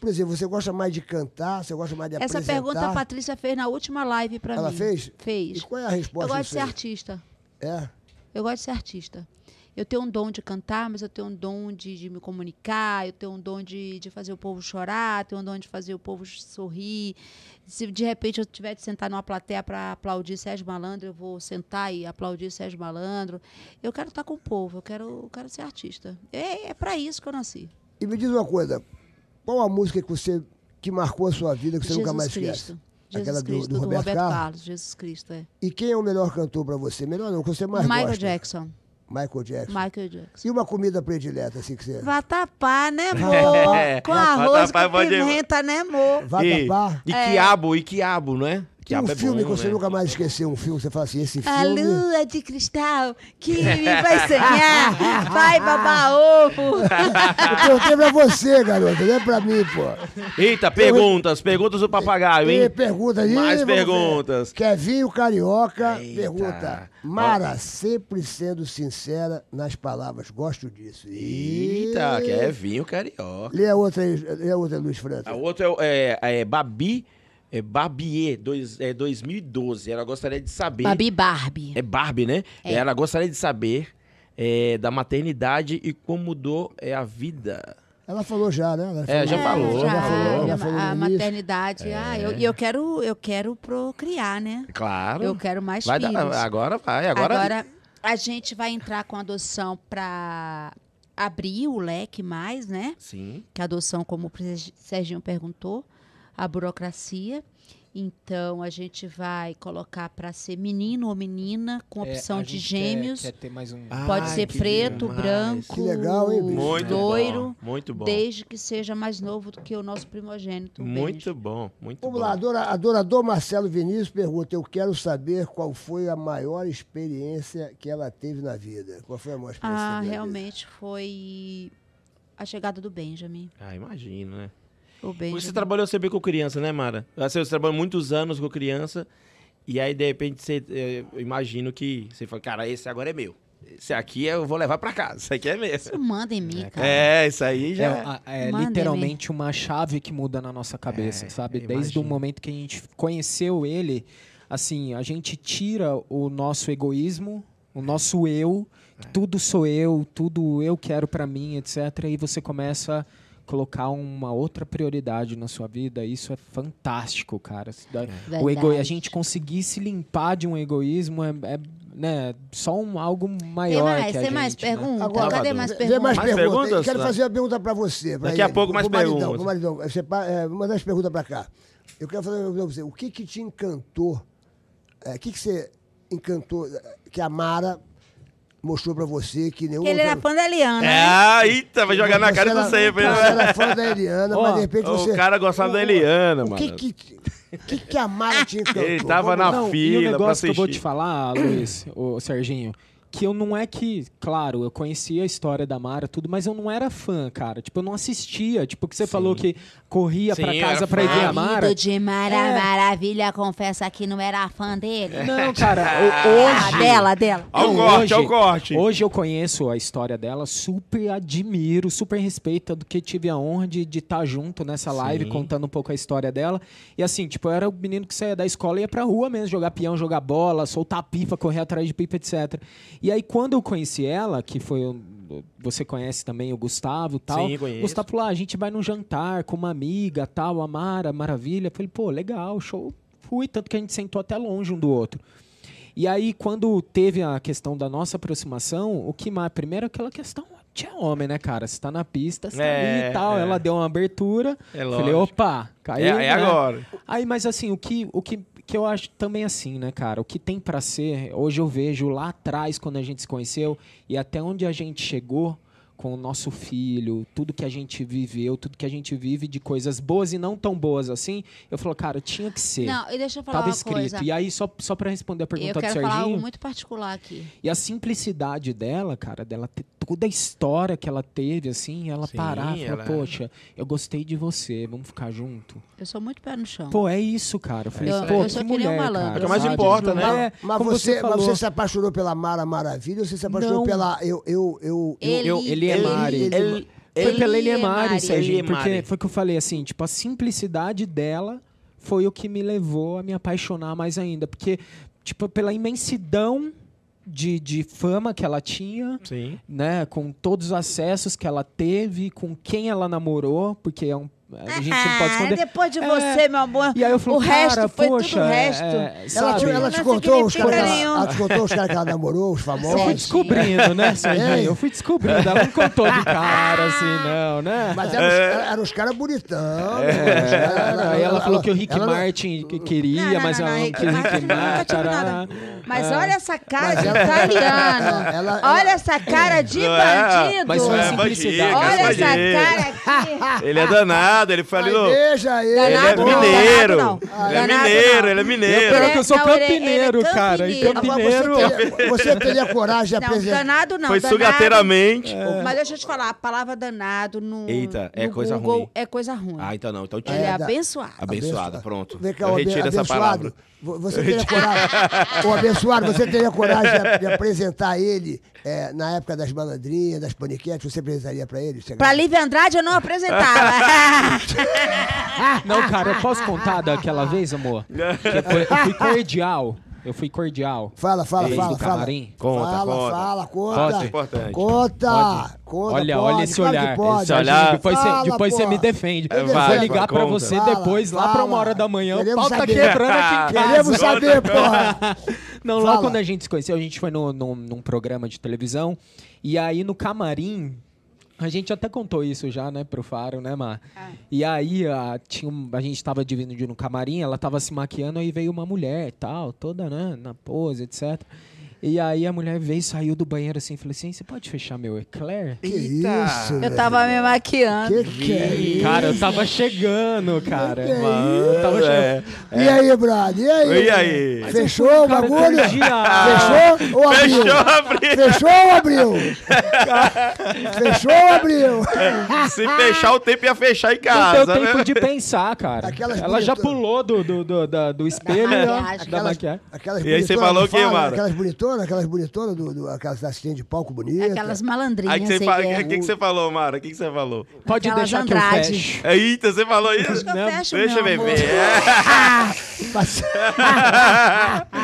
Speaker 1: por exemplo, você gosta mais de cantar, você gosta mais de
Speaker 3: Essa
Speaker 1: apresentar?
Speaker 3: pergunta a Patrícia fez na última live pra
Speaker 1: Ela
Speaker 3: mim.
Speaker 1: fez?
Speaker 3: Fez.
Speaker 1: E qual é a resposta?
Speaker 3: Eu gosto de
Speaker 1: que
Speaker 3: ser
Speaker 1: você-
Speaker 3: artista.
Speaker 1: É.
Speaker 3: Eu gosto de ser artista. Eu tenho um dom de cantar, mas eu tenho um dom de, de me comunicar, eu tenho um dom de, de fazer o povo chorar, eu tenho um dom de fazer o povo sorrir. Se de repente eu tiver de sentar numa plateia para aplaudir Sérgio Malandro, eu vou sentar e aplaudir Sérgio Malandro. Eu quero estar com o povo, eu quero, eu quero ser artista. É, é para isso que eu nasci.
Speaker 1: E me diz uma coisa, qual a música que você que marcou a sua vida que você
Speaker 3: Jesus
Speaker 1: nunca mais
Speaker 3: Cristo.
Speaker 1: esquece?
Speaker 3: Jesus
Speaker 1: Aquela do-
Speaker 3: Cristo,
Speaker 1: do Roberto Carlos?
Speaker 3: Jesus Cristo, é.
Speaker 1: E quem é o melhor cantor pra você? Melhor não, que você mais
Speaker 3: Michael
Speaker 1: gosta?
Speaker 3: Jackson.
Speaker 1: Michael Jackson.
Speaker 3: Michael Jackson.
Speaker 1: E uma comida predileta assim que você?
Speaker 3: Vatapá, né,
Speaker 2: É.
Speaker 3: amor? Com arroz,
Speaker 2: Vatapá
Speaker 3: com
Speaker 2: pode-
Speaker 3: pimenta, né, amor?
Speaker 2: e,
Speaker 1: Vatapá.
Speaker 2: e quiabo, e quiabo, não é?
Speaker 1: E É. um
Speaker 2: Quiabo é
Speaker 1: filme
Speaker 2: bom,
Speaker 1: que você
Speaker 2: né?
Speaker 1: nunca mais esqueceu, um filme que você fala assim, esse
Speaker 3: A
Speaker 1: filme...
Speaker 3: lua de cristal que me vai sonhar, vai babar ovo.
Speaker 1: Eu perguntei pra você, garota, não é pra mim, pô.
Speaker 2: Eita, perguntas, perguntas do papagaio,
Speaker 1: E
Speaker 2: hein?
Speaker 1: pergunta aí.
Speaker 2: É Mais
Speaker 1: vamos ver.
Speaker 2: perguntas.
Speaker 1: Kevinho Carioca
Speaker 2: Eita.
Speaker 1: pergunta. Mara, sempre sendo sincera nas palavras. Gosto disso.
Speaker 2: Eita,
Speaker 1: E-
Speaker 2: que é vinho carioca.
Speaker 1: Lê a outra aí, lê a outra, Luiz França.
Speaker 2: A outra é o- é, é, Babi, é Babier, dois, é 2012. Ela gostaria de saber.
Speaker 3: Babi Barbie.
Speaker 2: É Barbie, né? Ela gostaria de saber é, da maternidade e como mudou é, a vida.
Speaker 1: Ela falou já, né? Ela
Speaker 2: É, já falou,
Speaker 3: já,
Speaker 2: já falou.
Speaker 1: já falou
Speaker 3: a
Speaker 1: no início.
Speaker 3: maternidade. Ah, eu, e eu quero, eu quero procriar, né?
Speaker 2: Claro.
Speaker 3: Eu quero mais
Speaker 2: vai dar-
Speaker 3: filhos.
Speaker 2: agora vai, agora.
Speaker 3: agora... a gente vai entrar com adoção para abrir o leque mais, né?
Speaker 2: Sim.
Speaker 3: que a adoção, como o Serginho perguntou, a burocracia. Então a gente vai colocar para ser menino ou menina com
Speaker 5: É,
Speaker 3: opção
Speaker 5: a
Speaker 3: de
Speaker 5: gente
Speaker 3: gêmeos.
Speaker 5: Quer, quer ter mais um.
Speaker 2: Ah,
Speaker 3: Pode
Speaker 2: Ai,
Speaker 3: ser
Speaker 2: que
Speaker 3: preto,
Speaker 2: demais.
Speaker 1: Que
Speaker 3: branco,
Speaker 1: legal, hein, bicho?
Speaker 2: Muito
Speaker 3: loiro,
Speaker 2: bom. Muito bom.
Speaker 3: desde que seja mais novo do que o nosso primogênito. Um
Speaker 2: Muito bom. Muito
Speaker 1: Vamos
Speaker 2: bom.
Speaker 1: lá, adora- adorador Marcelo Vinícius pergunta: Eu quero saber qual foi a maior experiência que ela teve na vida. Qual foi a maior experiência? que
Speaker 3: Ah,
Speaker 1: teve na
Speaker 3: realmente foi a chegada do Benjamin.
Speaker 2: Ah, imagino, né?
Speaker 3: O Benjamin.
Speaker 2: Você trabalhou sempre com criança, né, Mara? Assim, você trabalhou muitos anos com criança. E aí, de repente, você, eh, eu imagino que você fala, cara, esse agora é meu. Esse aqui eu vou levar pra casa. Esse aqui é meu.
Speaker 3: Isso manda em mim, cara.
Speaker 2: É, isso aí
Speaker 5: É,
Speaker 2: já.
Speaker 5: a- é
Speaker 3: Mandem-me.
Speaker 5: literalmente uma chave que muda na nossa cabeça,
Speaker 2: É,
Speaker 5: sabe?
Speaker 2: eu
Speaker 5: Desde o
Speaker 2: imagino.
Speaker 5: momento que a gente conheceu ele, assim, a gente tira o nosso egoísmo,
Speaker 2: É.
Speaker 5: o nosso eu, que tudo sou eu, tudo eu quero pra mim, etc. E você começa a colocar uma outra prioridade na sua vida. Isso é fantástico, cara. Isso dá- O ego, a
Speaker 3: Verdade.
Speaker 5: gente conseguir se limpar de um egoísmo é, é, né, só um algo
Speaker 3: Tem
Speaker 5: maior
Speaker 3: mais,
Speaker 5: que a
Speaker 3: tem mais
Speaker 5: gente, né?
Speaker 3: perguntas?
Speaker 1: Agora,
Speaker 2: Hum,
Speaker 3: Cadê
Speaker 2: tá Vê-
Speaker 3: mais
Speaker 1: Vê- vê mais
Speaker 3: perguntas?
Speaker 2: Mais
Speaker 1: perguntas.
Speaker 2: perguntas,
Speaker 1: Quero
Speaker 2: tá?
Speaker 1: fazer uma pergunta pra você. pra
Speaker 2: Daqui a
Speaker 1: ele.
Speaker 2: pouco mais
Speaker 1: Pro maridão,
Speaker 2: perguntas.
Speaker 1: pro maridão. Você pa- é, manda as perguntas pra cá. Eu quero fazer uma pergunta pra você. O que que te encantou? é, O que que você encantou é, que a Mara mostrou pra você que nenhum
Speaker 3: Porque ele era
Speaker 1: outro-
Speaker 3: fã da Eliana, né?
Speaker 2: Ah, eita, vai jogar na
Speaker 1: Você
Speaker 2: cara
Speaker 1: era-
Speaker 2: do sempre,
Speaker 1: Você
Speaker 2: né?
Speaker 1: era fã da Eliana,
Speaker 5: Ó,
Speaker 1: mas de repente você...
Speaker 2: O cara gostava
Speaker 1: O-
Speaker 2: da Eliana,
Speaker 1: O que
Speaker 2: mano.
Speaker 1: que, o que que a Mara te encantou?
Speaker 2: Ele tava
Speaker 1: Vamos
Speaker 2: na
Speaker 1: lá.
Speaker 5: Não,
Speaker 2: fila
Speaker 5: e o
Speaker 2: pra
Speaker 5: negócio que eu vou
Speaker 2: assistir.
Speaker 5: te falar, Luiz, o Serginho, que eu não é que, claro, eu conhecia a história da Mara, tudo, mas eu não era fã, cara. Tipo, eu não assistia. Tipo, que você falou que corria
Speaker 2: Sim,
Speaker 5: pra
Speaker 2: eu
Speaker 5: casa
Speaker 2: era
Speaker 5: pra ir
Speaker 2: fã.
Speaker 5: ver a Mara.
Speaker 3: Marido de Mara
Speaker 5: É.
Speaker 3: Maravilha, confessa que não era fã dele.
Speaker 5: Não, cara, o-
Speaker 3: Ah,
Speaker 5: hoje.
Speaker 3: dela, dela.
Speaker 2: É. Olha o
Speaker 5: Não,
Speaker 2: corte, olha o
Speaker 5: hoje-
Speaker 2: corte.
Speaker 5: Hoje eu conheço a história dela, super admiro, super respeito do que tive a honra de estar junto nessa live,
Speaker 2: Sim.
Speaker 5: contando um pouco a história dela. E assim, tipo, eu era o menino que saía da escola e ia pra rua mesmo, jogar peão, jogar bola, soltar pipa, correr atrás de pipa, etc. E aí, quando eu conheci ela, que foi. o- Você conhece também o Gustavo e tal.
Speaker 2: Sim, conheço.
Speaker 5: Gustavo falou: ah, a gente vai num jantar com uma amiga, tal, a Mara, maravilha. Eu falei, pô, legal, show. Fui, tanto que a gente sentou até longe um do outro. E aí, quando teve a questão da nossa aproximação, o que mais? Primeiro, aquela questão. Tinha homem, né, cara? Você tá na pista, você tá
Speaker 2: É,
Speaker 5: ali e tal.
Speaker 2: é.
Speaker 5: Ela deu uma abertura.
Speaker 2: É
Speaker 5: falei,
Speaker 2: lógico.
Speaker 5: opa, caiu.
Speaker 2: É- é
Speaker 5: né?
Speaker 2: agora.
Speaker 5: Aí, mas assim, o que, o que, que eu acho também assim, né, cara? O que tem pra ser, hoje eu vejo lá atrás, quando a gente se conheceu, e até onde a gente chegou com o nosso filho, tudo que a gente viveu, tudo que a gente vive de coisas boas e não tão boas assim, eu falo, cara, tinha que ser.
Speaker 3: Não, e deixa eu falar
Speaker 5: Tava
Speaker 3: uma
Speaker 5: escrito.
Speaker 3: coisa.
Speaker 5: E aí, só, só para responder a
Speaker 3: Eu
Speaker 5: pergunta do
Speaker 3: quero falar algo
Speaker 5: Serginho,
Speaker 3: muito particular aqui.
Speaker 5: e a simplicidade dela, cara, dela ter toda a história que ela teve, assim, ela
Speaker 2: Sim,
Speaker 5: parar e falar,
Speaker 2: ela- é
Speaker 5: poxa, eu gostei de você, vamos ficar junto.
Speaker 3: Eu sou muito pé no chão.
Speaker 5: Pô, é isso, cara. Eu falei,
Speaker 3: Eu-
Speaker 5: pô,
Speaker 3: eu
Speaker 5: que
Speaker 3: sou que nem um
Speaker 5: mulher,
Speaker 3: malandro,
Speaker 5: cara.
Speaker 2: É o que mais
Speaker 5: sabe?
Speaker 2: importa, né?
Speaker 5: É,
Speaker 1: Mas
Speaker 5: como
Speaker 1: você,
Speaker 5: você
Speaker 1: mas
Speaker 5: falou.
Speaker 1: você se apaixonou pela Mara Maravilha ou você se apaixonou
Speaker 5: Não.
Speaker 1: pela. Eu, eu, eu, eu-
Speaker 3: Ele-
Speaker 5: Eu- ele é
Speaker 2: Ele-
Speaker 5: Mari.
Speaker 2: ele-
Speaker 5: Foi
Speaker 3: Ele
Speaker 5: pela
Speaker 3: é
Speaker 5: Eliemari,
Speaker 3: Mari.
Speaker 5: Serginho, porque
Speaker 2: Eliemari.
Speaker 5: foi o que eu falei, assim, tipo, a simplicidade dela foi o que me levou a me apaixonar mais ainda. Porque, tipo, pela imensidão de, de fama que ela tinha,
Speaker 2: Sim.
Speaker 5: né, com todos os acessos que ela teve, com quem ela namorou, porque é um, a gente não pode
Speaker 3: Ah,
Speaker 5: esconder.
Speaker 3: depois de
Speaker 5: É.
Speaker 3: você, meu amor.
Speaker 5: E aí eu
Speaker 3: o
Speaker 5: falei,
Speaker 3: resto
Speaker 5: cara,
Speaker 3: foi
Speaker 5: poxa,
Speaker 3: tudo o
Speaker 5: é-
Speaker 3: resto.
Speaker 5: é,
Speaker 1: Ela,
Speaker 5: sabe?
Speaker 1: te, ela
Speaker 3: Não
Speaker 1: te contou os caras que ela,
Speaker 3: significa
Speaker 1: ela te contou os caras que ela namorou, os
Speaker 5: Eu fui
Speaker 1: famosos.
Speaker 5: descobrindo, né,
Speaker 1: É.
Speaker 5: Serginho? Eu fui descobrindo. Ela não contou de cara, assim, não, né?
Speaker 1: Mas eram os, era os caras bonitão. né? Os
Speaker 5: É,
Speaker 1: caras-
Speaker 5: aí ela falou que o Rick
Speaker 1: ela não-
Speaker 5: Martin que- queria, mas é um ela não
Speaker 3: Rick
Speaker 5: quis o
Speaker 3: Martin
Speaker 5: Rick
Speaker 3: nunca
Speaker 5: Martin.
Speaker 3: tive nada.
Speaker 5: tará.
Speaker 3: Mas
Speaker 5: É.
Speaker 3: olha essa cara
Speaker 1: Mas
Speaker 3: de
Speaker 1: ela-
Speaker 3: italiano.
Speaker 1: Ela- ela-
Speaker 3: olha essa cara de
Speaker 2: Não é?
Speaker 3: bandido.
Speaker 5: Mas foi
Speaker 2: É,
Speaker 5: assim,
Speaker 2: bandido,
Speaker 5: cara,
Speaker 3: olha
Speaker 5: foi
Speaker 3: essa
Speaker 2: bandido.
Speaker 3: cara aqui.
Speaker 2: Ele é danado, ele foi ali no.
Speaker 1: Ai, Veja ele.
Speaker 2: Ele é
Speaker 3: Danado não,
Speaker 2: mineiro.
Speaker 3: danado não.
Speaker 2: Ele é
Speaker 3: Danado
Speaker 2: mineiro,
Speaker 3: não.
Speaker 2: ele é
Speaker 5: Eu,
Speaker 2: mineiro.
Speaker 5: pera que eu sou
Speaker 3: Não, ele-
Speaker 5: campineiro,
Speaker 3: ele é
Speaker 5: cara. E
Speaker 3: campineiro.
Speaker 5: campineiro.
Speaker 1: Agora, você, teria, você teria coragem de
Speaker 3: Não,
Speaker 1: apresentar.
Speaker 3: danado não.
Speaker 2: Foi
Speaker 3: danado-
Speaker 2: sugateiramente.
Speaker 3: Mas deixa eu te falar, a palavra danado no,
Speaker 2: Eita, é
Speaker 3: no
Speaker 2: coisa
Speaker 3: Google
Speaker 2: ruim.
Speaker 3: é coisa ruim.
Speaker 2: Ah, então não. Então
Speaker 3: ele
Speaker 2: tira.
Speaker 3: é,
Speaker 1: é, da-
Speaker 3: abençoado.
Speaker 2: Abençoada, pronto.
Speaker 1: Vem cá,
Speaker 2: eu
Speaker 1: é o abe-
Speaker 2: retiro essa palavra.
Speaker 1: abençoado. Vo- Você teria coragem. O abençoado, você teria coragem de, a- de apresentar ele eh, na época das malandrinhas, das paniquetes, você apresentaria pra ele? Você-
Speaker 3: Pra Lívia Andrade eu não apresentava.
Speaker 5: Não, cara, eu posso contar daquela vez, amor? Que foi- eu fui cordial. Eu fui cordial.
Speaker 1: Fala, fala,
Speaker 5: Ex
Speaker 1: fala,
Speaker 5: do
Speaker 1: fala.
Speaker 5: camarim?
Speaker 2: Conta,
Speaker 1: fala,
Speaker 2: conta.
Speaker 1: fala,
Speaker 2: Pode.
Speaker 1: conta.
Speaker 2: Importante.
Speaker 1: Conta, conta.
Speaker 5: olha,
Speaker 1: pode,
Speaker 5: olha esse
Speaker 1: claro que
Speaker 5: olhar.
Speaker 1: pode.
Speaker 2: Esse olhar.
Speaker 5: Depois,
Speaker 1: Fala,
Speaker 5: você, depois você
Speaker 1: porra.
Speaker 5: me defende.
Speaker 1: Eu
Speaker 5: Eu vou
Speaker 1: defendo.
Speaker 5: ligar pra
Speaker 2: Conta.
Speaker 5: você
Speaker 1: Fala,
Speaker 5: depois, lá pra
Speaker 1: fala.
Speaker 5: uma hora da manhã. O
Speaker 1: Queremos
Speaker 5: pau tá
Speaker 1: saber.
Speaker 5: quebrando aqui em casa.
Speaker 1: Queremos saber, porra.
Speaker 5: Não,
Speaker 1: Fala.
Speaker 5: lá quando a gente se conheceu, a gente foi no, num, num programa de televisão. E aí no camarim A gente até contou isso já, né, pro Faro, né, Mar? E aí a, tinha, um- a gente tava dividindo no camarim, ela tava se maquiando, aí veio uma mulher e tal, toda, né, na pose, etc. E aí a mulher veio, saiu do banheiro assim, e falou assim, você pode fechar meu eclair?
Speaker 1: Que
Speaker 2: Eita.
Speaker 1: isso,
Speaker 3: Eu tava me maquiando.
Speaker 1: velho? Que que é isso?
Speaker 5: Cara, eu tava chegando, cara.
Speaker 1: Que
Speaker 5: Eu tava chegando.
Speaker 2: É.
Speaker 1: E aí, brother? E aí?
Speaker 2: E aí? Ah,
Speaker 1: Fechou o
Speaker 5: Cara,
Speaker 1: bagulho?
Speaker 5: elogiar.
Speaker 1: Fechou ou abriu?
Speaker 2: Fechou a briga.
Speaker 1: Fechou ou abriu? Fechou ou abriu?
Speaker 2: Se fechar o tempo ia fechar em
Speaker 5: Não
Speaker 2: casa,
Speaker 5: deu tempo
Speaker 2: né?
Speaker 5: de pensar, cara.
Speaker 1: Aquelas
Speaker 5: ela já
Speaker 1: bonitonas.
Speaker 5: pulou do, do, do, da- do espelho, né,
Speaker 3: maquiagem.
Speaker 5: da maquiagem.
Speaker 1: aquelas
Speaker 2: E aí você
Speaker 1: bonitonas
Speaker 2: falou
Speaker 1: do
Speaker 2: o quê,
Speaker 1: Fala,
Speaker 2: Mara?
Speaker 1: Aquelas bonitonas, aquelas bonitonas do, do aquelas assistentes de palco bonita.
Speaker 3: Aquelas malandrinhas.
Speaker 2: Aí que você
Speaker 3: sem
Speaker 2: fala, o
Speaker 5: é.
Speaker 3: vergonha.
Speaker 2: que, que você falou, Mara? O que, que você falou?
Speaker 5: Pode
Speaker 3: Aquelas
Speaker 5: deixar que eu
Speaker 3: Andrade.
Speaker 5: fecho.
Speaker 2: Eita, você falou isso?
Speaker 3: Acho que eu
Speaker 5: Não,
Speaker 3: fecho,
Speaker 2: Deixa eu
Speaker 3: meu amor.
Speaker 2: ver. É.
Speaker 1: Pass-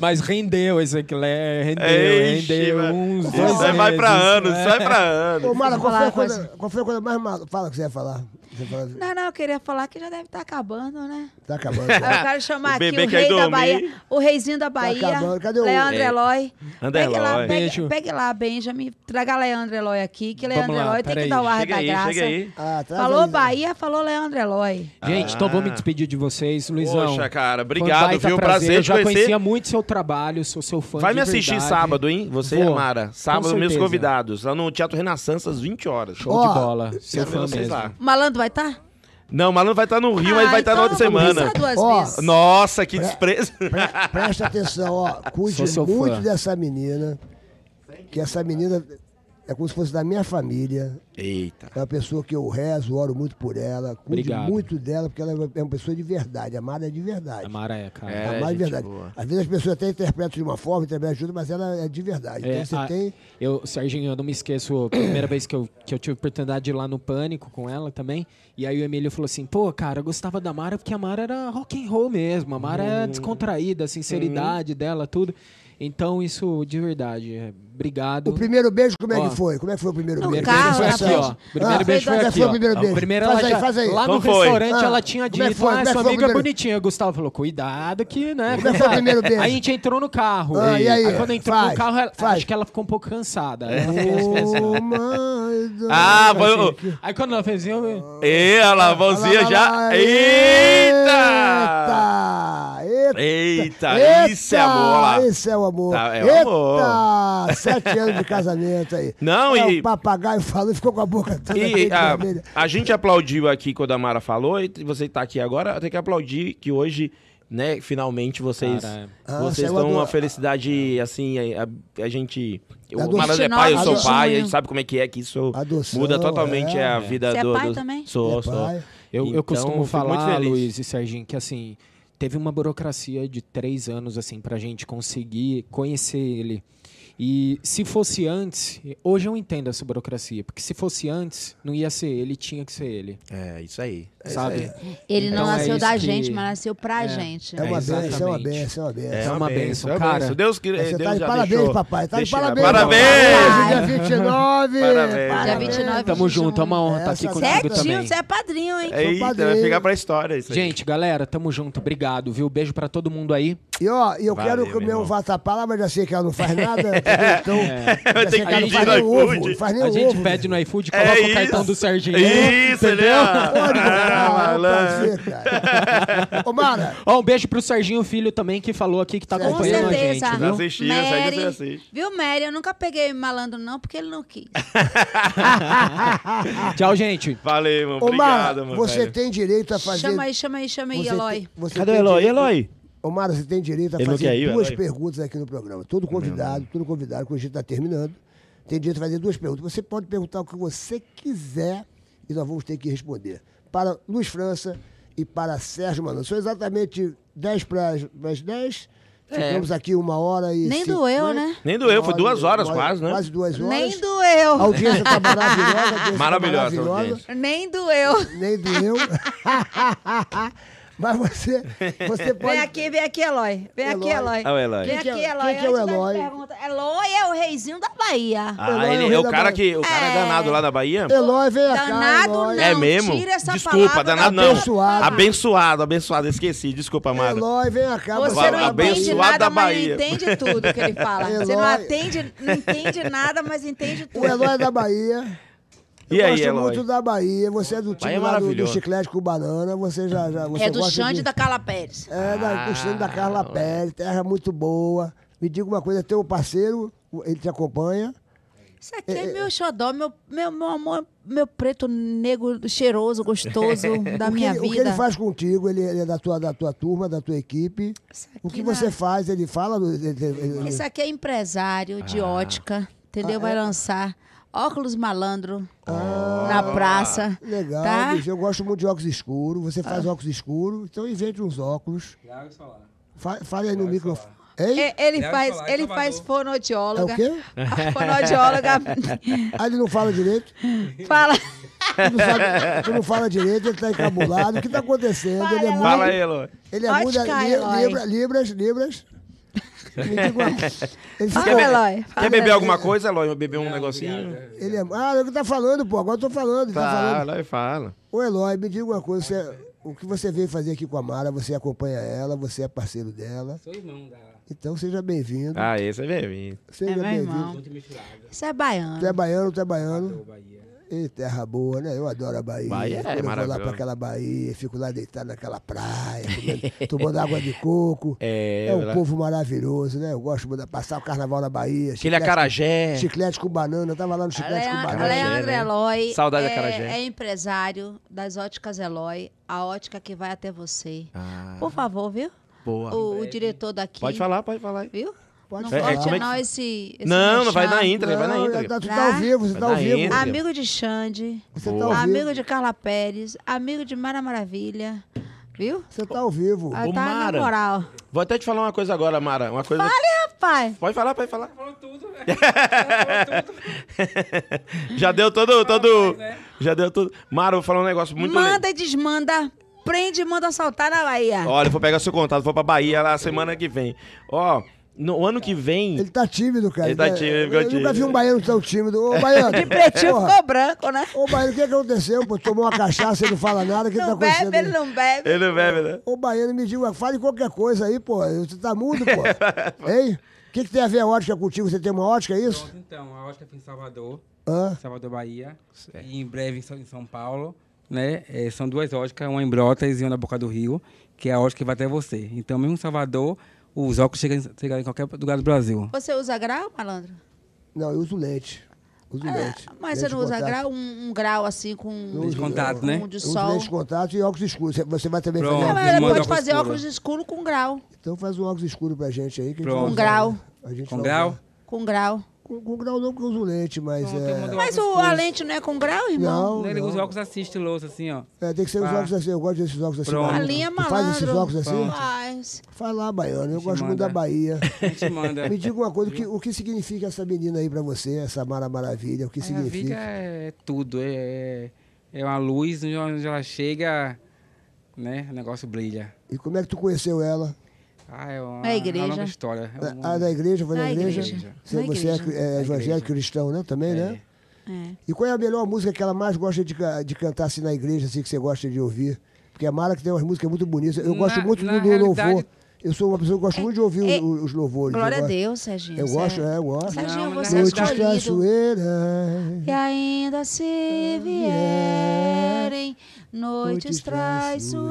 Speaker 5: Mas rendeu esse eclair, rendeu,
Speaker 2: Eixe,
Speaker 5: rendeu
Speaker 2: mano.
Speaker 5: uns
Speaker 2: Isso
Speaker 5: dois
Speaker 2: aí vai pra
Speaker 5: meses,
Speaker 2: anos,
Speaker 5: né?
Speaker 2: isso vai pra anos.
Speaker 1: Ô, Mara, qual foi,
Speaker 3: Vou falar
Speaker 1: a
Speaker 3: uma
Speaker 1: coisa,
Speaker 3: coisa.
Speaker 1: qual foi a coisa mais maluca? Fala o que você ia falar. Você fala,
Speaker 3: Não, não, eu queria falar que já deve estar acabando, né?
Speaker 1: tá acabando.
Speaker 3: Aí eu
Speaker 1: já.
Speaker 3: quero chamar
Speaker 2: Ah, O
Speaker 3: aqui
Speaker 2: bebê
Speaker 3: o
Speaker 2: quer ir
Speaker 3: rei da
Speaker 2: dormir.
Speaker 3: Bahia, o reizinho da Bahia,
Speaker 1: Tá acabando. Cadê o-
Speaker 3: Leandro
Speaker 2: É.
Speaker 3: Eloy.
Speaker 2: Anderloy.
Speaker 3: Pegue lá,
Speaker 5: Beijo.
Speaker 3: pegue, pegue lá, Benjamin, traga Leandro Eloy aqui, que
Speaker 5: Vamos
Speaker 3: Leandro
Speaker 5: lá,
Speaker 3: Eloy tem
Speaker 5: peraí.
Speaker 3: que dar o ar
Speaker 2: Chega
Speaker 3: da
Speaker 2: aí,
Speaker 3: graça.
Speaker 2: chega aí.
Speaker 1: Ah, traz
Speaker 3: Falou
Speaker 1: aí.
Speaker 3: Bahia, falou Leandro Eloy.
Speaker 5: Gente, então vou me despedir de vocês, Luizão.
Speaker 2: Ah. Poxa, cara,
Speaker 5: Foi um
Speaker 2: obrigado,
Speaker 5: baita
Speaker 2: viu? Prazer
Speaker 5: Eu
Speaker 2: te
Speaker 5: já
Speaker 2: conhecer.
Speaker 5: conhecia muito seu trabalho, sou seu fã
Speaker 2: Vai
Speaker 5: de
Speaker 2: me assistir
Speaker 5: verdade.
Speaker 2: sábado, hein? Você e
Speaker 5: Vou.
Speaker 2: a Mara. Sábado,
Speaker 5: Com
Speaker 2: meus
Speaker 5: certeza.
Speaker 2: convidados. Lá no Teatro Renaissance, às 20 horas.
Speaker 5: Show
Speaker 1: Ó,
Speaker 5: de bola, seu
Speaker 2: Quero ver
Speaker 5: fã
Speaker 2: vocês
Speaker 5: mesmo.
Speaker 2: lá.
Speaker 3: O malandro vai estar? Tá?
Speaker 2: Não, o Malandro vai estar no Rio, mas vai estar
Speaker 3: então
Speaker 2: na outra
Speaker 3: eu vou
Speaker 2: semana.
Speaker 3: pensar duas
Speaker 1: Ó,
Speaker 3: vezes.
Speaker 2: Nossa, que desprezo.
Speaker 1: Pre- presta atenção, ó. Cuide
Speaker 5: Sou seu
Speaker 1: muito
Speaker 5: fã.
Speaker 1: dessa menina. Que essa menina é como se fosse da minha família.
Speaker 2: Eita.
Speaker 1: É uma pessoa que eu rezo, oro muito por ela. Cuide
Speaker 5: Obrigado.
Speaker 1: muito dela, porque ela é uma- é uma pessoa de verdade, amada de verdade.
Speaker 5: Amara é, cara.
Speaker 2: É.
Speaker 1: Amada de
Speaker 2: gente
Speaker 1: verdade.
Speaker 2: boa.
Speaker 1: Às vezes as pessoas até interpretam de uma forma, interpretam de outra, mas ela é de verdade.
Speaker 5: É,
Speaker 1: então você
Speaker 5: a-
Speaker 1: tem.
Speaker 5: Eu, Serginho, eu não me esqueço, a primeira vez que eu, que eu tive a oportunidade de ir lá no Pânico com ela também, e aí o Emílio falou assim, pô, cara, eu gostava da Mara porque a Mara era rock and roll mesmo, a Mara
Speaker 1: Uhum.
Speaker 5: era descontraída, a sinceridade dela, tudo. Então, isso, de verdade, é, obrigado.
Speaker 1: O primeiro beijo, como é
Speaker 5: Ó.
Speaker 1: que foi? Como é que foi o primeiro
Speaker 3: No
Speaker 1: beijo?
Speaker 5: primeiro beijo
Speaker 3: carro,
Speaker 5: foi
Speaker 3: na
Speaker 5: aqui, ó.
Speaker 3: frente.
Speaker 5: Primeiro
Speaker 1: Ah,
Speaker 5: beijo foi
Speaker 1: quem
Speaker 5: aqui,
Speaker 1: foi o
Speaker 5: ó.
Speaker 1: primeiro
Speaker 5: Ó,
Speaker 1: beijo?
Speaker 5: primeiro
Speaker 1: Faz
Speaker 5: ela
Speaker 1: aí,
Speaker 5: já-
Speaker 1: faz aí.
Speaker 5: Lá no
Speaker 2: Como foi?
Speaker 5: restaurante
Speaker 1: Ah,
Speaker 5: ela tinha
Speaker 1: como é que
Speaker 5: dito,
Speaker 1: foi?
Speaker 5: ah,
Speaker 1: Como é que
Speaker 5: sua
Speaker 1: foi o
Speaker 5: amiga é
Speaker 1: primeiro-
Speaker 5: bonitinha. O Gustavo falou, cuidado que, né?
Speaker 1: Como é que foi o primeiro beijo?
Speaker 5: a gente entrou no carro.
Speaker 1: Ah, e aí?
Speaker 5: quando entrou
Speaker 1: Faz,
Speaker 5: no carro, ela-
Speaker 1: faz. É.
Speaker 5: acho que ela ficou um pouco cansada. Ela fez- fez assim, ó.
Speaker 1: Oh, my God.
Speaker 2: Ah, foi o...
Speaker 5: Assim. Aí quando ela fez assim, eu...
Speaker 2: Ê, a lavãozinha
Speaker 1: Lá, lá, lá,
Speaker 2: já...
Speaker 1: lá.
Speaker 2: Eita!
Speaker 1: Eita! Eita!
Speaker 2: Eita, isso é amor lá.
Speaker 1: Isso é o amor.
Speaker 2: Tá, é o
Speaker 1: Eita,
Speaker 2: amor.
Speaker 1: sete anos de casamento aí.
Speaker 2: Não,
Speaker 1: é,
Speaker 2: e-
Speaker 1: O papagaio falou e ficou com a boca toda
Speaker 2: E
Speaker 1: verde
Speaker 2: a,
Speaker 1: Tá vermelha.
Speaker 2: a gente aplaudiu aqui quando a Mara falou, e você tá aqui agora, tem que aplaudir que hoje, né, finalmente vocês,
Speaker 5: Cara,
Speaker 1: é.
Speaker 2: vocês
Speaker 1: Ah, saiu a
Speaker 2: dão
Speaker 1: do-
Speaker 2: uma felicidade, assim, a, a- a gente...
Speaker 1: A
Speaker 2: O
Speaker 1: do-
Speaker 2: Mara é pai, eu
Speaker 1: A
Speaker 2: sou
Speaker 1: do-
Speaker 2: pai, a gente sabe como é que é, que isso
Speaker 1: Adoção,
Speaker 2: muda totalmente
Speaker 1: é.
Speaker 2: a vida
Speaker 3: Você é
Speaker 2: do...
Speaker 3: pai
Speaker 2: do-
Speaker 3: também?
Speaker 2: Sou,
Speaker 1: É
Speaker 2: sou.
Speaker 1: pai.
Speaker 5: Eu,
Speaker 2: Então,
Speaker 5: eu costumo
Speaker 2: fico muito
Speaker 5: falar,
Speaker 2: feliz.
Speaker 5: Luiz e Serginho, que assim, teve uma burocracia de três anos, assim, pra gente conseguir conhecer ele. E se fosse antes, hoje eu entendo essa burocracia, porque se fosse antes, não ia ser ele, tinha que ser ele,
Speaker 2: É, isso aí.
Speaker 5: sabe?
Speaker 3: Ele
Speaker 5: Então
Speaker 3: não
Speaker 5: é
Speaker 3: nasceu
Speaker 5: isso
Speaker 3: da
Speaker 5: que-
Speaker 3: gente, mas nasceu pra gente.
Speaker 1: É uma
Speaker 5: exatamente.
Speaker 1: benção, é uma benção, é uma benção.
Speaker 5: É uma bênção,
Speaker 2: bênção, é uma
Speaker 5: cara.
Speaker 2: bênção. Deus, que-
Speaker 1: Você
Speaker 2: Deus
Speaker 1: tá de
Speaker 2: já
Speaker 1: parabéns,
Speaker 2: deixou.
Speaker 1: papai. Tá de
Speaker 2: deixou-
Speaker 1: parabéns.
Speaker 2: Parabéns!
Speaker 1: Hoje, dia 29.
Speaker 2: Parabéns. Dia
Speaker 3: 29.
Speaker 5: Tamo junto, é uma honra
Speaker 1: Essa
Speaker 5: estar aqui
Speaker 3: Você é
Speaker 5: contigo
Speaker 3: tio,
Speaker 5: também.
Speaker 3: você é padrinho, hein?
Speaker 1: Sou
Speaker 2: Eita, vai
Speaker 1: padrinho.
Speaker 2: ficar pra história isso aí.
Speaker 5: Gente, galera, tamo junto, obrigado, viu? Beijo pra todo mundo aí.
Speaker 1: E ó, e eu
Speaker 2: Valeu,
Speaker 1: quero que o
Speaker 2: meu
Speaker 1: meu
Speaker 2: irmão.
Speaker 1: vá tapar lá, mas já sei que ela não faz nada. entendeu? Então,
Speaker 2: Vai
Speaker 1: já
Speaker 2: ter
Speaker 1: sei
Speaker 2: que
Speaker 1: ela não
Speaker 5: pedir
Speaker 1: faz
Speaker 5: no
Speaker 1: nem ovo.
Speaker 2: iFood.
Speaker 1: Não faz nem
Speaker 5: A gente
Speaker 1: ovo.
Speaker 5: pede no iFood,
Speaker 2: É
Speaker 5: coloca o
Speaker 2: isso.
Speaker 5: cartão do Serginho.
Speaker 2: Isso, ele é...
Speaker 1: Pode,
Speaker 2: Ah,
Speaker 1: ah,
Speaker 2: malandro.
Speaker 1: prazer, cara. Ô, Mara,
Speaker 5: Ó, um beijo pro Serginho Filho também, que falou aqui que tá
Speaker 1: Com
Speaker 3: Com
Speaker 5: acompanhando
Speaker 3: certeza.
Speaker 5: a gente, viu?
Speaker 2: Tá assistindo, segue você assiste.
Speaker 3: Viu, Mary? Eu nunca peguei malandro, não, porque ele não quis.
Speaker 5: Tchau, gente.
Speaker 2: Valeu, irmão.
Speaker 1: ô,
Speaker 2: Obrigado,
Speaker 1: Mara
Speaker 2: mano.
Speaker 1: você
Speaker 2: velho.
Speaker 1: tem direito a fazer...
Speaker 3: Chama aí, chama aí, chama aí,
Speaker 1: você
Speaker 3: Eloy.
Speaker 1: tem- você
Speaker 2: Cadê o
Speaker 1: tem
Speaker 2: Eloy?
Speaker 1: direito-
Speaker 2: Eloy?
Speaker 1: Ô, Mara, você tem direito a
Speaker 2: Ele não
Speaker 1: fazer
Speaker 2: quer ir, o
Speaker 1: duas
Speaker 2: Eloy?
Speaker 1: perguntas aqui no programa. Todo convidado, todo convidado, que a gente está terminando, tem direito a fazer duas perguntas. Você pode perguntar o que você quiser e nós vamos ter que responder. Para Luiz França e para Sérgio Malandro. São exatamente 10 para as 10. Ficamos aqui uma hora e.
Speaker 3: É. Nem doeu,
Speaker 1: 50.
Speaker 3: né?
Speaker 2: Nem doeu, foi
Speaker 1: Uma
Speaker 2: duas
Speaker 1: hora e-
Speaker 2: horas
Speaker 1: uma hora-
Speaker 2: quase, né?
Speaker 1: Quase duas horas.
Speaker 3: Nem
Speaker 1: A
Speaker 3: doeu.
Speaker 1: audiência está maravilhosa. a audiência tá
Speaker 2: Maravilhosa a
Speaker 1: maravilhosa.
Speaker 2: audiência.
Speaker 3: Nem doeu.
Speaker 1: Nem doeu. Mas você, você pode.
Speaker 3: Vem aqui, vem aqui, Eloy. Vem aqui,
Speaker 1: Eloy.
Speaker 3: Eloy.
Speaker 2: Ah, o Eloy.
Speaker 3: Vem
Speaker 1: Quem que é-
Speaker 3: aqui,
Speaker 1: quem
Speaker 3: Eloy.
Speaker 1: que é o
Speaker 3: antes das
Speaker 1: Eloy?
Speaker 3: perguntas. Eloy é o reizinho da Bahia.
Speaker 2: Ah,
Speaker 1: Eloy é o
Speaker 2: ele
Speaker 1: rei
Speaker 2: é o
Speaker 1: da
Speaker 2: cara
Speaker 1: Bahia.
Speaker 2: que. O cara é
Speaker 3: É.
Speaker 2: danado lá da Bahia?
Speaker 1: Eloy, vem cá.
Speaker 3: Danado né?
Speaker 1: Eloy.
Speaker 3: não.
Speaker 2: é mesmo?
Speaker 3: tira essa
Speaker 2: Desculpa,
Speaker 3: palavra da
Speaker 2: danado
Speaker 1: boca.
Speaker 2: não.
Speaker 1: Abençoado.
Speaker 2: Abençoado, abençoado. Esqueci, desculpa, amado.
Speaker 1: Eloy, vem cá.
Speaker 3: Você não entende
Speaker 2: Abençoado da
Speaker 3: nada, mas
Speaker 2: Bahia.
Speaker 3: não entende tudo que ele fala. Você não,
Speaker 1: Eloy.
Speaker 3: atende, não entende nada, mas entende tudo.
Speaker 1: O Eloy é da Bahia.
Speaker 2: E aí,
Speaker 1: gosto
Speaker 2: Eloy?
Speaker 1: muito da Bahia. Você é do time
Speaker 2: Bahia é
Speaker 1: lá do, do
Speaker 2: maravilhosa.
Speaker 1: chiclete com banana. Você já. já você
Speaker 3: é do
Speaker 1: gosta
Speaker 3: Xande
Speaker 1: de...
Speaker 3: da Carla Pérez.
Speaker 1: É, da,
Speaker 2: Ah,
Speaker 1: do Xande da Carla Pérez. Terra é muito boa. Me diga uma coisa: teu parceiro, o- ele te acompanha.
Speaker 3: Isso aqui é, meu xodó, meu, meu, meu amor, meu preto negro cheiroso, gostoso da
Speaker 1: É, O que,
Speaker 3: minha
Speaker 1: ele-
Speaker 3: vida.
Speaker 1: o que ele faz contigo? Ele, ele é da tua, da tua turma, da tua equipe.
Speaker 3: Isso
Speaker 1: O que
Speaker 3: aqui na-
Speaker 1: você faz? Ele fala. do- ele- ele- ele-
Speaker 3: Isso aqui é empresário de ótica, entendeu?
Speaker 1: Ah,
Speaker 3: Vai
Speaker 1: é? Ah.
Speaker 3: lançar óculos malandro na praça.
Speaker 1: Legal,
Speaker 3: tá? Ah.
Speaker 1: bicho, eu gosto muito de óculos escuros. Você faz óculos escuros, então invente uns óculos.
Speaker 6: Iago Solar.
Speaker 1: Fa- Fale aí no microfone. Ei?
Speaker 3: E- Ele
Speaker 6: Deve
Speaker 3: faz,
Speaker 6: falar em
Speaker 3: ele faz fonoaudióloga.
Speaker 1: É o quê?
Speaker 3: A fonoaudióloga
Speaker 1: Ah, ele não fala direito.
Speaker 3: fala.
Speaker 1: Tu não, sabe- tu não fala direito, ele tá encabulado. O que tá acontecendo? ele é
Speaker 3: Fala,
Speaker 1: muito.
Speaker 2: Fala aí, Eloy.
Speaker 1: Ele é
Speaker 3: Pode
Speaker 1: muito.
Speaker 3: cair,
Speaker 1: li-
Speaker 3: Eloy.
Speaker 1: libra- libras, libras. Me diga uma coisa. Ele
Speaker 3: Fala,
Speaker 1: fica.
Speaker 3: Eloy.
Speaker 2: Quer
Speaker 3: fala.
Speaker 2: beber alguma coisa, Eloy? Beber um negocinho?
Speaker 1: Ele é... Ah, o que tá falando, pô? Agora eu tô falando. ele Tá,
Speaker 2: Tá,
Speaker 1: falando.
Speaker 2: Eloy fala.
Speaker 1: Ô, Eloy, me diga uma coisa. você- é- O que você veio fazer aqui com a Mara? Você acompanha ela, você é parceiro dela.
Speaker 6: Sou irmão da
Speaker 1: Então seja bem-vindo.
Speaker 2: Ah, esse é bem-vindo.
Speaker 1: Seja
Speaker 3: É meu
Speaker 1: bem-vindo.
Speaker 3: irmão.
Speaker 6: Ponte Misturada,
Speaker 3: Isso é
Speaker 1: Tu é
Speaker 3: baiano.
Speaker 1: baiano, tu é baiano.
Speaker 6: do Bahia.
Speaker 1: E terra boa, né? Eu adoro a Bahia.
Speaker 2: Bahia é
Speaker 1: Quando eu vou lá
Speaker 2: maravilhosa.
Speaker 1: pra aquela Bahia, fico lá deitado naquela praia, comendo- tomando água de coco.
Speaker 2: É,
Speaker 1: um
Speaker 2: lá-
Speaker 1: povo maravilhoso, né? Eu gosto muito de passar o carnaval na Bahia.
Speaker 2: Aquele é acarajé.
Speaker 1: Chiclete com banana. Eu tava lá no chiclete com
Speaker 3: Leandro,
Speaker 1: banana.
Speaker 2: Acarajé,
Speaker 3: Leandro
Speaker 2: né?
Speaker 3: é Eloy
Speaker 2: Saudade da
Speaker 3: é,
Speaker 2: Acarajé.
Speaker 3: é empresário das óticas Eloy, a ótica que vai até você.
Speaker 2: Ah,
Speaker 3: Por favor, viu?
Speaker 2: boa.
Speaker 3: O, o diretor daqui.
Speaker 2: Pode falar, pode falar. aí.
Speaker 3: Viu?
Speaker 1: Pode
Speaker 3: não
Speaker 1: falar.
Speaker 3: corte
Speaker 2: como é que-
Speaker 3: não esse, esse
Speaker 2: Não, não vai
Speaker 3: merchan.
Speaker 2: na intra, vai na
Speaker 1: Não,
Speaker 2: intra.
Speaker 1: tá- Tu tá
Speaker 3: Tá?
Speaker 1: ao vivo, você tá ao
Speaker 2: Vai na
Speaker 1: vivo.
Speaker 2: Intra.
Speaker 3: Amigo de Xande,
Speaker 1: Você tá
Speaker 2: Boa.
Speaker 1: ao vivo.
Speaker 3: amigo de Carla Pérez, amigo de Mara Maravilha, viu?
Speaker 1: Você tá ao vivo.
Speaker 3: Ah,
Speaker 2: Ô,
Speaker 3: tá
Speaker 2: Mara.
Speaker 3: na moral.
Speaker 2: Vou até te falar uma coisa agora, Mara. Uma coisa.
Speaker 3: Rapaz,
Speaker 2: Pode falar, pode falar.
Speaker 6: Falou Tá tudo, velho. Falou tudo.
Speaker 2: Já deu todo, todo.
Speaker 6: né?
Speaker 2: Já deu tudo. Mara, eu vou falar um negócio muito
Speaker 3: manda e desmanda, prende e manda assaltar na Bahia.
Speaker 2: Olha, eu vou pegar seu contato, vou pra Bahia lá semana que vem. Ó, no ano que vem.
Speaker 1: Ele tá tímido, cara.
Speaker 2: Ele tá tímido, ele ficou
Speaker 1: Eu nunca vi
Speaker 2: tímido.
Speaker 1: um baiano tão tímido. Ô, baiano.
Speaker 3: De pretinho
Speaker 1: porra.
Speaker 3: ficou branco, né?
Speaker 1: Ô, baiano, o que, que aconteceu? Pô, tomou uma cachaça, ele não fala nada. O que, que tá
Speaker 3: Não
Speaker 1: acontecendo?
Speaker 3: bebe, ele não bebe.
Speaker 2: Ele não bebe, né?
Speaker 1: Ô, baiano, me diga, fale qualquer coisa aí, pô. Você tá mudo, pô. Hein? O que, que tem a ver a ótica contigo? Você tem uma ótica, é isso?
Speaker 6: Pronto, então, a ótica aqui em Salvador,
Speaker 1: Hã?
Speaker 6: Salvador, Bahia, e em breve em São, em São Paulo, né? É, são duas óticas, uma em Brotas e uma na Boca do Rio, que é a ótica que vai até você. Então, mesmo em Salvador, os óculos chegam, em- chegam em qualquer lugar do Brasil.
Speaker 3: Você usa grau, malandro?
Speaker 1: Não, eu uso lente. Uso lente.
Speaker 3: Ah, mas
Speaker 1: Lente
Speaker 3: você não usa
Speaker 1: contato.
Speaker 3: grau, um, um grau assim com
Speaker 6: uso contato,
Speaker 1: é,
Speaker 3: com
Speaker 6: né?
Speaker 3: um de
Speaker 1: Eu uso
Speaker 3: sol.
Speaker 1: lente de contato e óculos escuros. Você- Você vai também
Speaker 6: Pronto.
Speaker 3: Ah,
Speaker 1: fazer
Speaker 3: mas
Speaker 1: óculos
Speaker 3: ela
Speaker 6: Manda
Speaker 3: pode
Speaker 6: óculos
Speaker 3: fazer
Speaker 6: escuro.
Speaker 3: óculos escuro com grau.
Speaker 1: Então faz um óculos escuro pra gente aí. Que a gente
Speaker 6: Pronto.
Speaker 1: vai-
Speaker 3: Com grau.
Speaker 1: A gente
Speaker 6: Com
Speaker 1: vai-
Speaker 6: grau?
Speaker 3: Com grau.
Speaker 1: Com, com grau não, porque eu uso lente, mas...
Speaker 6: Pronto, eu mando
Speaker 1: é...
Speaker 3: Mas o,
Speaker 6: óculos
Speaker 3: a
Speaker 6: escuros.
Speaker 3: lente não é com grau, irmão?
Speaker 1: Não,
Speaker 6: Ele usa
Speaker 1: não.
Speaker 6: óculos assiste louça, assim, ó.
Speaker 1: é, tem que ser os
Speaker 6: Ah.
Speaker 1: óculos assim. Eu gosto desses óculos assim.
Speaker 6: Pronto.
Speaker 3: A
Speaker 1: malandro.
Speaker 3: linha é
Speaker 1: Tu
Speaker 3: malandro.
Speaker 1: faz esses óculos assim?
Speaker 6: Pronto.
Speaker 3: Faz.
Speaker 1: Faz lá, baiano. Eu
Speaker 6: Te
Speaker 1: gosto muito da
Speaker 6: manda.
Speaker 1: Bahia.
Speaker 6: A gente manda.
Speaker 1: Me diga uma coisa, o que, o que significa essa menina aí pra você, essa Mara Maravilha? O que
Speaker 6: A vida
Speaker 1: significa?
Speaker 6: é tudo, é, é uma luz onde ela chega, né? O negócio brilha.
Speaker 1: E como é que tu conheceu ela?
Speaker 6: Ah, é uma,
Speaker 3: Na igreja.
Speaker 6: uma longa história. É um-
Speaker 1: Ah, da igreja? Foi da
Speaker 3: Na
Speaker 1: igreja?
Speaker 3: igreja.
Speaker 1: Você,
Speaker 3: Na
Speaker 1: você é
Speaker 3: igreja.
Speaker 1: cri- é, evangélico cristão, né? Também, né?
Speaker 3: É.
Speaker 1: E qual é a melhor música que ela mais gosta de, ca- de cantar assim na igreja, assim, que você gosta de ouvir? Porque a Mara que tem umas músicas muito bonitas. Eu gosto
Speaker 6: Na-
Speaker 1: muito
Speaker 6: na
Speaker 1: do, do
Speaker 6: realidade-
Speaker 1: louvor. Eu sou uma pessoa que gosto muito de ouvir
Speaker 3: é-
Speaker 1: os, os louvores.
Speaker 3: Glória
Speaker 1: eu
Speaker 3: a
Speaker 1: gosto.
Speaker 3: Deus, Serginho.
Speaker 1: Eu
Speaker 3: Você
Speaker 1: gosto,
Speaker 3: é-
Speaker 1: é, eu gosto.
Speaker 3: Serginho,
Speaker 6: Não,
Speaker 3: você é
Speaker 6: não.
Speaker 1: Noites
Speaker 3: escolhido.
Speaker 1: traiçoeiras.
Speaker 3: E ainda se vierem noites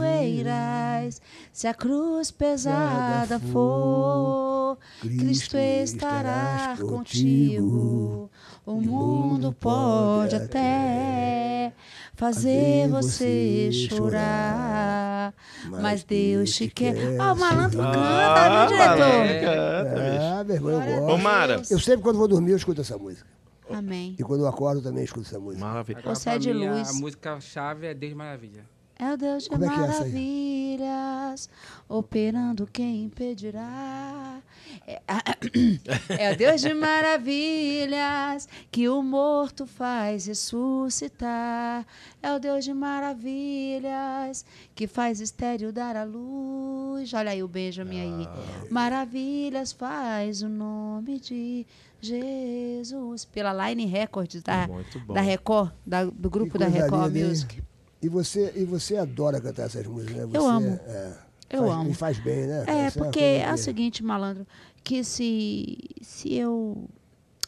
Speaker 3: traiçoeiras, se a cruz pesada for, Cristo estará contigo. O mundo pode até fazer você chorar, mas Deus te quer. Ah, o malandro canta, viu,
Speaker 2: malandro,
Speaker 3: diretor?
Speaker 2: canta, bicho.
Speaker 1: Ah, meu irmão, eu
Speaker 2: Ah, Ô,
Speaker 1: gosto.
Speaker 2: Mara.
Speaker 1: Eu sempre quando vou dormir eu escuto essa música.
Speaker 3: Amém.
Speaker 1: E quando eu acordo eu também escuto essa música.
Speaker 2: Maravilha.
Speaker 6: Agora,
Speaker 3: Você
Speaker 6: pra
Speaker 3: é de
Speaker 6: mim, a-
Speaker 3: luz.
Speaker 6: A música chave é Deus Maravilha.
Speaker 3: É o Deus de
Speaker 1: Como é que é essa aí?
Speaker 3: maravilhas, operando quem impedirá. É, é o Deus de maravilhas que o morto faz ressuscitar. É o Deus de maravilhas que faz estéreo dar à luz. Olha aí o Benjamin
Speaker 1: Ah,
Speaker 3: aí. Maravilhas faz o nome de Jesus. Pela Line Records da,
Speaker 2: Muito bom.
Speaker 3: da Record, da- do grupo
Speaker 1: Que
Speaker 3: da
Speaker 1: coisa
Speaker 3: Record
Speaker 1: linda, hein?
Speaker 3: Music.
Speaker 1: E você, e você adora cantar essas músicas, né? Você,
Speaker 3: amo.
Speaker 1: é,
Speaker 3: Eu
Speaker 1: faz-
Speaker 3: amo.
Speaker 1: E faz bem, né? cara?
Speaker 3: É,
Speaker 1: Isso uma
Speaker 3: porque
Speaker 1: coisa
Speaker 3: é o
Speaker 1: que-
Speaker 3: seguinte, malandro, que se, se eu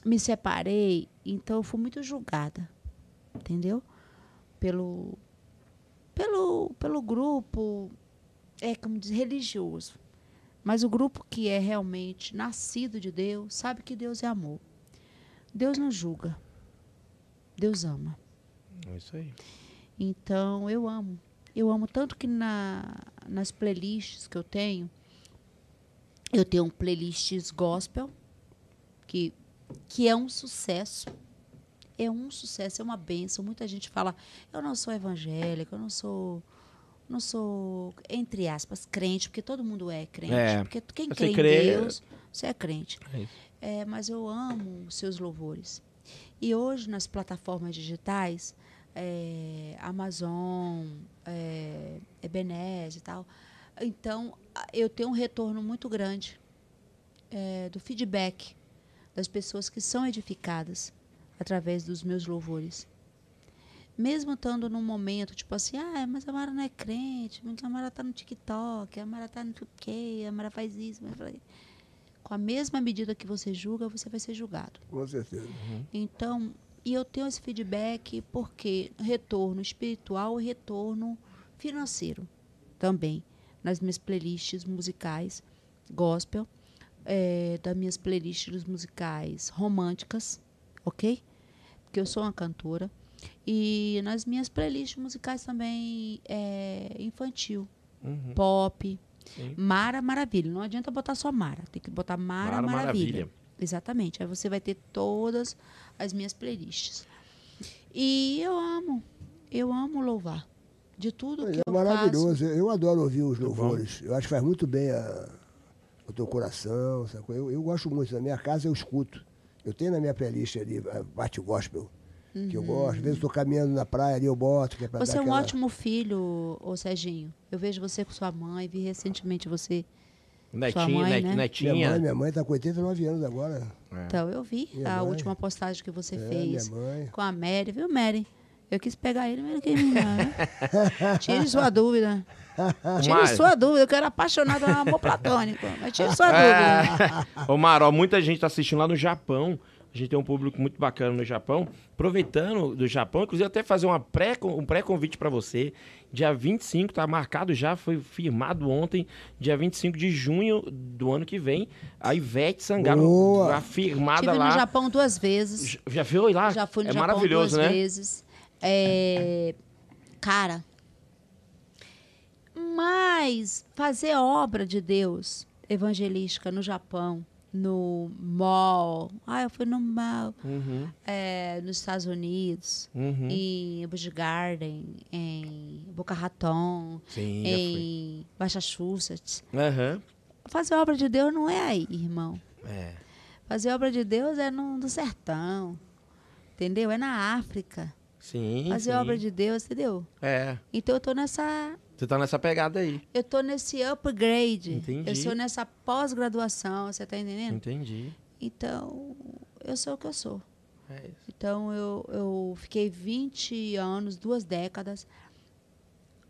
Speaker 3: me separei, então eu fui muito julgada, entendeu? Pelo, pelo, pelo grupo, é como diz, religioso. Mas o grupo que é realmente nascido de Deus, sabe que Deus é amor. Deus não julga. Deus ama.
Speaker 2: É isso aí.
Speaker 3: Então eu amo. Eu amo tanto que na, nas playlists que eu tenho, eu tenho um playlists gospel, que, que é um sucesso. É um sucesso, é uma benção. Muita gente fala, eu não sou evangélica, eu não sou. Não sou, entre aspas, crente, porque todo mundo é crente.
Speaker 2: É.
Speaker 3: Porque quem
Speaker 2: Você
Speaker 3: crê em
Speaker 2: crê-
Speaker 3: Deus, você é crente.
Speaker 2: É isso.
Speaker 3: É, mas eu amo os seus louvores. E hoje, nas plataformas digitais, é, Amazon, é, Ebenezer e tal, então a- eu tenho um retorno muito grande é, do feedback das pessoas que são edificadas através dos meus louvores. Mesmo estando num momento, tipo assim, ah, mas a Mara não é crente, mas a Mara tá no TikTok, a Mara tá no quê, a Mara faz isso, a Mara faz... Com a mesma medida que você julga, você vai ser julgado.
Speaker 1: Com certeza.
Speaker 3: Então, e eu tenho esse feedback porque retorno espiritual e retorno financeiro também nas minhas playlists musicais gospel, eh, das minhas playlists musicais românticas, ok? Porque eu sou uma cantora e nas minhas playlists musicais também eh, infantil, Uhum. pop,
Speaker 2: Sim.
Speaker 3: Mara Maravilha. Não adianta botar só Mara, tem que botar Mara,
Speaker 2: Mara
Speaker 3: Maravilha.
Speaker 2: Maravilha.
Speaker 3: Exatamente. Aí você vai ter todas as minhas playlists. E eu amo. Eu amo louvar. De tudo que
Speaker 1: é
Speaker 3: eu
Speaker 1: maravilhoso.
Speaker 3: faço.
Speaker 1: Eu- Eu adoro ouvir os louvores. Eu acho que faz muito bem a- o teu coração. sacou? Eu, eu gosto muito. Na minha casa eu escuto. Eu tenho na minha playlist ali a parte gospel, que eu gosto. Às vezes eu estou caminhando na praia ali, eu boto. Que é pra
Speaker 3: Uhum. Você
Speaker 1: dar
Speaker 3: é um
Speaker 1: aquela-
Speaker 3: ótimo filho, ô Serginho. Eu vejo você com sua mãe, vi recentemente você.
Speaker 2: Netinho,
Speaker 3: mãe,
Speaker 2: net-
Speaker 3: né?
Speaker 1: Minha mãe, é
Speaker 2: netinha.
Speaker 1: minha mãe está com 89 anos agora.
Speaker 3: Então, eu vi
Speaker 1: É. Minha
Speaker 3: a
Speaker 1: mãe.
Speaker 3: última postagem que você
Speaker 1: É,
Speaker 3: fez
Speaker 1: minha mãe.
Speaker 3: com a Mary, viu, Mary? Eu quis pegar ele, mas ele quis me dar, né? Tire sua dúvida. Tire
Speaker 2: Mari.
Speaker 3: sua dúvida, que eu era apaixonada por um amor platônico. Mas tire sua
Speaker 2: É,
Speaker 3: dúvida.
Speaker 2: Ô, Maro, ó, muita gente tá assistindo lá no Japão. A gente tem um público muito bacana no Japão. Aproveitando do Japão, inclusive até fazer uma pré, um pré-convite para você. Dia 25, tá marcado já, foi firmado ontem, dia 25 de junho do ano que vem. A Ivete Sangalo,
Speaker 1: Boa.
Speaker 2: afirmada
Speaker 3: Estive
Speaker 2: lá.
Speaker 3: no Japão duas vezes.
Speaker 2: J- Já viu lá?
Speaker 3: Já fui no
Speaker 2: é
Speaker 3: Japão
Speaker 2: maravilhoso,
Speaker 3: duas
Speaker 2: né?
Speaker 3: vezes. É, Cara, mas fazer obra de Deus evangelística no Japão, no mall, ah, eu fui no mall,
Speaker 2: Uhum,
Speaker 3: é, nos Estados Unidos,
Speaker 2: uhum.
Speaker 3: em Busch Garden, em Boca Raton,
Speaker 2: Sim, já fui.
Speaker 3: em Massachusetts.
Speaker 2: Aham.
Speaker 3: Fazer obra de Deus não é aí, irmão.
Speaker 2: É.
Speaker 3: Fazer obra de Deus é no, no sertão, entendeu? É na África.
Speaker 2: Sim.
Speaker 3: Fazer
Speaker 2: sim.
Speaker 3: obra de Deus, entendeu?
Speaker 2: É.
Speaker 3: Então eu tô nessa.
Speaker 2: Você tá nessa pegada aí.
Speaker 3: Eu tô nesse upgrade.
Speaker 2: Entendi.
Speaker 3: Eu sou nessa pós-graduação, você tá entendendo?
Speaker 2: Entendi.
Speaker 3: Então, eu sou o que eu sou.
Speaker 2: É isso.
Speaker 3: Então eu, eu fiquei 20 anos, duas décadas,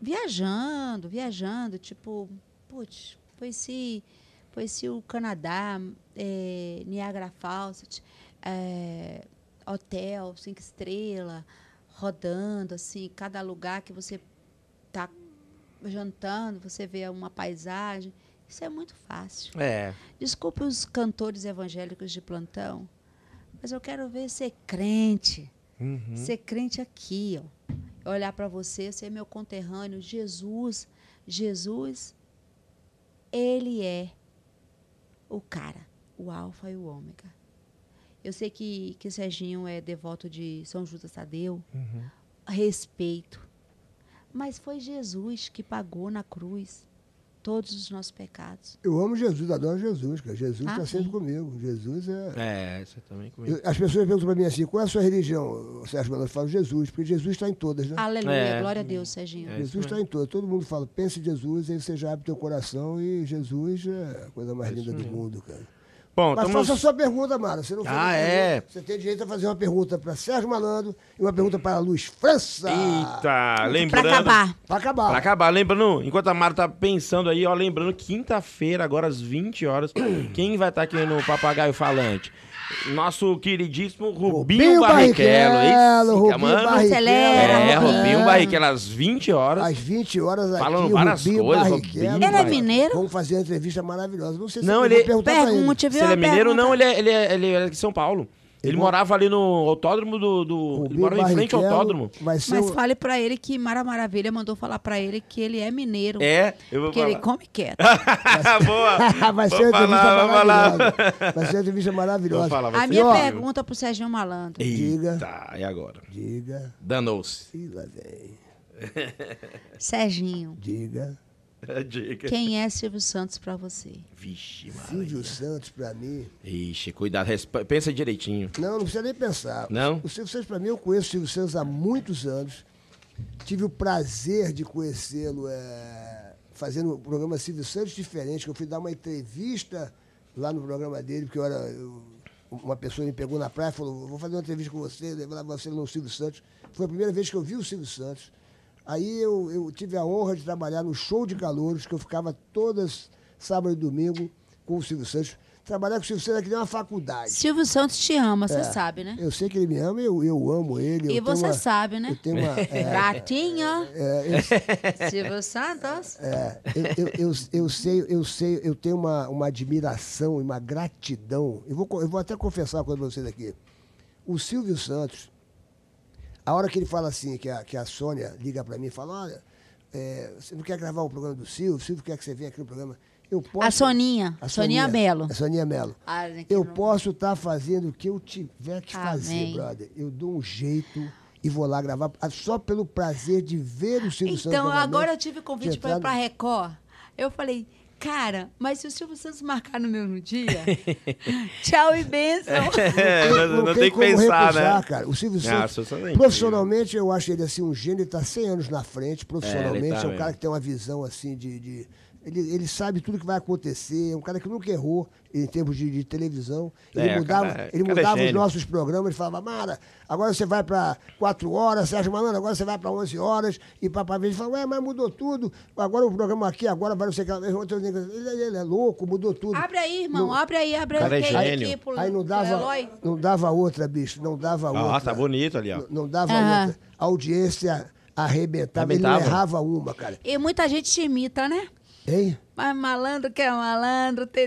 Speaker 3: viajando, viajando, tipo, putz, conheci, conheci o Canadá, eh, Niagara Falls, eh, hotel, cinco estrelas, rodando, assim, cada lugar que você tá jantando, você vê uma paisagem. Isso é muito fácil.
Speaker 2: É.
Speaker 3: Desculpe os cantores evangélicos de plantão, mas eu quero ver ser crente.
Speaker 2: Uhum.
Speaker 3: Ser crente aqui, ó. Eu Olhar para você, ser meu conterrâneo, Jesus, Jesus, ele é o cara, o alfa e o ômega. Eu sei que que Serginho é devoto de São Judas Tadeu. Respeito. Mas foi Jesus que pagou na cruz todos os nossos pecados.
Speaker 1: Eu amo Jesus, adoro Jesus, cara. Jesus está
Speaker 3: Amém.
Speaker 1: sempre comigo. Jesus é.
Speaker 2: É, você também comigo.
Speaker 1: Eu- As pessoas perguntam para mim assim: qual é a sua religião? O Sérgio Malandro fala Jesus, porque Jesus está em todas, né?
Speaker 3: Aleluia,
Speaker 2: É.
Speaker 3: glória a Deus, Serginho.
Speaker 2: É. isso
Speaker 1: Jesus está em todas. Todo mundo fala, pense em Jesus, aí você já abre teu coração e Jesus é a coisa mais linda do mundo, cara.
Speaker 2: Bom,
Speaker 1: Mas
Speaker 2: estamos...
Speaker 1: faça a sua pergunta, Mara. Você não fez
Speaker 2: Ah,
Speaker 1: uma
Speaker 2: é?
Speaker 1: pergunta. Você tem direito a fazer uma pergunta para Sérgio Malandro e uma pergunta para Luiz França.
Speaker 2: Eita,
Speaker 3: Pra
Speaker 2: lembrando...
Speaker 3: acabar.
Speaker 1: Para acabar.
Speaker 2: Pra acabar, lembrando, enquanto a Mara tá pensando aí, ó, lembrando, quinta-feira, agora às 20 horas, quem vai estar aqui no Papagaio Falante? Nosso queridíssimo Rubinho,
Speaker 1: Rubinho
Speaker 2: Barrichello. é
Speaker 1: Barrichello,
Speaker 2: Ih,
Speaker 1: Rubinho
Speaker 2: mano.
Speaker 1: Barrichello.
Speaker 2: É,
Speaker 3: Rubinho.
Speaker 2: Rubinho Barrichello, às 20 horas.
Speaker 1: Às 20 horas aqui,
Speaker 2: Falando várias
Speaker 1: Rubinho
Speaker 2: coisas,
Speaker 1: Barrichello.
Speaker 2: Rubinho
Speaker 3: Ele é mineiro?
Speaker 1: Vamos fazer uma entrevista maravilhosa. Não sei se
Speaker 2: Não,
Speaker 1: eu
Speaker 2: ele-
Speaker 1: vou perguntar pra
Speaker 3: Pergunte,
Speaker 2: Se
Speaker 3: viu?
Speaker 2: ele é
Speaker 3: Uma
Speaker 2: mineiro, não,
Speaker 3: pergunta.
Speaker 2: ele é, ele, é, ele é de São Paulo. Ele morava ali no autódromo do. do ele
Speaker 1: Rubinho
Speaker 2: morava em frente ao
Speaker 1: Barrichello
Speaker 2: autódromo.
Speaker 1: Vai ser
Speaker 3: Mas
Speaker 1: um-
Speaker 3: fale pra ele que Mara Maravilha mandou falar pra ele que ele é mineiro.
Speaker 2: É, eu vou
Speaker 3: Porque
Speaker 2: falar.
Speaker 3: ele come quieto.
Speaker 2: Boa!
Speaker 1: Vai
Speaker 2: Vou
Speaker 1: ser uma entrevista
Speaker 2: falar, vou falar.
Speaker 1: maravilhosa. Vai ser uma entrevista maravilhosa.
Speaker 2: Vou falar, vai
Speaker 3: A
Speaker 2: ser
Speaker 3: minha
Speaker 2: ótimo.
Speaker 3: pergunta pro Serginho Malandro.
Speaker 1: Diga.
Speaker 2: Eita, e agora?
Speaker 1: Diga.
Speaker 2: Danou-se.
Speaker 1: Ih, lá vem.
Speaker 3: Serginho,
Speaker 1: Diga.
Speaker 2: Diga.
Speaker 3: quem é Silvio Santos pra você?
Speaker 2: Vixe, mano.
Speaker 1: Silvio Santos, pra mim.
Speaker 2: Ixi, cuidado, resp- pensa direitinho.
Speaker 1: Não, não precisa nem pensar.
Speaker 2: Não?
Speaker 1: O Silvio Santos, para mim, eu conheço o Silvio Santos há muitos anos. Tive o prazer de conhecê-lo eh, fazendo o programa Silvio Santos Diferente, que eu fui dar uma entrevista lá no programa dele, porque eu era, eu- uma pessoa me pegou na praia e falou, vou fazer uma entrevista com você, levar você no Silvio Santos. Foi a primeira vez que eu vi o Silvio Santos. Aí eu, eu tive a honra de trabalhar no show de calouros, que eu ficava todas sábado e domingo com o Silvio Santos. Trabalhar com o Silvio Santos é que nem uma faculdade.
Speaker 3: Silvio Santos te ama, você sabe, né?
Speaker 1: Eu sei que ele me ama, eu, eu amo ele.
Speaker 3: E
Speaker 1: eu tenho
Speaker 3: você
Speaker 1: uma-
Speaker 3: sabe, né?
Speaker 1: Eu tenho uma. é,
Speaker 3: Gatinho. Silvio Santos.
Speaker 1: é, eu, eu, eu, eu sei, eu sei, eu tenho uma, uma admiração e uma gratidão. Eu vou, co- eu vou até confessar uma coisa pra vocês aqui. O Silvio Santos, a hora que ele fala assim, que a, que a Sônia liga pra mim e fala, olha, é, você não quer gravar o programa do Silvio? O Silvio quer que você venha aqui no programa. Eu posso,
Speaker 3: A Soninha, Soninha Mello.
Speaker 1: A Soninha Melo.
Speaker 3: Ah, né, que
Speaker 1: Eu
Speaker 3: não-
Speaker 1: posso estar fazendo o que eu tiver que fazer,
Speaker 3: Amém.
Speaker 1: brother. Eu dou um jeito e vou lá gravar ah, só pelo prazer de ver o Silvio Santos.
Speaker 3: Então,
Speaker 1: novamente,
Speaker 3: agora eu tive convite
Speaker 1: de
Speaker 3: para ir
Speaker 1: entrar
Speaker 3: pra
Speaker 1: no-
Speaker 3: Record. Eu falei, cara, mas se o Silvio Santos marcar no mesmo dia, tchau e benção.
Speaker 2: É, não, não tem que
Speaker 1: como
Speaker 2: pensar,
Speaker 1: recusar,
Speaker 2: né?
Speaker 1: Cara. O Silvio
Speaker 2: Ah, o Silvio
Speaker 1: Santos,
Speaker 2: Santos é
Speaker 1: profissionalmente, eu acho ele assim um gênio, ele está 100 anos na frente, profissionalmente.
Speaker 2: tá
Speaker 1: É, um
Speaker 2: mesmo.
Speaker 1: cara que tem uma visão assim de. de- ele, ele sabe tudo que vai acontecer, é um cara que nunca errou em termos de, de televisão. Ele
Speaker 2: É, o
Speaker 1: mudava,
Speaker 2: cara-
Speaker 1: ele
Speaker 2: o cara é
Speaker 1: mudava os
Speaker 2: gênio.
Speaker 1: nossos programas, ele falava, Mara, agora você vai para 4 horas, Sérgio Malandro, agora você vai para 11 horas, e papai vem e fala, ué, mas mudou tudo, agora o programa aqui, agora vai não sei o que. lá." Ele, ele é louco, mudou tudo.
Speaker 3: abre aí, irmão,
Speaker 1: Não-
Speaker 3: abre aí, abre
Speaker 2: Cara, é
Speaker 3: aí. que é
Speaker 2: gênio.
Speaker 3: aqui pro-
Speaker 1: Aí não
Speaker 3: pro
Speaker 1: dava,
Speaker 3: Eloy.
Speaker 1: não dava outra, bicho. Não dava outra.
Speaker 2: Ó, tá bonito ali, ó.
Speaker 1: Não, não dava
Speaker 3: Aham.
Speaker 1: outra. A audiência arrebentava. Ele não
Speaker 2: Arrebentava.
Speaker 1: errava uma, cara.
Speaker 3: E muita gente te imita, né?
Speaker 1: Hein?
Speaker 3: Mas malandro que é malandro, tem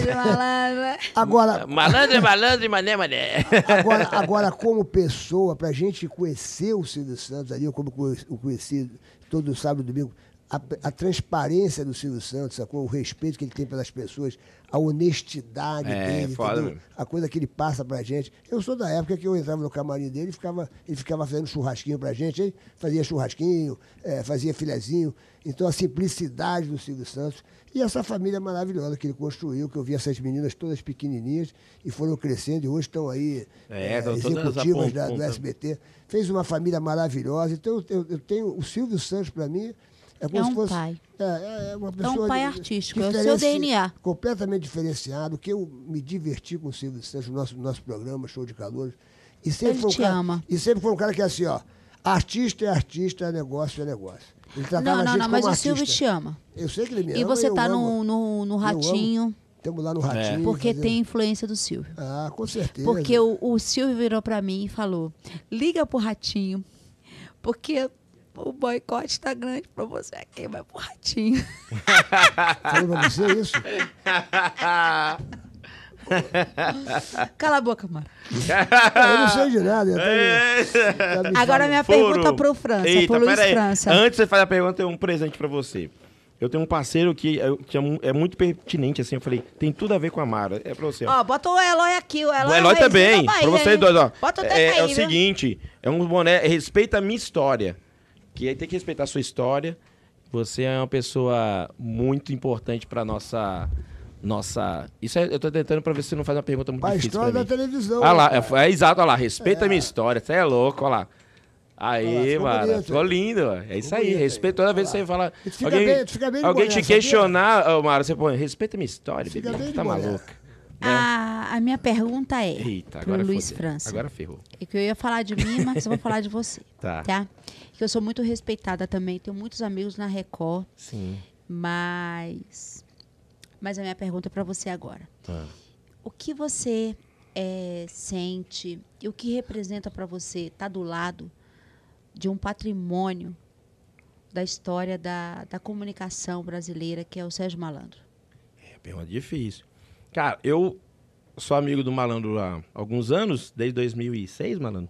Speaker 3: de malandro.
Speaker 1: Agora,
Speaker 2: Malandro é malandro e mané mané.
Speaker 1: agora, agora, como pessoa, pra gente conhecer o Silvio Santos ali, eu como conhe- o conheci todo sábado e domingo, a, a transparência do Silvio Santos, sacou? o respeito que ele tem pelas pessoas, a honestidade
Speaker 2: É,
Speaker 1: dele,
Speaker 2: foda
Speaker 1: entendeu?
Speaker 2: mesmo.
Speaker 1: a coisa que ele passa pra gente. Eu sou da época que eu entrava no camarim dele e ficava, ele ficava fazendo churrasquinho pra gente, ele fazia churrasquinho, eh, fazia filezinho. Então a simplicidade do Silvio Santos e essa família maravilhosa que ele construiu, que eu vi essas meninas todas pequenininhas e foram crescendo e hoje estão aí
Speaker 2: É,
Speaker 1: eh,
Speaker 2: estão todas
Speaker 1: executivas da, do
Speaker 2: apontando.
Speaker 1: SBT. Fez uma família maravilhosa. Então eu, tenho- eu tenho o Silvio Santos pra mim é como
Speaker 3: É
Speaker 1: se
Speaker 3: um
Speaker 1: fosse
Speaker 3: pai. um
Speaker 1: É, é, é uma pessoa
Speaker 3: pai
Speaker 1: de-
Speaker 3: artístico, é o seu
Speaker 1: diferenci-
Speaker 3: DNA.
Speaker 1: completamente diferenciado, que eu me diverti com o Silvio Santos, no nosso, no nosso programa, Show de Calor. E sempre
Speaker 3: Ele
Speaker 1: foi um
Speaker 3: te
Speaker 1: cara,
Speaker 3: ama.
Speaker 1: E sempre foi um cara que é assim, ó, artista é artista, negócio é negócio. Ele tratava
Speaker 3: Não,
Speaker 1: a
Speaker 3: não,
Speaker 1: gente
Speaker 3: não,
Speaker 1: como
Speaker 3: mas o
Speaker 1: artista.
Speaker 3: Silvio te ama.
Speaker 1: Eu sei que ele me ama.
Speaker 3: E você
Speaker 1: eu
Speaker 3: tá
Speaker 1: amo.
Speaker 3: no, no, no
Speaker 1: Eu amo.
Speaker 3: ratinho,
Speaker 1: Estamos lá no Ratinho.
Speaker 3: porque
Speaker 1: fazendo-
Speaker 3: tem influência do Silvio.
Speaker 1: Ah, com certeza.
Speaker 3: Porque o, o Silvio virou pra mim e falou: liga pro ratinho, porque o boicote tá grande pra você aqui, vai pro ratinho.
Speaker 1: Falei pra você isso?
Speaker 3: Cala a boca, mano.
Speaker 1: eu não sei de nada. eu tô- tá me-
Speaker 3: Agora minha
Speaker 2: Furo.
Speaker 3: pergunta pro França,
Speaker 2: Eita,
Speaker 3: pro Luiz
Speaker 2: pera aí.
Speaker 3: França.
Speaker 2: Antes de você fazer a pergunta, eu tenho um presente pra você. Eu tenho um parceiro que, é- que é mu- é muito pertinente, assim. Eu falei, tem tudo a ver com a Mara. É pra você, ó.
Speaker 3: Ó, bota o Eloy aqui, o Eloy.
Speaker 2: o Eloy
Speaker 3: é o reizinho
Speaker 2: também.
Speaker 3: da
Speaker 2: pra
Speaker 3: Bahia,
Speaker 2: vocês
Speaker 3: hein?
Speaker 2: dois, ó.
Speaker 3: Bota o Teca
Speaker 2: é, é
Speaker 3: aí, né?
Speaker 2: o
Speaker 3: viu?
Speaker 2: seguinte: é um boné, respeita a minha história. Que aí tem que respeitar a sua história. Você é uma pessoa muito importante para nossa nossa. Isso é- eu tô tentando para ver se não faz uma pergunta muito
Speaker 1: A
Speaker 2: difícil
Speaker 1: história
Speaker 2: pra
Speaker 1: da
Speaker 2: mim.
Speaker 1: televisão.
Speaker 2: Ah lá, é, é exato, olha lá, respeita a minha história, você é louco, olha lá.
Speaker 1: Olha lá,
Speaker 2: Aí,
Speaker 1: ficou
Speaker 2: mano,
Speaker 1: bonito.
Speaker 2: ficou lindo, ó. é isso aí,
Speaker 1: bonito,
Speaker 2: respeita. Toda vez que você fala.
Speaker 1: E tu fica
Speaker 2: Alguém,
Speaker 1: bem- tu fica bem de
Speaker 2: alguém
Speaker 1: boné,
Speaker 2: te
Speaker 1: sabia?
Speaker 2: questionar, ô, Mara, você põe, respeita a minha história,
Speaker 1: Fica
Speaker 2: bebê,
Speaker 1: bem de
Speaker 2: tá
Speaker 1: boné.
Speaker 2: maluca.
Speaker 3: A, a minha pergunta é
Speaker 2: Eita,
Speaker 3: pro
Speaker 2: agora
Speaker 3: Luiz
Speaker 2: fodeu.
Speaker 3: França.
Speaker 2: Agora ferrou.
Speaker 3: É que eu ia falar de mim, mas eu vou falar de você.
Speaker 2: Tá.
Speaker 3: Que eu sou muito respeitada também. Tenho muitos amigos na Record,
Speaker 2: Sim.
Speaker 3: mas. Mas a minha pergunta é pra você agora. O que você eh, sente e o que representa pra você estar do lado de um patrimônio da história da, da comunicação brasileira, que é o Sérgio Malandro?
Speaker 2: É pergunta difícil. Cara, eu sou amigo do malandro há alguns anos, desde 2006, malandro.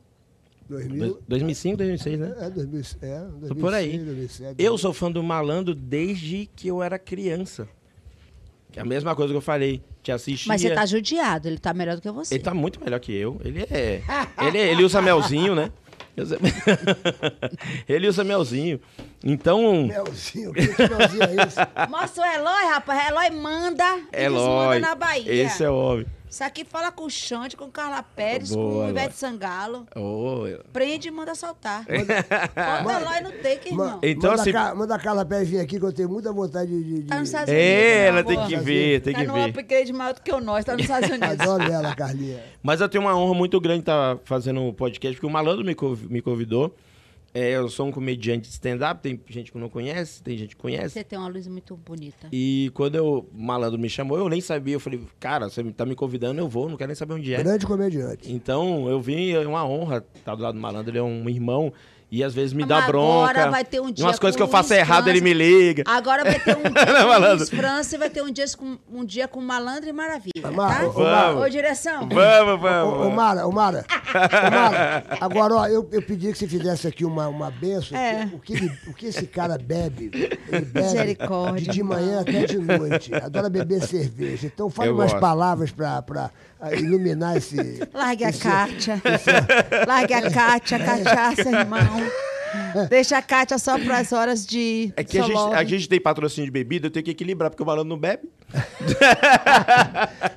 Speaker 1: 2000,
Speaker 2: Dois- 2005, 2006, né?
Speaker 1: é, 2000, é, 2006,
Speaker 2: Por aí.
Speaker 1: 2007.
Speaker 2: Eu sou fã do malandro desde que eu era criança. Que é a mesma coisa que eu falei. Te assistia.
Speaker 3: Mas você tá judiado, ele tá melhor do que você.
Speaker 2: Ele tá muito melhor que eu. Ele é. ele, ele usa melzinho, né? Usa- ele usa melzinho. Então.
Speaker 1: Melzinho, que que melzinho é esse?
Speaker 3: Mostra o Eloy, rapaz. Eloy manda.
Speaker 2: É
Speaker 3: eles
Speaker 2: Eloy.
Speaker 3: mandam na Bahia.
Speaker 2: Esse é o homem.
Speaker 3: Isso aqui fala com o Xande, com Carla Pérez,
Speaker 2: Boa,
Speaker 3: com o Ivete
Speaker 2: Eloy.
Speaker 3: Sangalo.
Speaker 2: Ô, eu-
Speaker 3: Prende e manda soltar. Bota o Eloy no take,
Speaker 1: Ma-
Speaker 3: irmão.
Speaker 2: Então,
Speaker 1: manda,
Speaker 2: assim-
Speaker 1: a Ca- manda a Carla Pérez vir aqui que eu tenho muita vontade de. de-
Speaker 3: Tá nos Estados Unidos.
Speaker 2: É,
Speaker 3: meu
Speaker 2: ela
Speaker 3: amor.
Speaker 2: tem que ver, tem
Speaker 3: tá
Speaker 2: que
Speaker 3: num
Speaker 2: ver.
Speaker 3: upgrade maior do que o nosso, tá nos Estados Unidos.
Speaker 1: Adoro ela, Carlinha.
Speaker 2: Mas eu tenho uma honra muito grande estar fazendo o podcast, porque o Malandro me, conv- me convidou. É, eu sou um comediante de stand-up, tem gente que não conhece, tem gente que conhece.
Speaker 3: Você tem uma luz muito bonita.
Speaker 2: E quando eu- o Malandro me chamou, eu nem sabia. Eu falei, cara, você tá me convidando, eu vou, não quero nem saber onde é.
Speaker 1: Grande comediante.
Speaker 2: Então, eu vim, é uma honra estar do lado do malandro, ele é um irmão e às vezes me
Speaker 3: Mas
Speaker 2: dá
Speaker 3: agora
Speaker 2: bronca.
Speaker 3: vai ter um dia
Speaker 2: umas coisas
Speaker 3: com
Speaker 2: que eu
Speaker 3: o
Speaker 2: faço
Speaker 3: Luiz
Speaker 2: errado, ele
Speaker 3: França.
Speaker 2: me liga.
Speaker 3: Agora vai ter um dia
Speaker 2: Não,
Speaker 3: com o
Speaker 2: malandro.
Speaker 3: Luiz França e vai ter um dia com, um dia com Malandro e Maravilha, tá?
Speaker 1: Mas, ô, ô,
Speaker 2: Vamos.
Speaker 3: Ô, direção.
Speaker 2: Vamos,
Speaker 1: Ô, ô,
Speaker 2: vamos.
Speaker 1: Mara, ô, Mara, ô, Mara, agora, ó, eu, eu pedi que você fizesse aqui uma, uma benção.
Speaker 3: É.
Speaker 1: O, que ele- o que esse cara bebe? Ele bebe
Speaker 3: Misericórdia.
Speaker 1: de, de manhã até de noite. Adora beber cerveja. Então, fale
Speaker 2: Eu
Speaker 1: umas
Speaker 2: gosto.
Speaker 1: palavras pra, pra ah, iluminar esse.
Speaker 3: Largue a Kátia. Largue a Kátia, cachaça, irmão. Deixa a Kátia só para as horas de.
Speaker 2: É que a gente,
Speaker 3: solone.
Speaker 2: a gente tem patrocínio de bebida, eu tenho que equilibrar, porque o malandro não bebe.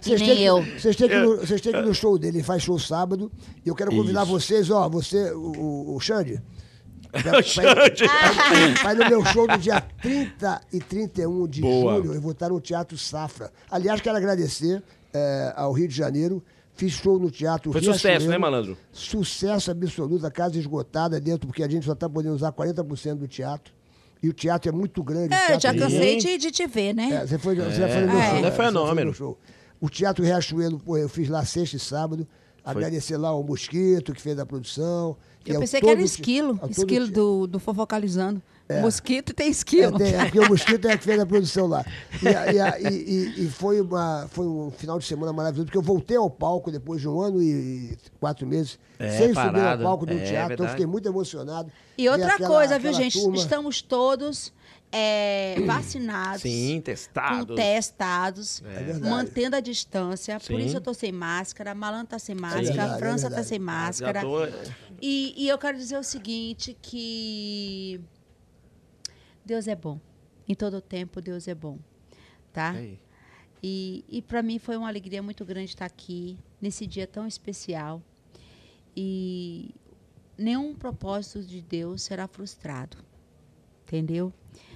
Speaker 1: Vocês
Speaker 3: Que
Speaker 1: têm
Speaker 3: nem
Speaker 1: que,
Speaker 3: eu.
Speaker 1: Vocês têm que, ir
Speaker 2: É.
Speaker 1: no, vocês têm que ir no show dele, ele faz show sábado. E eu quero convidar
Speaker 2: Isso.
Speaker 1: vocês, ó, você, o, o, o Xande. pra-
Speaker 2: O Xande.
Speaker 1: pra- Vai no meu show no dia 30 e 31 de
Speaker 2: Boa.
Speaker 1: julho. Eu vou estar no Teatro Safra. Aliás, quero agradecer eh, ao Rio de Janeiro. Fiz show no Teatro
Speaker 2: Foi
Speaker 1: Riachuelo.
Speaker 2: sucesso, né, malandro?
Speaker 1: Sucesso absoluto, a casa esgotada dentro, porque a gente só está podendo usar 40% do teatro. E o teatro é muito grande. o
Speaker 3: É, eu já
Speaker 1: teatro é
Speaker 3: cansei de, de te ver, né?
Speaker 1: é, você foi, você já foi no meu
Speaker 3: É.
Speaker 1: show.
Speaker 3: Ainda
Speaker 1: né?
Speaker 2: foi
Speaker 1: Você no
Speaker 2: fenômeno.
Speaker 1: meu show. O Teatro Riachuelo, pô, eu fiz lá sexta e sábado. Agradecer lá ao Mosquito, que fez a produção. e
Speaker 3: Eu
Speaker 1: ao
Speaker 3: pensei que
Speaker 1: todo
Speaker 3: era
Speaker 1: É, o ti-
Speaker 3: esquilo.
Speaker 1: ao todo
Speaker 3: Esquilo
Speaker 1: o ti-
Speaker 3: do, do Fofocalizando. Mosquito tem
Speaker 1: É,
Speaker 3: esquilo.
Speaker 1: tem- é, porque o Mosquito é que fez a produção lá. E, a- e a- e- e- e foi, uma, foi um final de semana maravilhoso, porque eu voltei ao palco depois de um ano e quatro meses,
Speaker 2: É,
Speaker 1: sem subir ao
Speaker 2: parado.
Speaker 1: palco do
Speaker 2: É,
Speaker 1: teatro. Então eu
Speaker 2: verdade.
Speaker 1: fiquei muito emocionado.
Speaker 3: E outra
Speaker 1: aquela-
Speaker 3: coisa, viu,
Speaker 1: aquela
Speaker 3: gente?
Speaker 1: turma-
Speaker 3: Estamos todos é, vacinados.
Speaker 2: Sim,
Speaker 3: Com
Speaker 2: testado.
Speaker 3: testados,
Speaker 1: É verdade.
Speaker 3: mantendo a distância. Por
Speaker 2: Sim.
Speaker 3: isso eu tô sem máscara, Malan tá sem máscara,
Speaker 1: verdade, é
Speaker 3: a França tá
Speaker 1: verdade.
Speaker 3: sem máscara.
Speaker 2: Já tô-
Speaker 3: E, e eu quero dizer o seguinte, que Deus é bom. Em todo tempo, Deus é bom. Tá?
Speaker 2: Aí.
Speaker 3: E, e para mim foi uma alegria muito grande estar aqui, nesse dia tão especial. E nenhum propósito de Deus será frustrado. Entendeu?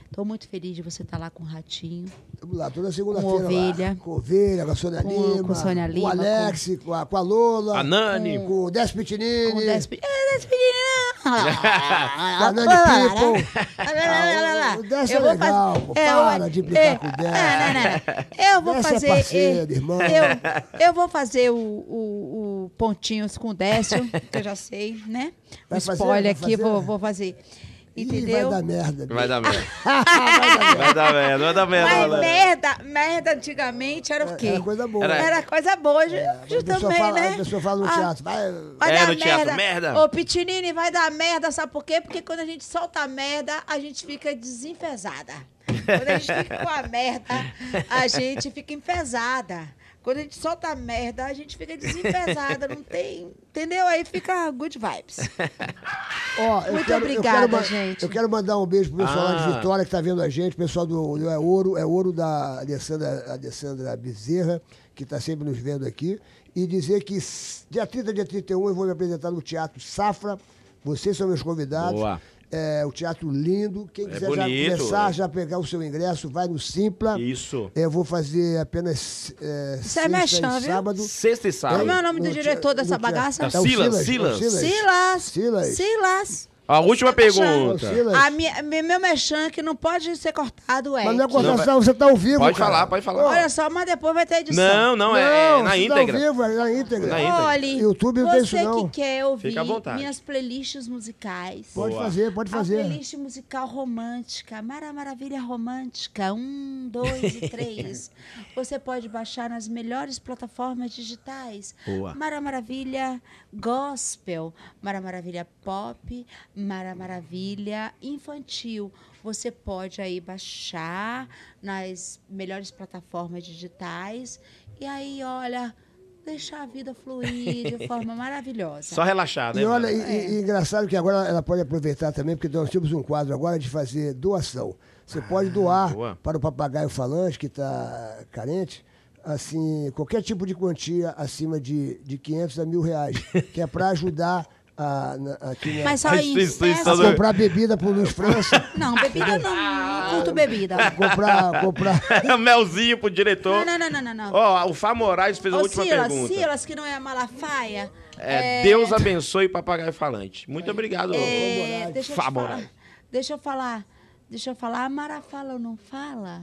Speaker 3: Estou muito feliz de você estar lá com o Ratinho.
Speaker 1: Vamos lá, toda segunda-feira.
Speaker 3: Com
Speaker 1: lá.
Speaker 3: ovelha.
Speaker 1: Com ovelha, com a Sônia
Speaker 3: Com-
Speaker 1: Lima.
Speaker 3: com Sônia Lima,
Speaker 1: Com Alex, com, a, com a Lola.
Speaker 2: A Nani.
Speaker 1: Com o Des Pitinini.
Speaker 3: Com é, o Despe...
Speaker 1: Com a Nani Tá People. Ah, o- o Décio é
Speaker 3: Eu vou
Speaker 1: legal,
Speaker 3: fazer.
Speaker 1: pô.
Speaker 3: É, eu-
Speaker 1: Para de brincar
Speaker 3: é,
Speaker 1: com o Décio.
Speaker 3: não, não, não. Eu vou
Speaker 1: Décio é
Speaker 3: fazer.
Speaker 1: parceiro,
Speaker 3: é,
Speaker 1: irmão.
Speaker 3: Eu, eu vou fazer o, o, o Pontinhos com o Décio, que eu já sei, né? Um
Speaker 1: Vai fazer,
Speaker 3: spoiler
Speaker 1: vai fazer?
Speaker 3: aqui, vou, vou fazer.
Speaker 1: Ih,
Speaker 3: Entendeu?
Speaker 1: vai dar merda.
Speaker 2: Vai dar merda. Vai dar merda, vai dar merda.
Speaker 3: Mas
Speaker 2: malandro.
Speaker 3: merda, merda antigamente era o quê?
Speaker 1: Era É, coisa boa. É,
Speaker 2: Era-
Speaker 3: Era coisa boa, hoje, hoje
Speaker 1: a pessoa
Speaker 3: também,
Speaker 1: fala,
Speaker 3: né?
Speaker 1: A pessoa fala no
Speaker 3: Ah,
Speaker 1: teatro. Vai,
Speaker 3: Vai
Speaker 2: É,
Speaker 3: dar
Speaker 2: no teatro,
Speaker 3: merda.
Speaker 2: merda.
Speaker 3: Ô, Pitinini, vai dar merda, sabe por quê? Porque quando a gente solta a merda, a gente fica desenfesada. Quando a gente fica com a merda, a gente fica enfesada. Quando a gente solta merda, a gente fica desempesada, não tem. Entendeu? Aí fica good vibes.
Speaker 1: Ó, eu
Speaker 3: Muito
Speaker 1: quero- eu
Speaker 3: obrigada,
Speaker 1: quero ma-
Speaker 3: gente.
Speaker 1: Eu quero mandar um beijo pro pessoal lá
Speaker 2: Ah.
Speaker 1: de Vitória que tá vendo a gente, pessoal do, do É Ouro, é Ouro da Alessandra, Alessandra Bezerra, que tá sempre nos vendo aqui, e dizer que s- dia 30, dia 31 eu vou me apresentar no Teatro Safra. Vocês são meus convidados.
Speaker 2: Boa.
Speaker 1: É, o teatro lindo. Quem
Speaker 2: É
Speaker 1: quiser
Speaker 2: bonito.
Speaker 1: já começar, já pegar o seu ingresso, vai no Simpla.
Speaker 2: Isso.
Speaker 1: Eu vou fazer apenas é,
Speaker 3: Isso é
Speaker 1: sexta
Speaker 3: merchan,
Speaker 1: e
Speaker 3: viu?
Speaker 1: sábado.
Speaker 2: Sexta e
Speaker 3: Como é o
Speaker 2: sábado.
Speaker 3: nome do
Speaker 1: No te-
Speaker 3: diretor dessa
Speaker 1: no teatro.
Speaker 3: bagaça?
Speaker 1: É o
Speaker 2: Silas,
Speaker 1: Silas.
Speaker 2: Silas.
Speaker 3: Silas.
Speaker 1: Silas.
Speaker 3: Silas.
Speaker 2: A última
Speaker 3: tá
Speaker 1: É
Speaker 2: pergunta.
Speaker 1: o Silas.
Speaker 3: A minha, mi- meu mechan que não pode ser cortado é.
Speaker 1: Mas não é
Speaker 3: que-
Speaker 1: cotação, você tá ao vivo.
Speaker 2: Pode
Speaker 1: cara.
Speaker 2: falar, pode falar.
Speaker 3: Olha só, mas depois vai ter
Speaker 2: Não,
Speaker 3: edição.
Speaker 2: não, é, é na
Speaker 1: isso tá
Speaker 2: íntegra.
Speaker 1: ao vivo, é na íntegra.
Speaker 2: Na íntegra.
Speaker 3: Olha,
Speaker 1: YouTube não tem isso,
Speaker 3: você
Speaker 1: não.
Speaker 3: que quer ouvir
Speaker 2: Fica à vontade.
Speaker 3: minhas playlists musicais.
Speaker 1: Pode
Speaker 2: Boa.
Speaker 1: fazer, pode
Speaker 3: A
Speaker 1: fazer.
Speaker 3: playlist musical romântica, Mara Maravilha Romântica, um, dois e três. Você pode baixar nas melhores plataformas digitais.
Speaker 2: Boa.
Speaker 3: Mara Maravilha Gospel, Mara Maravilha Pop, Mara Maravilha Infantil. Você pode aí baixar nas melhores plataformas digitais. E aí, olha, deixar a vida fluir de forma maravilhosa.
Speaker 2: Só relaxar, né?
Speaker 1: E olha, e,
Speaker 2: mano?
Speaker 1: e-
Speaker 3: É.
Speaker 1: e engraçado que agora ela pode aproveitar também, porque nós temos um quadro agora de fazer doação. Você pode doar
Speaker 2: Ah, boa.
Speaker 1: para o papagaio falante que está carente, assim, qualquer tipo de quantia acima de, de 500 a mil reais, que é para ajudar a, na- aqui na-
Speaker 3: Mas só
Speaker 2: A
Speaker 3: isso. é
Speaker 2: instituição
Speaker 1: a
Speaker 3: peça-
Speaker 2: do-
Speaker 1: comprar bebida para o Luiz França,
Speaker 3: Não, bebida não. Não curto bebida.
Speaker 1: comprar, comprar
Speaker 2: Melzinho pro diretor.
Speaker 3: Não, não, não, não, não, não.
Speaker 2: Ó, o Fá Moraes fez a
Speaker 3: Ô,
Speaker 2: última
Speaker 3: Silas,
Speaker 2: pergunta.
Speaker 3: Silas, que não é a Malafaia.
Speaker 2: É, Deus abençoe o papagaio falante. Muito obrigado,
Speaker 3: é, deixa eu te
Speaker 2: Famoraes.
Speaker 3: falar. Deixa eu falar. Deixa eu falar. A Mara fala ou não fala?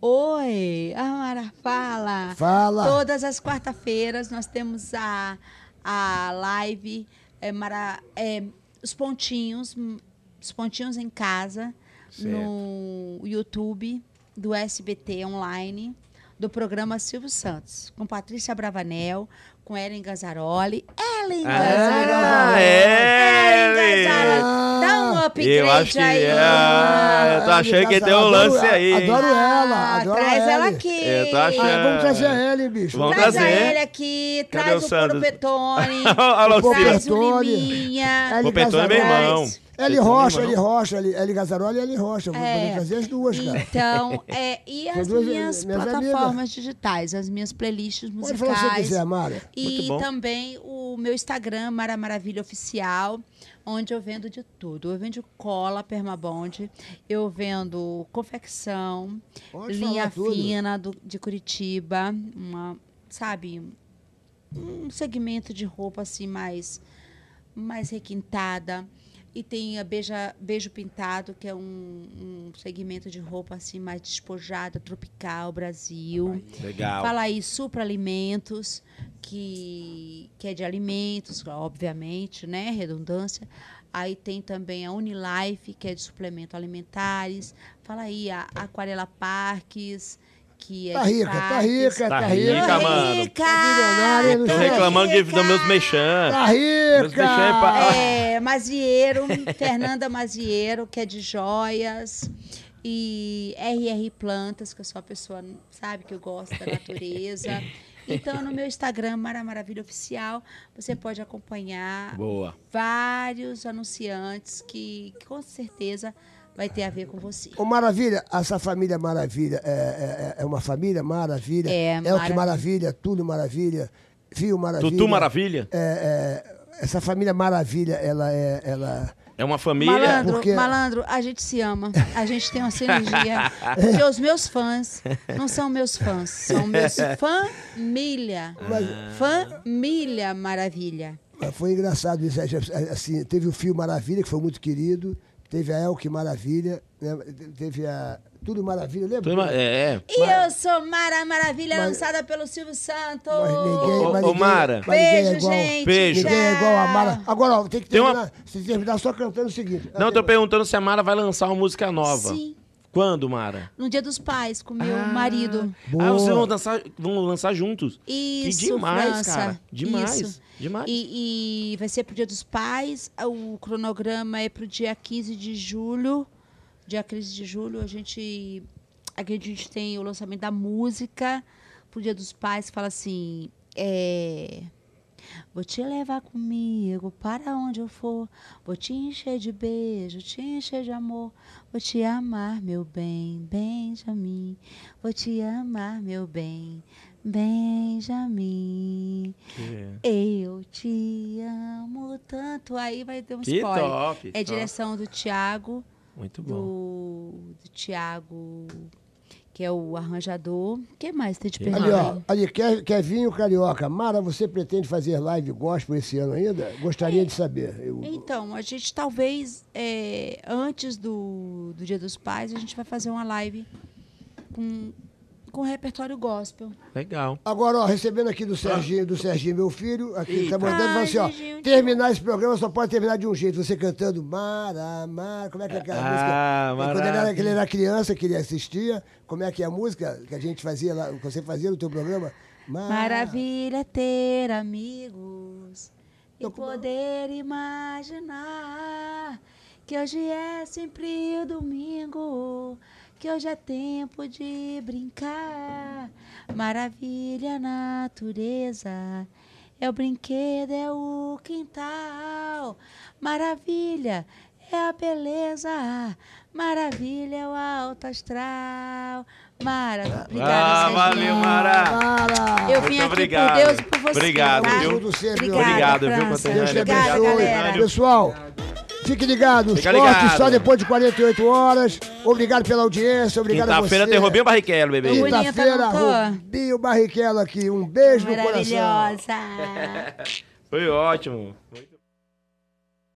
Speaker 3: Oi, a Mara fala.
Speaker 1: Fala.
Speaker 3: Todas as quarta-feiras nós temos a, a live é, Mara, é, Os Pontinhos, hum, Os Pontinhos em Casa,
Speaker 2: Certo.
Speaker 3: no YouTube do SBT Online, do programa Silvio Santos, com Patrícia Bravanel, com Ellen Gazzaroli. Ellen Gazzaroli!
Speaker 2: Ah,
Speaker 3: Ellen
Speaker 2: é!
Speaker 3: Gazzaroli! Dá um upgrade
Speaker 2: Eu acho que
Speaker 3: aí!
Speaker 2: é. Eu tô
Speaker 1: Ah,
Speaker 2: achando que
Speaker 1: Eligaza,
Speaker 2: tem um
Speaker 1: adoro-
Speaker 2: lance aí. hein?
Speaker 1: adoro- ela,
Speaker 3: Ah,
Speaker 1: adoro
Speaker 3: Traz
Speaker 1: ela.
Speaker 3: ela aqui!
Speaker 2: Eu tô achando.
Speaker 1: Ah, vamos trazer a Ellen, bicho.
Speaker 2: Vamos
Speaker 3: Traz a
Speaker 2: trazer.
Speaker 3: ele aqui,
Speaker 2: um Cadê
Speaker 3: traz
Speaker 2: o
Speaker 3: o Coro
Speaker 2: Sandro?
Speaker 3: Petone,
Speaker 2: Olha lá o
Speaker 3: traz
Speaker 2: Silas.
Speaker 3: o
Speaker 1: Petone.
Speaker 3: Liminha.
Speaker 1: Ellen
Speaker 2: O Petone é meu
Speaker 1: Gazzaroli.
Speaker 2: irmão.
Speaker 1: Eli
Speaker 2: Petone é meu
Speaker 1: Rocha,
Speaker 2: irmão.
Speaker 1: Eli Rocha, Eli, Eli Gazzaroli e Eli Rocha. Vou
Speaker 3: É.
Speaker 1: poder fazer as duas, cara.
Speaker 3: Então, é, e
Speaker 1: São
Speaker 3: as
Speaker 1: duas
Speaker 3: minhas,
Speaker 1: minhas
Speaker 3: plataformas
Speaker 1: amigas.
Speaker 3: digitais, as minhas playlists
Speaker 1: Pode
Speaker 3: musicais.
Speaker 1: falar o que você quiser, Mara.
Speaker 2: Muito
Speaker 3: E
Speaker 2: bom.
Speaker 3: também o meu Instagram, Mara Maravilha Oficial, onde eu vendo de tudo. Eu vendo cola permabond, eu vendo confecção,
Speaker 1: Pode falar
Speaker 3: linha
Speaker 1: tudo.
Speaker 3: fina do- de Curitiba, uma, sabe, um segmento de roupa assim mais mais requintada. E tem a beija, Beijo Pintado, que é um, um segmento de roupa assim mais despojada, tropical, Brasil.
Speaker 2: Legal.
Speaker 3: Fala aí, supraalimentos, que, que é de alimentos, obviamente, né? Redundância. Aí tem também a Unilife, que é de suplemento alimentares. Fala aí, a Aquarela Parques, que é
Speaker 1: Tá
Speaker 3: de
Speaker 1: rica, tá
Speaker 3: parques.
Speaker 1: rica, tá
Speaker 2: Tá
Speaker 1: rica.
Speaker 2: rica,
Speaker 3: Tô
Speaker 2: mano.
Speaker 3: rica!
Speaker 1: Tá milionária, não
Speaker 2: Tô
Speaker 3: tô
Speaker 1: sei.
Speaker 2: reclamando de
Speaker 3: rica!
Speaker 2: dar meus mexãs.
Speaker 1: Tá
Speaker 2: Meus mexãs é
Speaker 1: rica!
Speaker 2: pra-
Speaker 3: É, Maziero, Fernanda Maziero, que é de joias. E RR Plantas, que eu sou uma pessoa, sabe, que eu gosto da natureza. Então, no meu Instagram, Mara Maravilha Oficial, você pode acompanhar
Speaker 2: Boa.
Speaker 3: vários anunciantes que, que com certeza vai ter a ver com você.
Speaker 1: Ô, Maravilha, essa família Maravilha é, é- é uma família Maravilha.
Speaker 3: É,
Speaker 1: o que
Speaker 3: maravilha.
Speaker 1: Maravilha, tudo Maravilha, Fio Maravilha.
Speaker 2: Tutu Maravilha.
Speaker 1: É, é, essa família Maravilha, ela é. Ela...
Speaker 2: É uma família.
Speaker 3: Malandro,
Speaker 1: Porque-
Speaker 3: malandro, a gente se ama, a gente tem uma sinergia. Porque os meus fãs não são meus fãs, são meus família. Família Maravilha.
Speaker 1: Mas é, Foi engraçado isso. Assim, teve o Fio Maravilha, que foi muito querido. Teve a Elke Maravilha. né? Teve a. Tudo Maravilha, lembra?
Speaker 2: Tudo ma- É, é.
Speaker 3: E eu sou Mara Maravilha, lançada pelo Silvio Santos.
Speaker 1: Mas ninguém,
Speaker 2: Ô,
Speaker 1: mas
Speaker 2: ô,
Speaker 1: ninguém-
Speaker 2: Mara.
Speaker 1: mas ninguém é
Speaker 3: Beijo,
Speaker 1: igual-
Speaker 3: gente.
Speaker 2: Beijo.
Speaker 1: Ninguém é igual a Mara.
Speaker 3: Tchau.
Speaker 1: Agora, ó, tem que
Speaker 2: Tem uma-
Speaker 1: terminar, se terminar só cantando o seguinte.
Speaker 2: Não, eu tô perguntando se a Mara vai lançar uma música nova.
Speaker 3: Sim,
Speaker 2: Quando, Mara?
Speaker 3: no Dia dos Pais, com meu marido.
Speaker 2: Ah,
Speaker 1: Boa.
Speaker 2: vocês vão lançar, vão lançar juntos.
Speaker 3: Isso,
Speaker 2: que demais,
Speaker 3: França.
Speaker 2: cara. Demais.
Speaker 3: Isso.
Speaker 2: Demais.
Speaker 3: E, e vai ser pro Dia dos Pais. O cronograma é pro dia 15 de julho. Dia 15 de julho, a gente. Aqui a gente tem o lançamento da música. Pro pro Dia dos Pais, fala assim: é, Vou te levar comigo para onde eu for. Vou te encher de beijo, te encher de amor. Vou te amar, meu bem, Benjamin. Vou te amar, meu bem, Benjamin. Eu te amo tanto. Aí vai ter um
Speaker 2: Que
Speaker 3: spoiler.
Speaker 2: top,
Speaker 3: é
Speaker 2: top.
Speaker 3: direção do Tiago
Speaker 2: Muito bom.
Speaker 3: do, do Tiago, que é o arranjador. Quem mais tem de
Speaker 1: Ali, ó,
Speaker 3: pergunta?
Speaker 1: ali, Ke- Kevinho Carioca. Mara, você pretende fazer live gospel esse ano ainda? Gostaria de saber. Eu-
Speaker 3: Então, a gente talvez, é, antes do, do Dia dos Pais, a gente vai fazer uma live com, com repertório gospel.
Speaker 2: Legal.
Speaker 1: Agora, ó, recebendo aqui do Serginho,
Speaker 2: Ah.
Speaker 1: do Serginho, meu filho, aqui ele tá mandando,
Speaker 3: Ai,
Speaker 1: falando assim, ó,
Speaker 3: Serginho,
Speaker 1: terminar esse programa só pode terminar de um jeito, você cantando Mara, Mara, como é que é aquela
Speaker 2: Ah,
Speaker 1: música? Quando ele
Speaker 2: maravilha.
Speaker 1: era, que ele era criança, que ele assistia, como é que é a música que a gente fazia lá, que você fazia no teu programa? Mara.
Speaker 3: Maravilha é ter amigos e
Speaker 1: Tô com-
Speaker 3: poder imaginar que hoje é sempre o domingo, que hoje é tempo de brincar. Maravilha a natureza. É o brinquedo, é o quintal. Maravilha é a beleza. Maravilha é o alto astral. Mara, obrigada,
Speaker 2: ah, valeu,
Speaker 3: Serginho.
Speaker 2: Mara.
Speaker 1: Mara!
Speaker 3: Eu
Speaker 2: Muito
Speaker 3: vim aqui
Speaker 2: obrigado.
Speaker 3: por Deus e por você.
Speaker 2: Obrigado,
Speaker 3: tá?
Speaker 1: viu? Tudo sempre,
Speaker 3: Obrigada,
Speaker 2: obrigado, viu,
Speaker 3: França.
Speaker 2: Patrícia?
Speaker 1: Deus te
Speaker 3: Obrigada,
Speaker 1: abençoe.
Speaker 3: galera.
Speaker 1: Pessoal, fique ligado, os
Speaker 2: Fica
Speaker 1: cortes
Speaker 2: ligado.
Speaker 1: só depois de 48 horas. Obrigado pela audiência, obrigado a você.
Speaker 2: Quinta-feira tem Robinho Barrichello, bebê.
Speaker 3: Bonita,
Speaker 1: Quinta-feira,
Speaker 3: não tô?
Speaker 1: Rubinho Barrichello aqui. Um beijo no coração.
Speaker 3: Maravilhosa.
Speaker 2: Foi ótimo. Muito